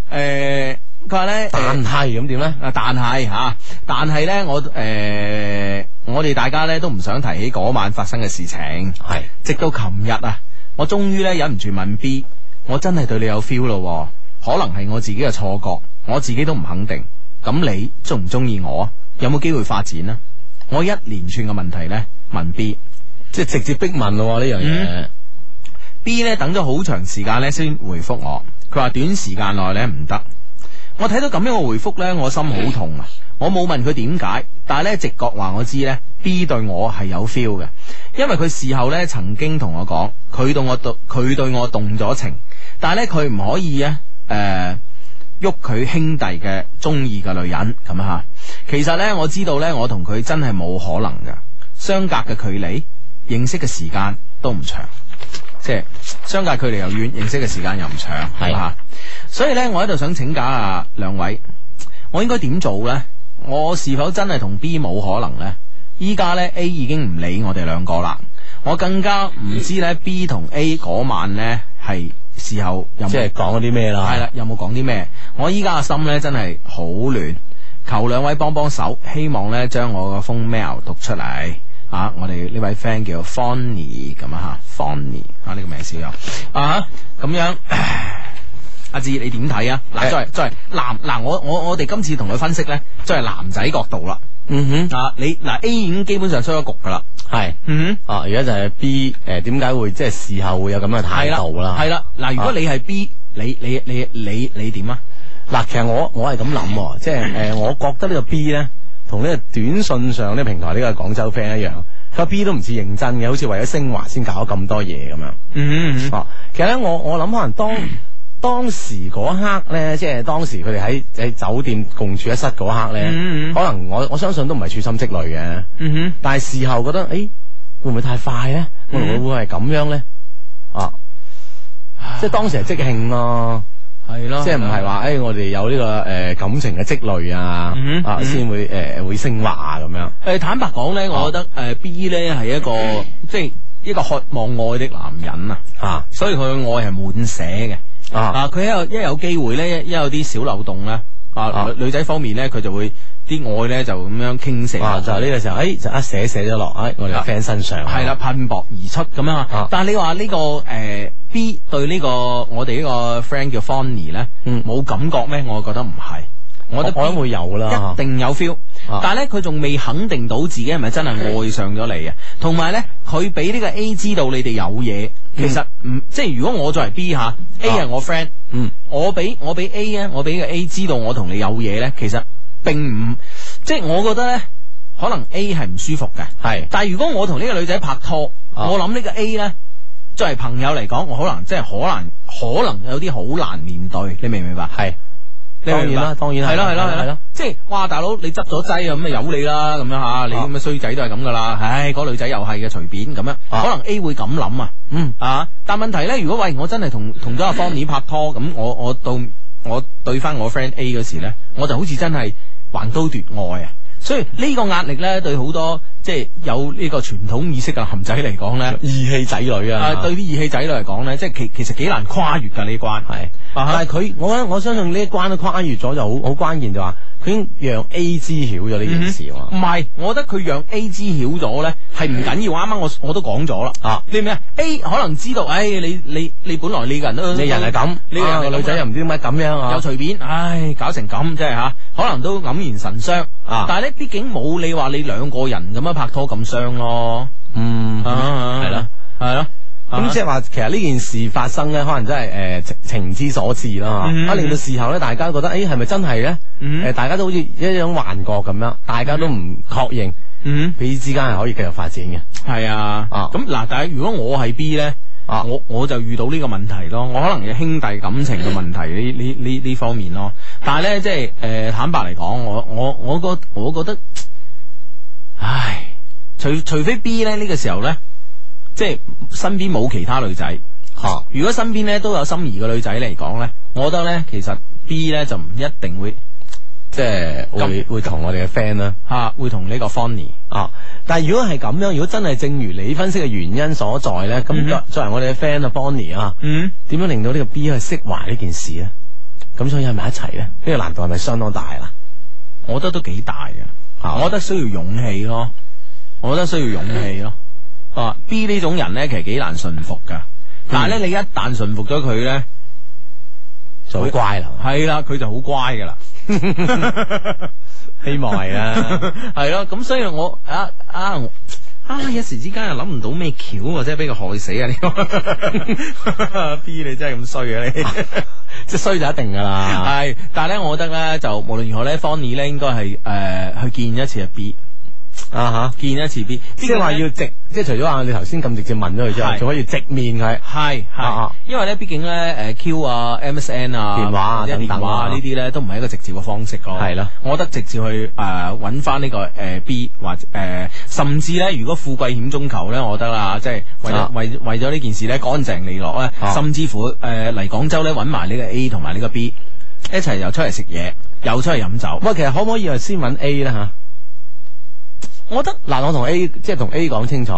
诶。佢話咧，但係咁點咧？啊，但係吓，但係咧，我诶、呃我哋大家咧都唔想提起嗰晚發生嘅事情。係，直到琴日啊，我終於咧忍唔住問 B，我真係對你有 feel 咯喎，可能係我自己嘅錯覺，我自己都唔肯定。咁你中唔中意我啊？有冇機會發展啊？我一連串嘅問題咧問 B，即係直接逼問咯呢樣嘢。B 咧等咗好長時間咧先回覆我，佢話短時間內咧唔得。我睇到咁樣嘅回覆咧，我心好痛啊！我冇問佢點解，但係咧直覺話我知咧 B 對我係有 feel 嘅，因為佢事後咧曾經同我講，佢對我動佢對我動咗情，但係咧佢唔可以咧诶。呃喐佢兄弟嘅中意嘅女人咁啊吓，其實呢，我知道呢，我同佢真係冇可能噶，相隔嘅距離，認識嘅時間都唔長。即係相隔距離又遠，認識嘅時間又唔長，係嚇。所以咧，我喺度想請教下兩位，我應該點做呢？我是否真係同 B 冇可能呢？依家咧 A 已經唔理我哋兩個啦，我更加唔知咧 B 同 A 嗰晚咧係事後有冇
即係講咗啲咩啦
係啦，有冇講啲咩？我依家嘅心咧真係好亂，求兩位幫幫手，希望咧將我個封 mail 讀出嚟。啊！我哋呢位 friend 叫 Fanny 咁啊吓，Fanny 啊呢、個名少有啊咁樣。 阿志，你點睇啊？嗱，作為作為男嗱，我我我哋今次同佢分析咧，作為男仔角度啦，嗯哼，啊，你嗱 A 已經基本上出咗局噶啦，
係，
嗯，
啊，而家就係 B 诶，點解會即係事後會有咁嘅態度啦？
係啦，嗱，如果你係 B，你你你你你點啊？
嗱，其實我我係咁諗喎，即係诶，呃我覺得呢個 B 咧，同呢個短信上呢個平台呢個廣州 friend 一樣，佢話 B 都唔似認真嘅，好似為咗升華先搞咗咁多嘢咁樣。
嗯
哦，其實咧，我我諗可能 當當時嗰刻咧，即係當時佢哋喺喺酒店共處一室嗰刻咧，
嗯嗯
可能我我相信都唔係處心積慮嘅，
嗯
但係事後覺得，誒會唔會太快咧？會唔會會係咁樣咧？啊，即係當時係即興咯。
係咯
即係唔係話誒，我哋有呢、個誒、感情嘅積累啊，
嗯
啊
嗯
先會誒、會升華啊咁樣。
誒、坦白講
啊
咧，我覺得誒、B 咧係一 個即係一個渴望愛的男人啊，
啊，
所以佢嘅愛係滿寫嘅啊，佢、一有一有機會咧，一有啲小漏洞咧，啊女女仔方面咧，佢就會啲愛咧就咁樣傾瀉，啊
啊，就係呢個時候，誒、就一寫寫咗落喺我哋嘅 friend 身上。啊
係啦，噴薄而出咁樣啊。但係你話呢、個誒、B 對呢、個我哋呢個 friend 叫 Fanny 咧，
嗯
冇感覺咩？我覺得唔係，我覺得
我我諗會有啦
一定有 feel
啊。
但係咧，佢仲未肯定到自己係咪真係愛上咗你啊？同埋咧，佢俾呢個 A 知道你哋有嘢，其實唔即係如果我作為 B 吓，A 係我 friend，
嗯，
我俾我俾 A 啊咧，我俾個 A 知道我同你有嘢咧，其實並唔即係我覺得咧。可能 A 係唔舒服嘅，
係。啊
但係如果我同呢個女仔拍拖，我諗呢個 A 呢，作為朋友嚟講，我可能即係可能可能有啲好難面對，你明唔明白？
係。
你明唔明白
當然啦當然係
係咯係
係
咯
咯
係
係
咯
咯，
即係哇大佬你執咗劑啊咁咪由你啦咁樣吓，你咁嘅衰仔都係咁噶啦，唉嗰女仔又係嘅隨便咁樣，可能 A 會咁諗啊，
嗯
啊，但問題呢，如果喂我真係同同咗阿方妮拍拖，咁我我到我對翻我 friend A 嗰時呢，我就好似真係橫刀奪愛啊！所以呢個壓力呢，對好多即係有呢個傳統意識嘅含仔嚟講呢，
義氣仔女啊
啊對啲義氣仔女嚟講呢，即係其其實幾難跨越㗎呢關。
係，
啊
但係佢，我覺得我相信呢一關都跨越咗，就好好關鍵就話佢已經讓 A 知曉咗呢件事喎。
唔係，我覺得佢讓 A 知曉咗咧，係唔緊要。啱啱我我都講咗啦，
啊，
你明唔明啊？A 可能知道，唉，你你你本來你個人都
你人係咁
你個人
啊
係咁
個女仔又唔知點解咁樣啊
又隨便，唉，搞成咁真係吓，可能都黯然神傷
啊
但係咧，畢竟冇你話你兩個人咁樣拍拖咁傷咯，
嗯，
啊，
係啦，
係咯。
咁即係話，其實呢件事發生咧，可能真係诶情情之所至啦
嗯
嚇，啊令到事後咧，大家覺得诶係咪真係咧？诶，大家都好似一種幻覺咁樣，大家都唔確認，
嗯，
彼此之間係可以繼續發展嘅。
系啊，咁嗱，但系如果我係 B 咧，
啊
我我就遇到呢個問題咯，我可能有兄弟感情嘅問題呢呢呢呢方面咯，但係咧即係诶、呃坦白嚟講，我我我覺我覺得，唉，除除非 B 咧呢、個時候咧，即係身邊冇其他女仔，
吓，
如果身邊咧都有心儀嘅女仔嚟講咧，我覺得咧其實 B 咧就唔一定會
即係會會同我哋嘅 friend 啦，
吓啊會同呢個 Fanny
啊。但係如果係咁樣，如果真係正如你分析嘅原因所在咧，咁作作為我哋嘅 friend 啊，Bonnie 啊，
嗯，
點樣令到呢個 B 去釋懷呢件事咧？咁所以喺埋一齊咧，呢個難度係咪相當大啊啦？
我覺得都幾大嘅，我覺得需要勇氣咯，我覺得需要勇氣咯。啊，B 呢種人咧，其實幾難驯服噶，但係咧，你一旦驯服咗佢咧，
就好乖啦，
係啦，佢就好乖 噶啦。
希望係啦。
系咯，咁所以我啊啊我啊一時之間又諗唔到咩橋啊，真係俾佢害死啊！呢個 B 你真係咁衰 啊你，
即係衰就一定噶啦。
係，但係咧，我覺得咧就無論如何咧，Fanny 咧應該係诶去見一次阿 B
啊
吓，見一次 B，
即係話要直，即係除咗話你頭先咁直接問咗佢之後，
係
仲可以直面佢。
系系
啊，
因為咧畢竟咧诶 Q 啊、MSN 啊、
電話啊
或者
等等啊
電話啊呢啲咧都唔係一個直接嘅方式咯。
係咯，
我覺得直接去诶揾翻呢個诶 B 或者诶，甚至咧如果富貴險中求咧，我覺得啦，即係為
啊
咗為為咗呢件事咧乾淨利落咧
啊，
甚至乎诶嚟廣州咧揾埋呢個 A 同埋呢個 B 一齊又出嚟食嘢，又出嚟飲酒。
喂，其實可唔可以係啊先揾 A 咧吓？
我覺得
嗱，我同 A 即係同 A 講清楚，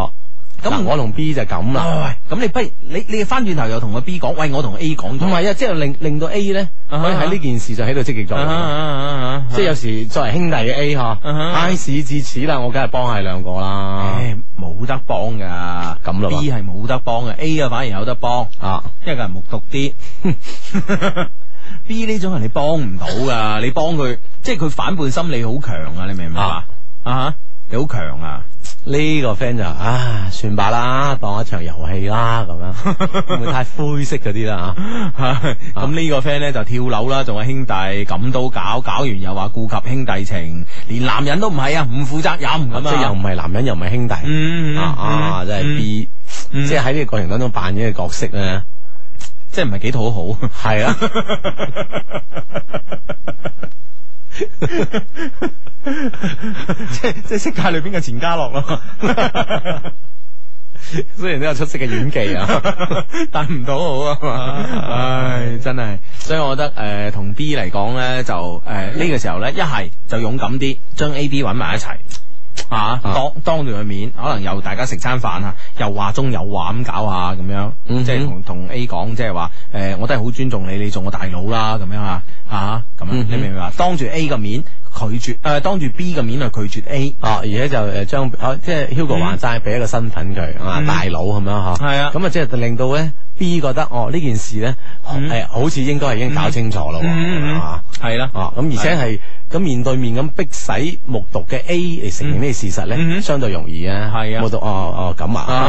咁我同 B 就咁啦。
哦喂，咁你不如你你翻轉頭又同個 B 講，喂，我同 A 講咗，
唔係啊，即係令令到 A 咧，可
啊哈
以喺呢件事就喺度積極作用。
啊
即係有時作為兄弟嘅 A 嗬
哈
，I 事至此啦，我梗係幫係兩個啦。
唉冇得幫噶，
咁啦嘛
B 係冇得幫嘅，A 啊反而有得幫，
啊，
因為佢係木獨啲。B 呢種人你幫唔到噶，你幫佢，即係佢反叛心理好強啊，你明唔明啊？啊，你好強啊！
呢個 friend 就啊，算吧啦，當一場遊戲啦，咁 樣會唔會太灰色嗰啲啦啊
啊咁呢個 friend 咧就跳樓啦，仲話兄弟咁都搞，搞完又話顧及兄弟情，連男人都唔係啊，唔負責任
嚇？
咁
即
啊，
係又唔係男人又唔係兄弟，
嗯嗯
啊啊，
嗯
真係 B，即係喺呢個過程當中扮演嘅角色咧，
即係唔係幾討好，
係啊。
即係即係色戒裏邊嘅錢嘉樂咯。
雖然都有出色嘅演技啊，
但唔到好啊嘛，唉，真係，所以我覺得诶，同、B 嚟講咧，就诶呢、個時候咧，一係就勇敢啲，將 A、B 揾埋一齊。啊，當當住佢面，可能又大家食餐飯啊，又話中有話咁搞下咁樣，
嗯
即係同同 A 講，即係話诶，誒我都係好尊重你，你做我大佬啦，咁樣啊，啊，咁樣、
嗯
你明唔明啊？當住 A 嘅面拒絕，诶、呃當住 B 嘅面去拒絕 A，
啊，而且就誒將啊即係 Hugo 話齋俾一個身份佢啊，
嗯
大佬咁樣嗬，
係啊
咁啊即係令到咧 B 覺得哦呢件事咧誒好似應該係已經搞清楚咯喎，啊
嗯係啦，
啊咁而且係咁面對面咁逼使目讀嘅 A 嚟承認呢個事實咧，相對容易啊，係啊，目讀哦哦咁啊
嗯啊，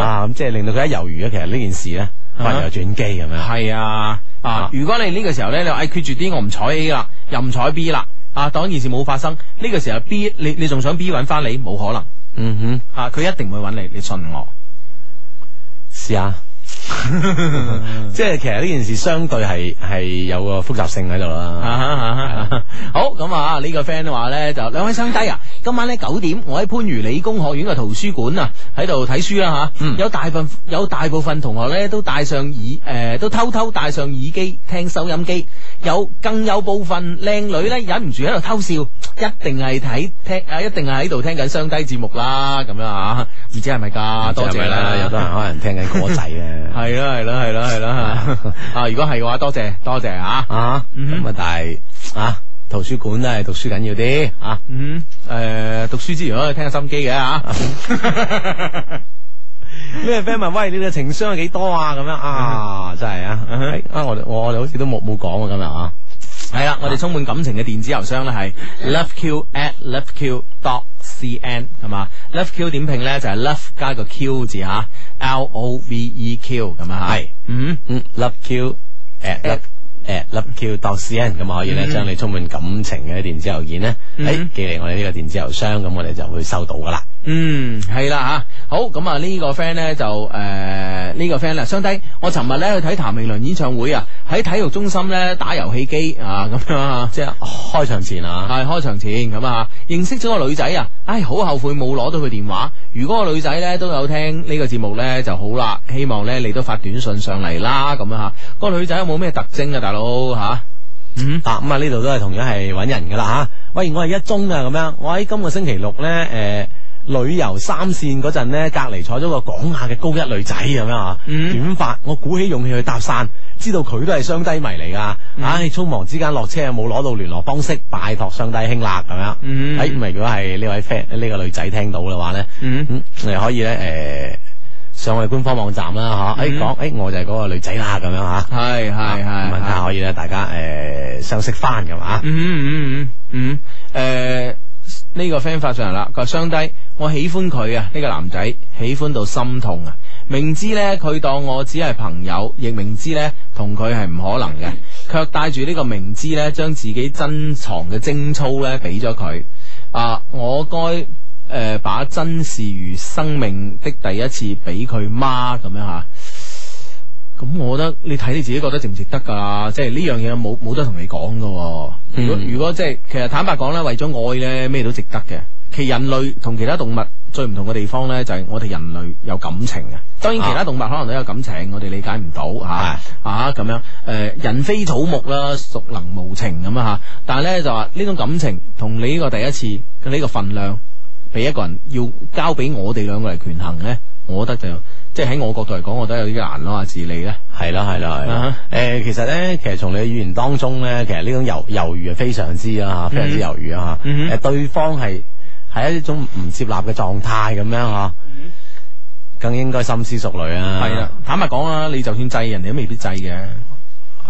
啊
啊咁即係令到佢一猶豫咧，其實呢件事咧可能有轉機咁樣，
係啊，啊，如果你呢個時候咧，你話哎決絕啲，我唔睬 A 啦，又唔睬 B 啦，啊，當件事冇發生，呢、個時候 B 你你仲想 B 揾翻你，冇可能，
嗯哼，
啊，佢一定會揾你，你信我，
試 下。 即係其實呢件事相對係係有個複雜性喺度啦。
啊哈啊哈啊哈好咁啊！呢、個 friend 話咧就兩位相低啊，今晚咧九點，我喺番禺理工學院嘅圖書館啊，喺度睇書啦吓。
嗯
有大部分有大部分同學咧都戴上耳誒、呃都偷偷戴上耳機聽收音機，有更有部分靚女咧忍唔住喺度偷笑，一定係睇聽啊，一定係喺度聽緊雙低節目啦，咁樣啊，唔知係咪㗎？多謝啦，
有好多人可能聽緊歌仔啊咧。
係啦係啦係啦係啦 啊！如果係嘅話，多謝多謝啊
啊，咁啊，但係啊，圖書館都係讀書緊要啲啊。
嗯，诶、讀書之餘可以聽下心機嘅啊吓。啊
咩 friend 問喂，你哋情商有幾多啊？咁樣
嗯
啊，真係啊，哎啊，我哋我哋好似都冇冇講啊，今日啊，
係啦，我哋充滿感情嘅電子郵箱咧係 loveq at loveq dot C N 系嘛？Love Q 点拼咧就係 love 加個 Q 字吓，L O V E Q 咁啊系，嗯嗯，Love Q
诶 love 诶 love q dot cn 咁啊可以咧
嗯
將你充滿感情嘅電子郵件咧，
嗯
诶寄嚟我哋呢個電子郵箱，咁我哋就會收到噶啦。
嗯，系啦吓，好咁啊！呢個 friend 咧就诶呢個 friend 啦，相低我尋日咧去睇譚詠麟演唱會啊，喺體育中心咧打遊戲機啊咁樣啊， 即係開場前啊，係開場前咁啊，認識咗個女仔啊，唉，好後悔冇攞到佢電話。如果個女仔咧都有聽呢個節目咧就好啦，希望咧你都發短信上嚟啦咁樣吓。個女仔有冇咩特徵啊，大佬吓？嗯
啊，咁啊呢度都係同樣係揾人噶啦吓。喂，我係一中啊，咁樣，我喺今個星期六咧，诶、旅遊三線嗰陣咧，隔離坐咗個廣雅嘅高一女仔咁樣啊，
嗯
短髮，我鼓起勇氣去搭讪，知道佢都係雙低迷嚟噶，
嗯
唉，匆忙之間落車冇攞到聯絡方式，拜託雙低兄啦咁樣，
嗯
哎，咪如果係呢位 friend 呢個女仔聽到嘅話咧，
嗯
你可以咧，诶、上我哋官方網站啦，吓、哎，
嗯
講，诶、我就係嗰個女仔啦，咁樣啊吓，
係係係
咁啊可以咧，大家诶、相識翻咁啊。
嗯嗯嗯嗯，诶、呢、個 friend 發上嚟啦，佢話相低，我喜歡佢啊，呢、個男仔喜歡到心痛啊！明知呢，佢當我只係朋友，亦明知呢，同佢係唔可能嘅，卻帶住呢個明知呢，將自己珍藏嘅貞操呢俾咗佢啊！我該誒、呃把真是如生命的第一次俾佢媽咁樣嚇。咁我覺得你睇你自己覺得值唔值得㗎啦，即係呢樣嘢冇冇得同你講㗎喎。如果如果即係其實坦白講咧，為咗愛咧，咩都值得嘅。其實人類同其他動物最唔同嘅地方咧，就係、我哋人類有感情嘅。當然其他動物可能都有感情，我哋理解唔到嚇嚇咁樣。誒、人非草木啦，孰能無情咁啊嚇。但係咧就話呢種感情同你呢個第一次嘅呢個份量。俾一個人要交俾我哋兩個嚟權衡咧，我覺得就即係喺我角度嚟講，我覺得有啲難咯，阿志你咧，
系啦系啦系
啊
啦，诶、其實咧，其實從你嘅語言當中咧，其實呢種猶猶豫係非常之啊，非常之
嗯
猶豫啊，
嗯哼
诶、對方係係一種唔接納嘅狀態咁樣吓，更應該深思熟慮啊。
嗯係啦，坦白講啊，你就算制人哋都未必制嘅，嗯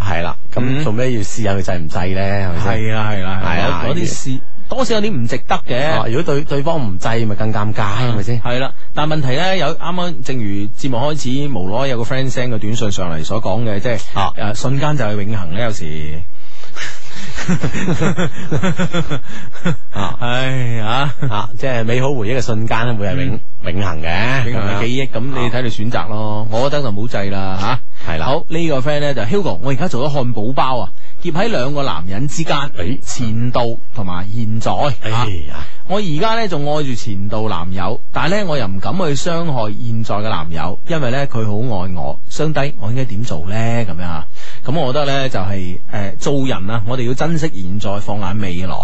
係啦，咁做咩要試下佢制唔制咧？係咪先？
係啦係啦，
係啊，
嗰啲事多少有啲唔值得
哦
嘅。
如果對對方唔制，咪更尷尬，係咪先？
系啦，但問題咧，有啱啱正如節目開始，無耐有個 friend send 個短信上嚟所講嘅，即係誒、瞬間就係永恆咧，有時。
啊，
唉啊
啊，即係美好回憶嘅瞬間咧，會係永永恆嘅，
永恆嘅記憶，咁你睇你選擇咯。我覺得就冇制啦吓。
啊係啦
好呢個 friend 咧就 Hugo，我而家做咗漢堡包啊，夾喺兩個男人之間，前度同埋現在。哎我而家咧仲愛住前度男友，但系咧我又唔敢去傷害現在嘅男友，因為咧佢好愛我。相低，我應該點做咧？咁樣啊？咁我覺得咧就係、诶做人啊，我哋要珍惜現在，放眼未來。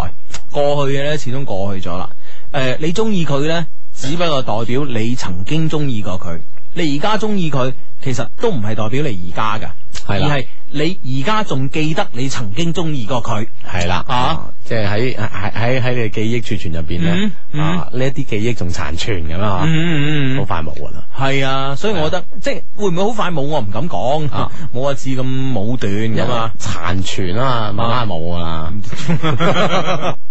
過去嘅咧始終過去咗啦。诶、你中意佢咧，只不過代表你曾經中意過佢。你而家中意佢，其實都唔係代表你而家噶，
係啦
而係你而家仲記得你曾經中意過佢。
係啦，
啊，
即係喺喺喺喺你嘅記憶儲存入邊咧
嗯，嗯
啊呢一啲記憶仲殘存咁樣啊，
嗯嗯嗯
好快冇噶啦。
系啊，所以我覺得即係會唔會好快冇，我唔敢講，冇阿志咁武斷咁 啊，
殘存啊嘛，慢慢冇噶啦。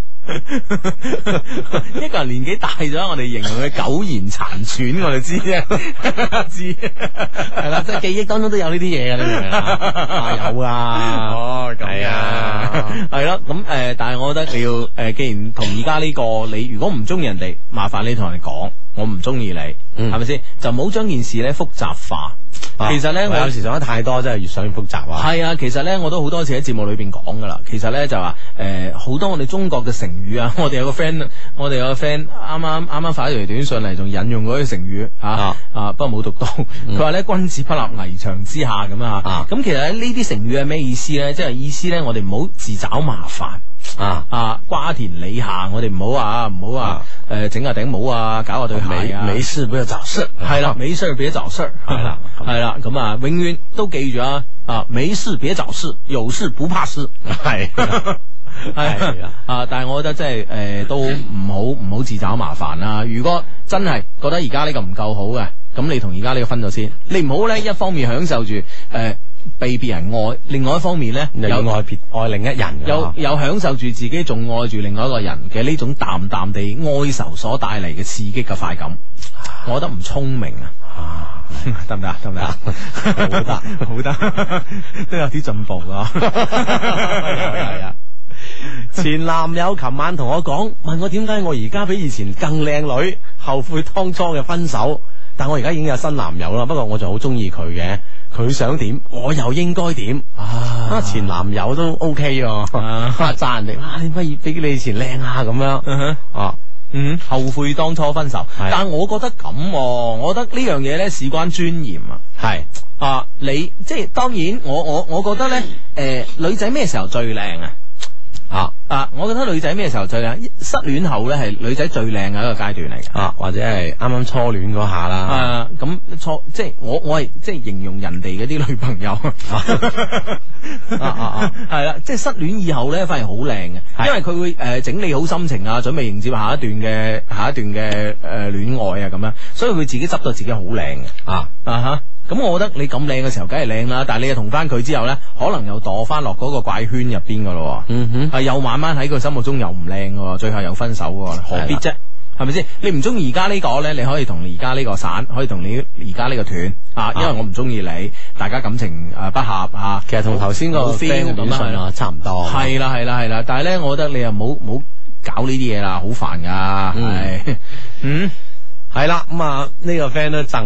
一個人年紀大咗，我哋形容佢苟延殘喘，我哋知啫， 知啊系
啦，即係記憶當中都有呢啲嘢嘅，你明唔明啊？有啊，
哦，咁啊，係咯，咁诶，但係我覺得你要诶，既然同而家呢個你如果唔中意人哋，麻煩你同人哋講，我唔中意你，係咪先？就唔好將件事咧複雜化。
啊
其實咧，我
有時想得太多，真係越想越複雜啊。
系啊，其實咧我都好多次喺節目裏边講噶啦。其實咧就話诶，好、多我哋中國嘅成語啊， 我哋有個 friend，我哋有個 friend 啱啱啱啱發咗條短信嚟，仲引用嗰啲成語啊啊，不過冇讀到。
嗯
佢話咧君子不立危牆之下咁啊。咁、其實呢啲成語係咩意思咧？即係意思咧，我哋唔好自找麻煩。
啊
啊！瓜田李下，我哋唔好啊，唔好啊，诶、整下頂帽啊，搞下對鞋啊，
美美事不要找事，
系啦，美事别找事，系啊啦，系啦，咁啊，永遠都記住啊，啊，美事别找事，有事不怕事，
系。
系啊， 但係我覺得即係诶，都唔好唔好自找麻煩啦。如果真係覺得而家呢個唔夠好嘅，咁你同而家呢個分咗先。你唔好咧一方面享受住诶被別人愛，另外一方面咧
又要愛別愛另一人㗎
有有享受住自己，仲愛住另外一個人嘅呢種淡淡地哀愁所帶嚟嘅刺激嘅快感，我覺得唔聰明啊，得唔得啊？得唔得啊？好得，好得， 都有啲進步啊！
係啊。前男友琴晚同我講，問我點解我而家比以前更靚女，後悔當初嘅分手。但我而家已經有新男友啦，不過我就好中意佢嘅，佢想點我又應該點啊！前男友都 OK 喎， 啊讚人哋哇，點解要比你以前靚啊咁樣啊？
嗯，後悔當初分手，但我覺得咁、喎，我覺得呢樣嘢咧事關尊嚴啊。
係
啊，你即係當然我，我我覺得咧，诶、女仔咩時候最靚啊？
啊
啊，我覺得女仔咩時候最靚？失戀後咧係女仔最靚嘅一個階段嚟嘅。
啊，或者係啱啱初戀嗰下啦。
啊，咁錯，即係我我係即係形容人哋嗰啲女朋友，
啊啊
係啦，即係失戀以後咧，反而好靚嘅，因為佢會誒整理好心情啊，準備迎接下一段嘅下一段嘅誒戀愛啊咁樣，所以佢自己執到自己好靚嘅
啊
啊哈。咁我覺得你咁靚嘅時候，梗係靚啦，但係你又同翻佢之後咧，可能又墮翻落嗰個怪圈入邊噶咯喎，
嗯哼，
係又慢慢喺佢心目中又唔靚嘅喎，最後又分手嘅喎，何必啫？係咪先？你唔中意而家呢個呢，你可以同而家呢個散，可以同你而家呢個團啊，因為我唔中意你，大家感情誒不合啊。
其實同頭先個 friend
冇 feel
嘅
咁
短
樣
信啊差唔多
係啦係啦係啦，但係呢，我覺得你又冇冇搞呢啲嘢啦，好煩噶，係嗯。
系啦，咁啊呢個 friend 都贈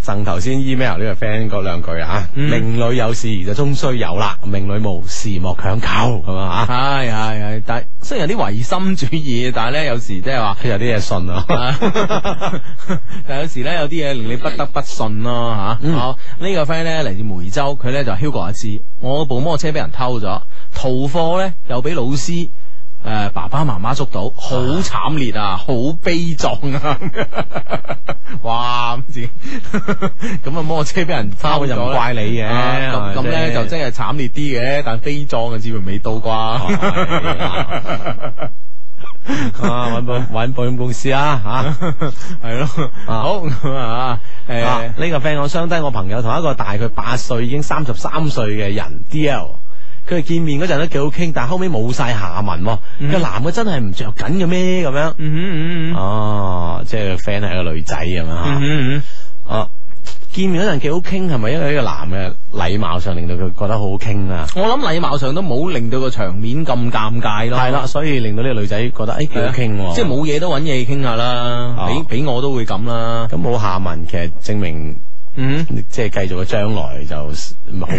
贈頭先 email 呢個 friend 嗰兩句啊，
嗯
命裏有事就終須有啦，命裏無事莫強求咁啊吓。
係係係，但係雖然有啲唯心主義，但係咧有時即係話
有啲嘢信啊，
但係有時咧有啲嘢令你不得不信咯吓。
嗯
好、呢、個 friend 咧嚟自梅州，佢咧就 Hugo 阿芝，我部摩托車俾人偷咗，逃貨咧又俾老師。誒、爸爸媽媽捉到，好慘烈啊，好悲壯啊！ 哇，咁自己 咁啊，摩托車俾人偷
偷
咗
就唔
呢
怪你嘅
啊咁咁
係咪
咧
先
就真係慘烈啲嘅，但悲壯嘅滋味未到啩。
哦 啊揾保揾保險公司啊吓，
係咯，好咁啊，誒
呢個 friend 我相低我朋友同一個大佢八歲已經三十三歲嘅人 D L。佢哋見面嗰陣都幾好傾，但後尾冇晒下文喎。個男嘅真係唔着緊嘅咩咁
Ừ,
樣？
嗯嗯嗯嗯，
À. 哦，即係個 friend 係個女仔咁樣
Ừ,
嚇。
嗯
啊，見面嗰陣幾好傾，係咪因為呢個男嘅禮貌上令到佢覺得好好傾啊？
我諗禮貌上都冇令到個場面咁尷尬咯。
係啦，啊所以令到呢個女仔覺得哎誒幾好傾
係啊
喎，
即係冇嘢都揾嘢傾下啦。俾俾我都會咁啦。
咁冇下文，其實證明
嗯，
即係繼續嘅將來就好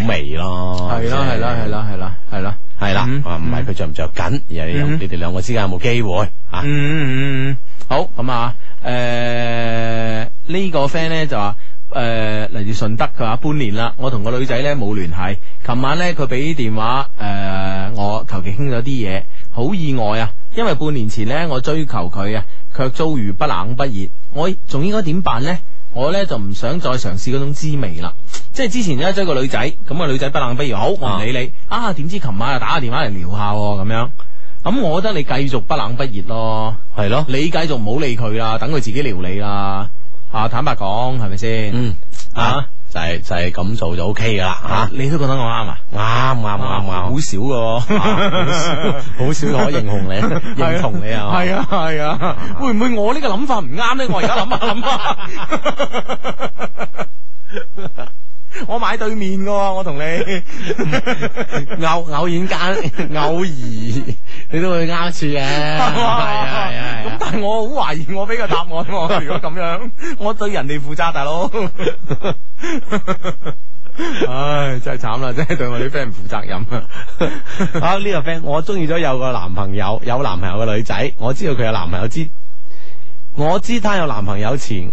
微咯。
係啦係啦係啦係啦係啦
係啦，啊唔係佢着唔着緊，而係有
嗯
你哋兩個之間有冇機會啊？
嗯嗯嗯，好咁啊，誒呢個 friend 咧就話。誒嚟自順德，佢話半年啦，我同個女仔咧冇聯繫。琴晚咧佢俾電話誒、我求其傾咗啲嘢，好意外啊！因為半年前咧我追求佢啊，卻遭遇不冷不熱，我仲應該點辦呢？我咧就唔想再嘗試嗰種滋味啦。即係之前咧追個女仔，咁個女仔不冷不熱，好我唔理你啊！點知琴晚又打個電話嚟聊下喎咁樣。咁我覺得你繼續不冷不熱咯，
係咯，
你繼續唔好理佢啦，等佢自己撩你啦。啊，坦白講，係咪先？
嗯，
啊，
就係就係咁做就 OK 噶啦嚇。
你都覺得我啱啊？
啱啱啱啱，好
少噶，
好少可認 同你，認同你啊，
係啊係啊，會唔會我呢個諗法唔啱呢？我而家諗下諗下。 我買對面噶，我同你
嗯偶偶然間 偶然，你都會啱一次 嘅，係啊係啊。
咁但係我好懷疑我俾個答 案喎，如果咁樣，我對人哋負責，大佬。唉，真係慘啦，真係對我啲 friend 唔負責任啊！
啊呢個 friend，我中意咗有個男朋友，有男朋友嘅女仔，我知道佢有男朋友之，我知她有男朋友前，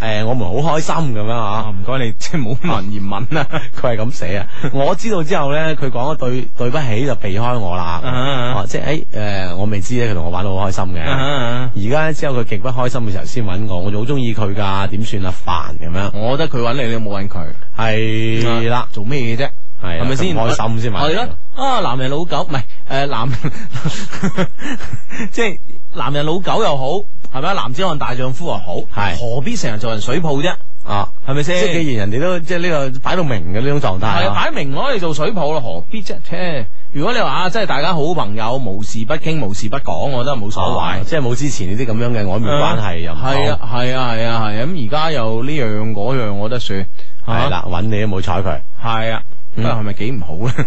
诶、我們好開心咁樣啊！
唔該你 即係冇文言文啊！
佢係咁寫啊！我知道之後咧，佢講咗對對不起就避開我啦。
啊啊
哦，即係诶、誒我未知咧，佢同我玩得好開心嘅。
啊啊
而家之後佢極不開心嘅時候先揾我，我就好中意佢㗎，點算啊？煩咁樣。
我覺得佢揾你，你冇揾佢，
係啦，
做咩啫？
係
係
啊
咪先？
佢唔開心先買
係咯，啊男人老狗唔係誒男， 即係男人老狗又好，係咪啊？男子漢大丈夫又好，
係
何必成日做人水泡啫？
啊，
係咪先
即係既然人哋都即係呢個擺到明嘅呢種狀態啊，
係擺明攞嚟做水泡啦，何必啫？切！如果你話啊，真係大家好朋友，無事不傾，無事不講，我覺得冇所謂，
即係冇之前呢啲咁樣嘅曖昧啊關係又唔好
係啊，係啊，係啊，係啊，咁而家又呢樣嗰樣，我覺得算
係啦，揾你都冇睬佢，
係啊，
嗯
係咪幾唔好 咧？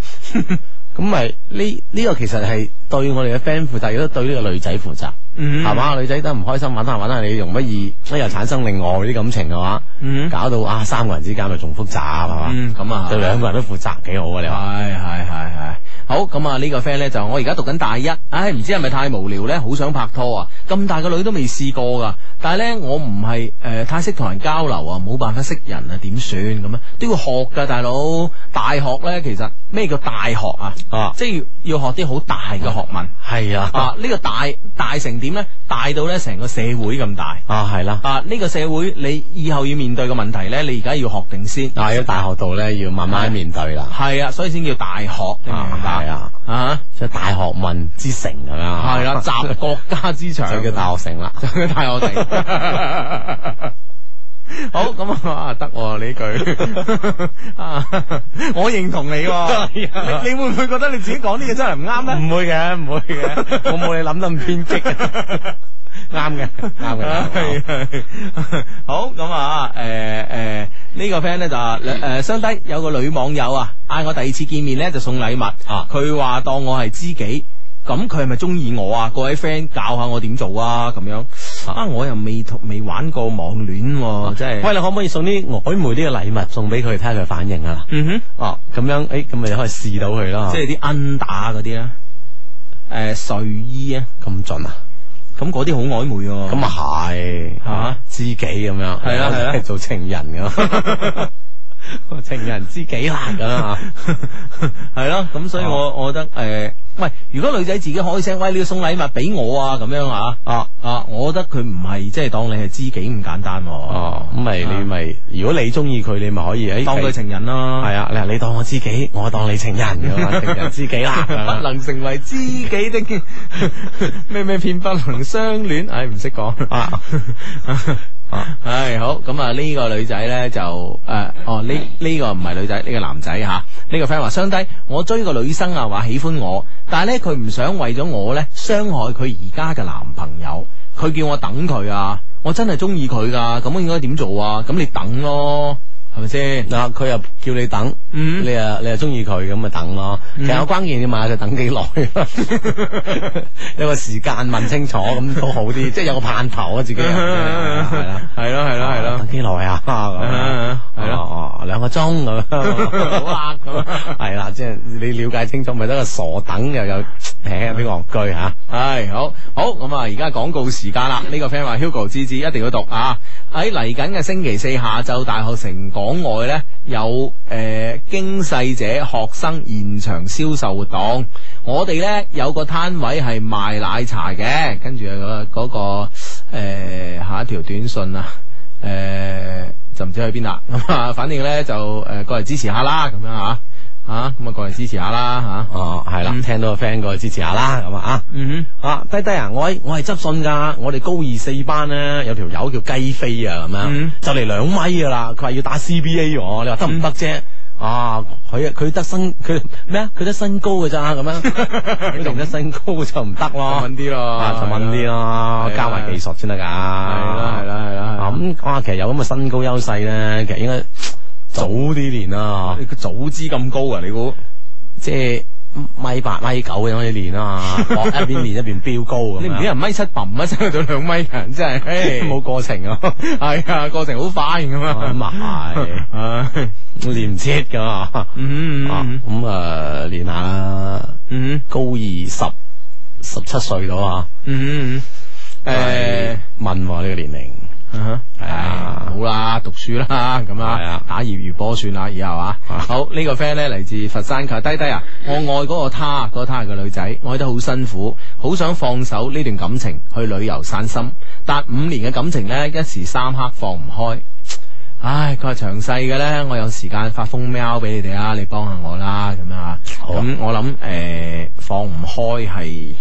咁咪呢呢個其實係對我哋嘅 friend 負責，亦都對呢個女仔負責，
嗯
係嘛？女仔都唔開心，玩下玩下，你容乜易又產生另外啲感情嘅話，
嗯
搞到啊三個人之間咪仲複雜係嘛？
嗯咁啊
對兩個人都負責幾好啊！你話
係係係係。好咁啊！呢個 friend 呢，就我而家讀緊大一，唉，唔知係咪太無聊呢？好想拍拖啊！咁大個女都未試過噶，但係呢，我唔係誒太識同人交流啊，冇辦法識人啊，點算咁啊？都要學噶，大佬。大學呢，其實咩叫大學啊？
啊，
即係要要學啲好大嘅學問。
係啊，
啊！呢、個大大成點呢？大到呢成個社會咁大
啊，係啦，
啊！呢、個社會你以後要面對嘅問題呢，你而家要學定先
啊！喺大學度呢，要慢慢面對啦，
係啊，所以先叫大學，你明唔明白？
係啊，
啊，
即係大學問之城咁樣啊，
係啦，集國家之長
就叫大學城啦，
就叫大學城。 好咁啊，得喎呢 句啊，我認同你喎。你
啊
你會唔會覺得你自己講啲嘢真係唔啱咧？
唔會嘅，唔會嘅，我冇你諗得咁 偏激，啱嘅，啱嘅啱嘅。
啊係係好咁啊，誒誒呢個 friend 咧就話誒相低有個女網友啊，嗌我第二次見面咧就送禮物，
啊
佢話、當我係知己。咁佢係咪中意我啊？各位 friend 教下我點做啊？咁樣啊，我又未同未玩過網戀喎、真係。
啊喂，你可唔可以送啲曖昧啲嘅禮物送俾佢，睇下佢反應啊？
嗯
哦，咁樣，誒，咁咪可以試到佢咯
哼，。即係啲 N 打嗰啲咧，誒、睡衣啊，
咁準啊？
咁嗰啲好曖昧喎。
咁啊係，
嚇
知己咁樣，
係啦係啦
做情人咁， 情人知己啦咁 啊，
系咯，咁所以我
哦
我覺得诶、呃喂，如果女仔自己開聲，喂，你要送禮物俾我啊，咁樣啊，
啊
啊，我覺得佢唔係即係當你係知己咁簡單喎、啊
哦，咁咪你咪，如果你中意佢，你咪可以誒，
當佢情人啦，
係啊，你話你當我知己，我當你情人咁 啊，情人知己啦，咁
不
啊
能成為知己的 咩咩片不能相戀，唉唔識講
啊。
唉，好咁啊！呢個女仔呢，就诶、呃哦呢呢、個唔係女仔，呢、個男仔吓，呢、個 friend 話相低，我追個女生啊，話喜歡我，但係呢，佢唔想為咗我呢傷害佢而家嘅男朋友，佢叫我等佢啊，我真係中意佢噶，咁我應該點做啊？咁你等咯，係咪先？
嗱，佢又叫你等，
嗯
你又你又中意佢，咁咪等咯。其
嗯
實關鍵要問下佢等幾 耐， 有個時間問清楚咁都好啲，即係有個盼頭啊自 己人嘅，係啦，
係咯係咯係
啊
咯
等，幾耐啊？咁樣
啊係咯
哦，哦兩個鐘咁樣，
好啊
ờ,
咁啊
係啦，即係你了解清楚，咪得個傻等又有誒啲戇居嚇。
唉，好好咁啊！而家廣告時間啦，呢、個 friend 話 Hugo 芝芝一定要讀啊！喺嚟緊嘅星期四下晝，大學城港外呢，有誒經世者學生現場銷售活動，我哋呢，有個攤位係賣奶茶嘅，跟住有個嗰、個、呃、下一條短信啊，誒、呃就唔知去邊啦， 咁啊，反正呢，就誒、過嚟支持下啦，咁樣啊，啊咁啊過嚟支持下啦嚇，啊
哦，係啦，聽到個 friend 過去支持下啦，咁啊啊。
嗯
啊，低低啊，我係我系执信噶，我哋高二四班咧有條友叫雞飛啊，咁樣
嗯
就嚟兩米噶啦，佢話要打 CBA 喎，你話得唔得啫？啊！佢佢得身佢咩啊？佢得身高嘅咋咁 樣，佢同得身高就唔得咯，
就問啲咯
啊就問啲咯
係，啦
加埋技術先得噶。係
係啦係啦係啦係啦
咁啊，其實有咁嘅身高優勢咧，其實應該早啲練啦
哼，。你個早知咁高啊，你估？
即係米八米九咁可以練啊嘛，一邊練一邊飆高咁樣。
你唔知人米七嘭一聲去到兩米嘅人，真係唉
啊冇過程啊，
係啊，過程好快咁啊，
咁啊 係
係，
練唔切噶嘛，
嗯
啊
嗯
咁啊練下啦，
嗯
高二十十七歲到啊，
嗯
誒
誒，
問喎呢個年齡，
係啊，好啦，讀書 啦，咁
係
啊
啊，
打業餘波算啦，以後啊，好呢個 friend 咧嚟自佛山，佢話低低啊，我愛嗰個他，嗰個他係個女仔，愛得好辛苦，好想放手呢段感情去旅遊散心，但五年嘅感情呢，一時三刻放唔開。唉，佢話詳細嘅咧，我有時間發封 mail 俾你哋啊，你幫下我啦，咁樣啊。
好啊
咁我諗誒、呃放唔開係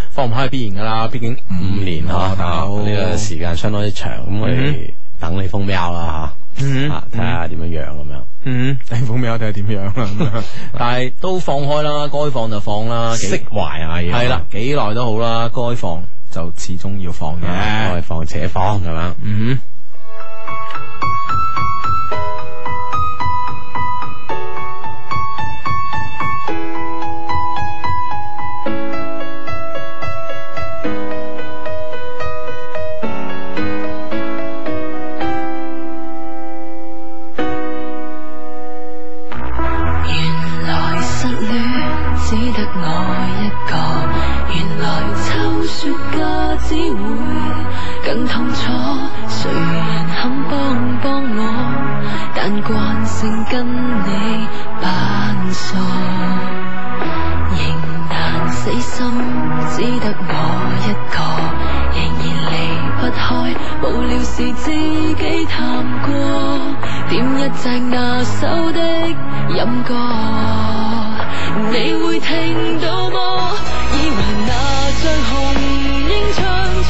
放唔開係必然噶啦，畢竟五年
啊
啊，
大
大
佬
佬
呢個時間相當之長，咁我哋等你封喵啦
嗯
吓，啊睇下點樣樣咁樣。
嗯，你封面我睇下點樣啦咁 樣，但係都放開啦，該放就放啦，幾
釋懷啊要
係啦，幾耐都好啦，該放就始終要放嘅，
啊該放且放咁樣。
嗯。
原來失戀只得我一個，原來抽雪茄只會更痛楚，誰人肯幫幫我？但慣性跟你扮傻，仍難死心，只得我一個，仍然離不開無聊時自己探過，點一隻拿手的飲歌。你會聽到麼？以為那像紅纓槍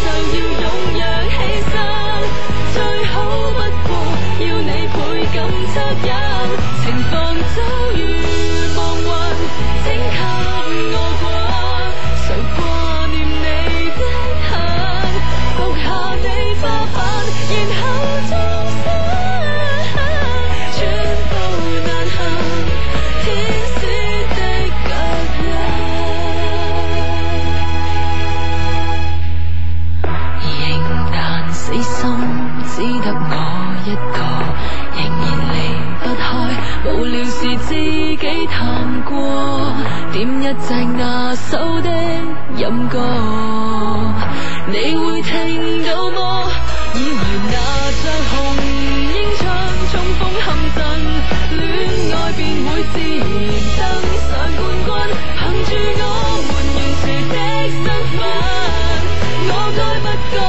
就要勇揚犧牲，最好不過要你倍感惻隱，情況遭遇望雲，請給我滾，誰掛念你的恨？服下你花瓣，然後終身全部難行，天使的腳印。仍難死心，只得我一個，仍然離不開無聊時自己探過，點一隻拿手的飲歌。你會聽到麼？以為那像紅纓槍衝鋒陷陣，戀愛便會自然登上冠軍。憑住我們懸殊的身份，我該不該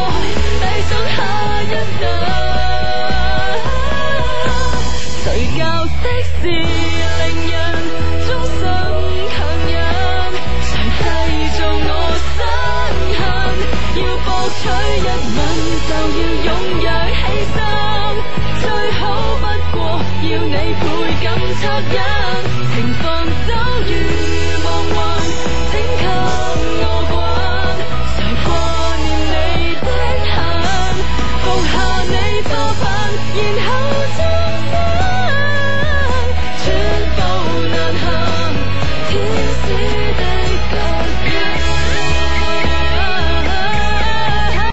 抵上下一等？誰教識是令人終生強忍？誰製造我身痕？要博取一吻就要勇揚犧牲，最好不過要你倍感惻隱，